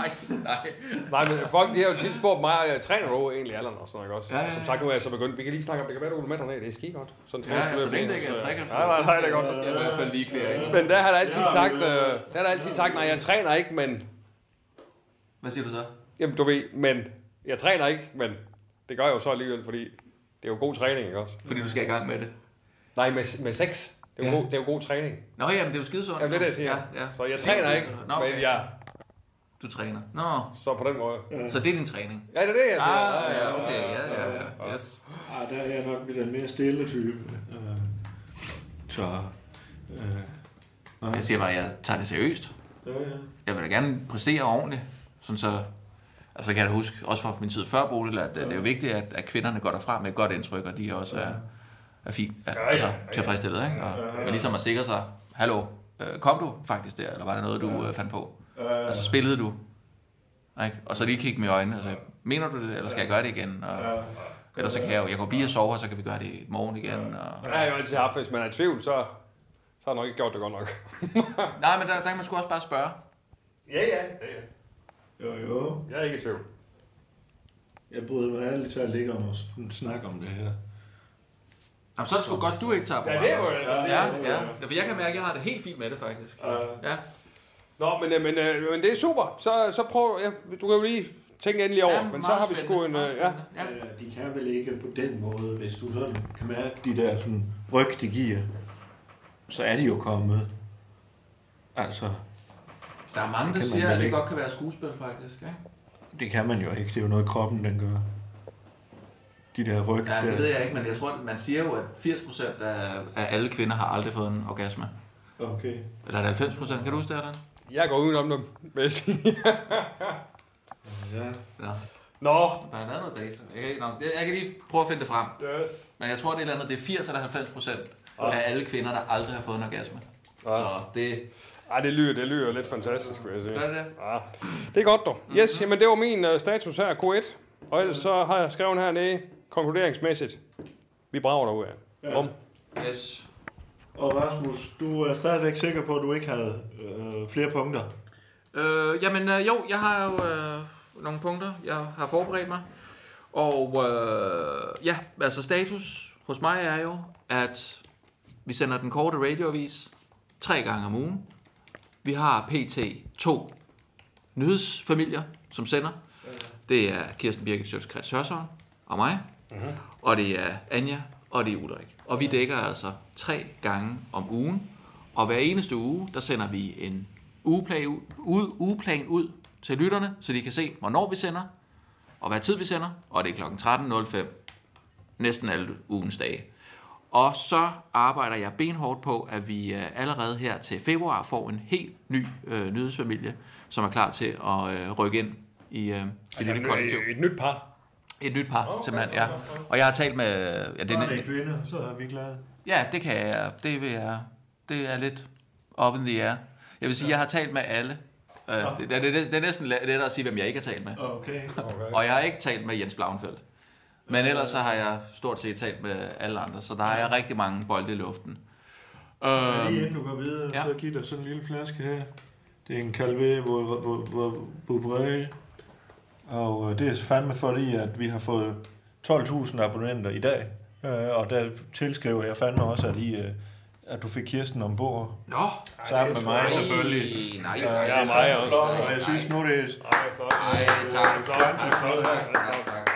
Speaker 9: nej, nej.
Speaker 3: Nej, men folk de har jo tit spurgt mig, jeg træner du egentlig alderen og sådan noget, ikke også?
Speaker 9: Ja,
Speaker 3: Ja,
Speaker 9: ja,
Speaker 3: ja,
Speaker 9: ja.
Speaker 3: Som sagt, nu er jeg så begyndt. Vi kan lige snakke om, det kan være, du er med dernede, det er ski godt. Sådan
Speaker 9: Ja, altså, det er
Speaker 3: træningsforløb,
Speaker 9: ikke en
Speaker 3: så-
Speaker 9: trækantsforløb.
Speaker 3: Nej, nej, nej, det er godt.
Speaker 9: Jeg er i hvert fald lige klæder, ikke?
Speaker 3: Men der har der altid
Speaker 4: Ja,
Speaker 3: sagt,
Speaker 4: men-
Speaker 3: øh, der har der altid sagt, nej, jeg træner ikke, men...
Speaker 9: Hvad siger du så?
Speaker 3: Jamen, du ved, men... Jeg træner ikke, men... Det gør jeg jo så alligevel, fordi... Det er jo god træning, ikke også?
Speaker 9: Fordi du skal i gang med det.
Speaker 3: Nej, med, med sex. Det er, jo
Speaker 9: Ja.
Speaker 3: god, det er jo god træning.
Speaker 9: Nå, jamen, det er jo skidesundt.
Speaker 3: Jamen, det er det, jeg siger.
Speaker 9: Ja, ja.
Speaker 3: Så jeg træner ikke,
Speaker 9: Nå, okay.
Speaker 3: men jeg...
Speaker 9: Du træner. Nå,
Speaker 3: Så på den måde.
Speaker 9: så det er din træning.
Speaker 3: Ja, det er det, jeg siger.
Speaker 9: Ah, ja, okay, ja, ja, ja. Yes.
Speaker 4: Ah, der er jeg nok lidt den mere stille type. Øh, Så... Øh,
Speaker 9: Jeg siger bare, at jeg tager det seriøst.
Speaker 4: ja, ja.
Speaker 9: Jeg vil da gerne præstere ordentligt. Sådan så, altså kan jeg da huske, også fra min tid før, Bodil, at øh, det er jo vigtigt, at, at kvinderne går derfra med et godt indtryk, og de også er, er fint, er, altså tilfredsstillet, ikke? Og, og ligesom at sikre sig, hallo, øh, kom du faktisk der, eller var det noget, du øh, fandt på? Altså spillede du? Ikke? Og så lige kigge med øjnene og sige, mener du det, eller skal jeg gøre det igen? Og, ellers så kan jeg jo, jeg kan jo blive og sove, og så kan vi gøre det i morgen igen. Og,
Speaker 3: Jeg har jo altid haft, hvis man er i tvivl, så... Så har jeg nok ikke gjort det godt nok.
Speaker 9: Nej, men der, der kan man sgu også bare spørge.
Speaker 3: ja, ja, ja, ja.
Speaker 4: Jo, jo.
Speaker 3: Jeg er ikke i tvivl.
Speaker 4: Jeg bryder mig ærligt talt ikke om at sn- snakke om det her.
Speaker 9: Jamen, så er det sgu godt, du ikke tager på
Speaker 3: Ja, det er jo altså.
Speaker 9: Ja, ja. ja. For jeg kan mærke, at jeg har det helt fint med det, faktisk. Ja,
Speaker 3: Nå, men, øh, men, øh, men det er super. Så, så prøv, ja, du kan jo lige tænke endelig over,
Speaker 9: ja
Speaker 3: ja, men så har vi sgu en... Øh, ja.
Speaker 9: ja.
Speaker 4: Øh, De kan vel ikke på den måde, hvis du sådan kan mærke de der sådan, ryg, de giver, så er de jo kommet. Altså,
Speaker 9: Der er mange, der
Speaker 4: man
Speaker 9: siger,
Speaker 4: vel
Speaker 9: at det
Speaker 4: ikke.
Speaker 9: godt kan være skuespil, faktisk. Ikke?
Speaker 4: det kan man jo ikke. Det er jo noget, kroppen den gør. De der ryg,
Speaker 9: Ja, det
Speaker 4: der.
Speaker 9: ved jeg ikke, men jeg tror, man siger jo, at 80% af, af alle kvinder har aldrig fået en orgasme.
Speaker 4: Okay.
Speaker 9: Eller er det 90%? Kan du huske det, Allan?
Speaker 3: Jeg går udenom dem, vil jeg sige.
Speaker 4: Ja.
Speaker 9: Nå,
Speaker 3: Nå,
Speaker 9: der er lavet noget data. Jeg kan, ikke- nå, det- jeg kan lige prøve at finde det frem.
Speaker 3: yes.
Speaker 9: Men jeg tror, det er et eller andet, det er 80 eller 90% af alle kvinder, der aldrig har fået en orgasme. Så det...
Speaker 3: Ej, det lyder, det lyder lidt fantastisk, vil jeg sige.
Speaker 9: Gør det Mhm. det?
Speaker 3: Ja. Det er godt, dog. Yes, jamen det var min øh, status her, K1. Og ellers så har jeg skrevet hernede, konkluderingsmæssigt. Vi brager derud af. Bum.
Speaker 9: Altså, Yes.
Speaker 4: Og Rasmus, du er stadigvæk sikker på, at du ikke havde øh, flere punkter?
Speaker 9: Øh, jamen øh, jo, jeg har jo øh, nogle punkter, jeg har forberedt mig. Og øh, ja, altså status hos mig er jo, at vi sender den korte radioavis tre gange om ugen. Vi har pt. to nyhedsfamilier, som sender. Det er Kirsten Birke Sjøtskrets Hørsholm og mig. Og det er Anja, og det er Ulrik. Og vi dækker altså tre gange om ugen. Og hver eneste uge, der sender vi en ugeplan ud, ud, ugeplan ud til lytterne, så de kan se, hvornår vi sender, og hvad tid vi sender. Og det er kl. 13.05. Næsten alle ugens dage. Og så arbejder jeg benhårdt på, at vi øh, allerede her til februar får en helt ny øh, nyhedsfamilie, som er klar til at øh, rykke ind i, øh, i
Speaker 3: Altså,
Speaker 9: det kollektiv.
Speaker 3: Et, et nyt par.
Speaker 9: Et nyt par, okay, simpelthen, ja. Og jeg har talt med... Ja, det,
Speaker 4: Bare det
Speaker 9: er-
Speaker 4: er kvinder, så er vi glade.
Speaker 9: ja, det kan jeg. Det, vil jeg, det er lidt up in the air. Jeg vil sige, jeg har talt med alle. Øh, det, det, det, det er næsten let- lettere at sige, hvem jeg ikke har talt med.
Speaker 4: Okay.
Speaker 9: Og jeg har ikke talt med Jens Blauenfeldt. Men ellers så har jeg stort set talt med alle andre, så der har jeg rigtig mange bolde i luften. Øh,
Speaker 4: Lige inden du går videre,
Speaker 9: ja.
Speaker 4: ja. så giv dig sådan en lille flaske her. Det er en Calvé Vou- Vou- Vou- Bouvray. Og øh, det er fandme fordi, at vi har fået 12.000 abonnenter i dag. Øh, Og der tilskriver jeg fandme også, at, I, øh, at du fik Kirsten ombord.
Speaker 9: Nå,
Speaker 4: Sammen med mig selvfølgelig.
Speaker 9: Nej,
Speaker 4: Øh,
Speaker 9: nej,
Speaker 4: det
Speaker 9: nej,
Speaker 4: er
Speaker 9: nej,
Speaker 3: mig
Speaker 4: fandme
Speaker 3: også.
Speaker 4: flot, og
Speaker 9: Nej,
Speaker 4: jeg synes nu, det er
Speaker 9: nej, tak.
Speaker 4: flot.
Speaker 9: Nej, tak.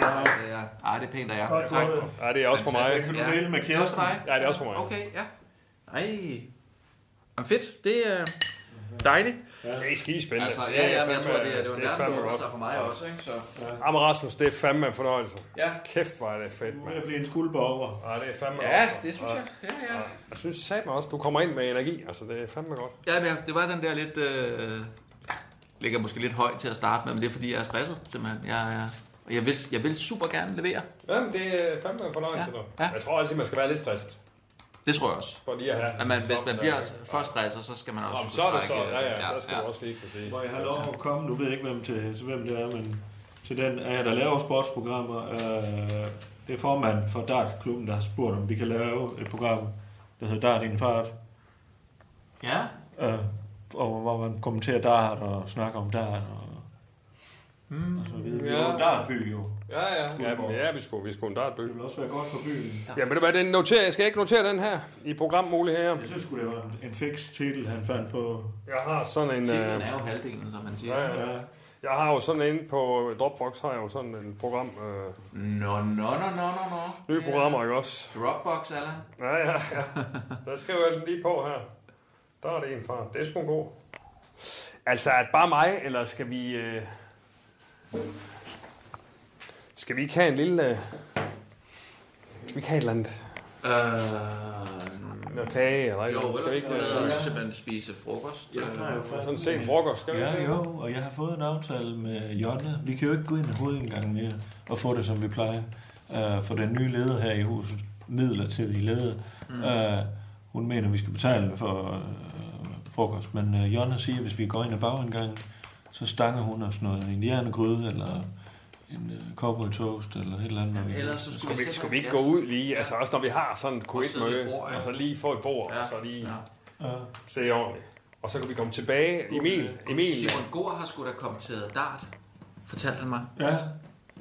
Speaker 9: Nej, det er- Ej, det er pænt af jer.
Speaker 4: Godt
Speaker 9: Tak.
Speaker 4: gået.
Speaker 3: Ja, det er også for mig.
Speaker 4: Det kan du
Speaker 9: Ja.
Speaker 4: dele med
Speaker 9: Det er også
Speaker 4: Kirsten.
Speaker 9: for dig?
Speaker 3: Ja, det er også for mig.
Speaker 9: Okay, ja. Nej. Men fedt. Det er dejligt.
Speaker 3: Det er skispændende.
Speaker 9: Altså, ja, ja, men jeg tror, det er, det var en
Speaker 3: det er fandme
Speaker 9: verden,
Speaker 3: godt.
Speaker 9: sig for mig også, ikke? Så,
Speaker 3: Jamen Rasmus, det er fandme en fornøjelse.
Speaker 9: ja.
Speaker 3: Kæft, hvor er det fedt,
Speaker 4: Nu er
Speaker 3: mand.
Speaker 4: jeg blevet en skulper over.
Speaker 3: Ja, det er fandme
Speaker 9: Ja,
Speaker 3: godt.
Speaker 9: det synes jeg. Ja, ja.
Speaker 3: Jeg synes satme også, du kommer ind med energi. Altså, det er fandme godt.
Speaker 9: Ja, men jeg- det var den der lidt... Øh, ligger måske lidt højt til at starte med, men det er fordi, jeg er stresset, simpelthen. Jeg, er- og jeg vil, jeg vil super gerne levere.
Speaker 3: Jamen, det er fandme en fornøjelse.
Speaker 9: Ja,
Speaker 3: dog.
Speaker 9: ja.
Speaker 3: Jeg tror altid, man skal være lidt stresset.
Speaker 9: Det tror jeg også.
Speaker 3: For lige at have.
Speaker 9: At man, hvis man
Speaker 3: Ja.
Speaker 9: bliver for stresset, så skal man også
Speaker 3: Jamen,
Speaker 9: kunne
Speaker 3: så er det så.
Speaker 9: trække, øh,
Speaker 3: Ja, ja, der skal du også lige kunne sige.
Speaker 4: Må jeg have lov at komme? Nu ved jeg ikke, hvem, til, til hvem det er, men til den af jer, der laver sportsprogrammer. Øh, det er formanden for Dartklubben, der har spurgt, om vi kan lave et program, der hedder Dart i en fart.
Speaker 9: Ja,
Speaker 4: Øh, og hvor man kommenterer dart og snakker om dart og, mm. og så videre. Vi
Speaker 3: Ja.
Speaker 4: er jo en dartby jo.
Speaker 3: Ja, ja. Ja, men, ja vi skulle, vi skulle en dartby.
Speaker 4: Det vil også være godt for byen.
Speaker 3: Jamen, ved du hvad, den noterer, jeg skal ikke notere den her i programmuligheder.
Speaker 4: Jeg synes sgu, det var en, en fix titel, han fandt på.
Speaker 3: Jeg har sådan en...
Speaker 9: titlen
Speaker 3: Øh,
Speaker 9: er jo halvdelen, som man siger.
Speaker 3: ja, ja.
Speaker 4: Ja.
Speaker 3: jeg har jo sådan inde på Dropbox, har jeg jo sådan en program... Øh,
Speaker 9: Nå, nå, nå, nå, nå, nå.
Speaker 3: nye
Speaker 9: Det er
Speaker 3: programmer, ikke også?
Speaker 9: Dropbox, Allan.
Speaker 3: Ja, ja, ja. Der skriver jeg den lige på her. Der er det en far. Det er sgu god. Altså, er det bare mig, eller skal vi... Øh, skal vi ikke have en lille... Øh, skal vi ikke have et eller andet
Speaker 9: Øh,
Speaker 3: noget kage? Eller et eller
Speaker 9: jo,
Speaker 3: andet? Skal vi
Speaker 9: ellers
Speaker 3: ikke
Speaker 9: kunne
Speaker 3: øh,
Speaker 9: jeg simpelthen spise frokost.
Speaker 4: Jeg har jo faktisk-
Speaker 3: sådan se frokost? Skal vi ikke
Speaker 4: Ja,
Speaker 3: det?
Speaker 4: jo, og jeg har fået en aftale med Jonna. Vi kan jo ikke gå ind i hovedet en gang mere og få det, som vi plejer. Uh, for den nye leder her i huset, midler til de leder, mm. uh, hun mener, vi skal betale for uh, frokost. Men uh, Jonna siger, at hvis vi går ind ad bagindgangen, så stanger hun os noget indianergryde, eller en uh, cowboy toast, eller et eller andet. når vi-
Speaker 9: Ellers så skulle
Speaker 3: Skulle
Speaker 9: vi,
Speaker 3: vi,
Speaker 9: sætte-
Speaker 3: skulle vi ikke
Speaker 9: ja.
Speaker 3: gå ud lige, altså også når vi har sådan et
Speaker 9: sidde ved et
Speaker 3: quiz-møde,
Speaker 9: bord, ja.
Speaker 3: og så lige få et bord,
Speaker 9: Ja,
Speaker 3: og så lige...
Speaker 9: ja.
Speaker 3: Se ordentligt. Og så kan vi komme tilbage. Emil, Emil.
Speaker 9: Simon Gård har sgu da kommenteret dart, fortalte han mig,
Speaker 4: Ja,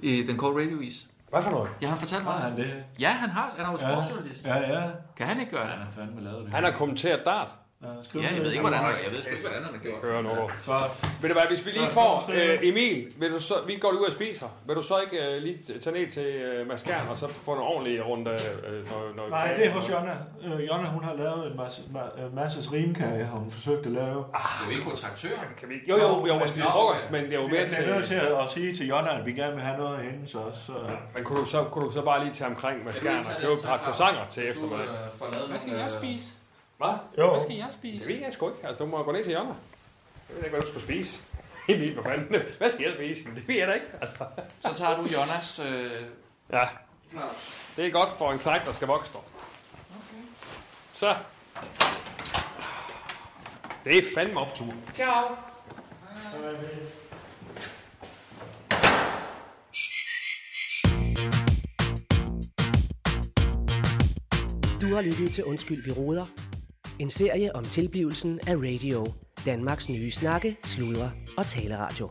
Speaker 9: i den korte radiovis.
Speaker 3: Hvad for noget?
Speaker 9: Ja, han fortalte mig.
Speaker 11: Har han det?
Speaker 9: Ja, han har. Han er jo sportsjournalist.
Speaker 11: Ja, ja.
Speaker 9: Kan han ikke gøre
Speaker 11: Han
Speaker 9: det?
Speaker 11: har fandme lavet det.
Speaker 3: Han har kommenteret dart.
Speaker 11: Ja, skriv
Speaker 9: Ja, jeg
Speaker 11: ned.
Speaker 9: ved ikke, hvordan, han- jeg ved sgu ikke, hvordan han har gjort det.
Speaker 3: Hører noget.
Speaker 11: Godt.
Speaker 3: Ved du hvad, hvis vi lige
Speaker 11: Ja,
Speaker 3: får
Speaker 11: det er
Speaker 3: øh, Emil, vil du så, vi går lige ud og spiser. Vil du så ikke øh, lige tage ned til øh, Mads Kjern, og så få en ordentlig runde? Øh, når, når,
Speaker 4: Nej, det er hos Jonna. Øh, Jonna, hun har lavet en masse, ma- øh, masses rimkage, har hun forsøgt at lave.
Speaker 9: Ah, Du er ikke traktør.
Speaker 3: Kan vi ikke? Jo, jo, vi har spist frokost, men Ah, det er jo
Speaker 4: Vi
Speaker 3: mere
Speaker 4: er nødt til
Speaker 3: til...
Speaker 4: at, at sige til Jonna, at vi gerne vil have noget af hendes også. Så.
Speaker 3: Men kunne du, så, kunne du så bare lige tage omkring Mads Kjern og købe et par croissanter
Speaker 9: øh,
Speaker 3: til eftermiddag?
Speaker 6: Hvad skal jeg spise?
Speaker 3: Hvad?
Speaker 4: Jo,
Speaker 6: Hvad skal jeg spise?
Speaker 3: Det ved jeg sgu ikke. Altså, du må gå ned til Jonna. Jeg ved ikke, hvad du skal spise. Emil, hvad fanden? Hvad skal jeg spise? Men det ved jeg da ikke. Altså.
Speaker 9: Så tager du Jonas... Øh,
Speaker 3: Ja. Det er godt for en knæk, der skal vokse dig. Så. Det er fandme optur.
Speaker 9: Ciao.
Speaker 1: Du har lyttet til Undskyld, vi råder. En serie om tilblivelsen af radio. Danmarks nye snakke, sludre og taleradio.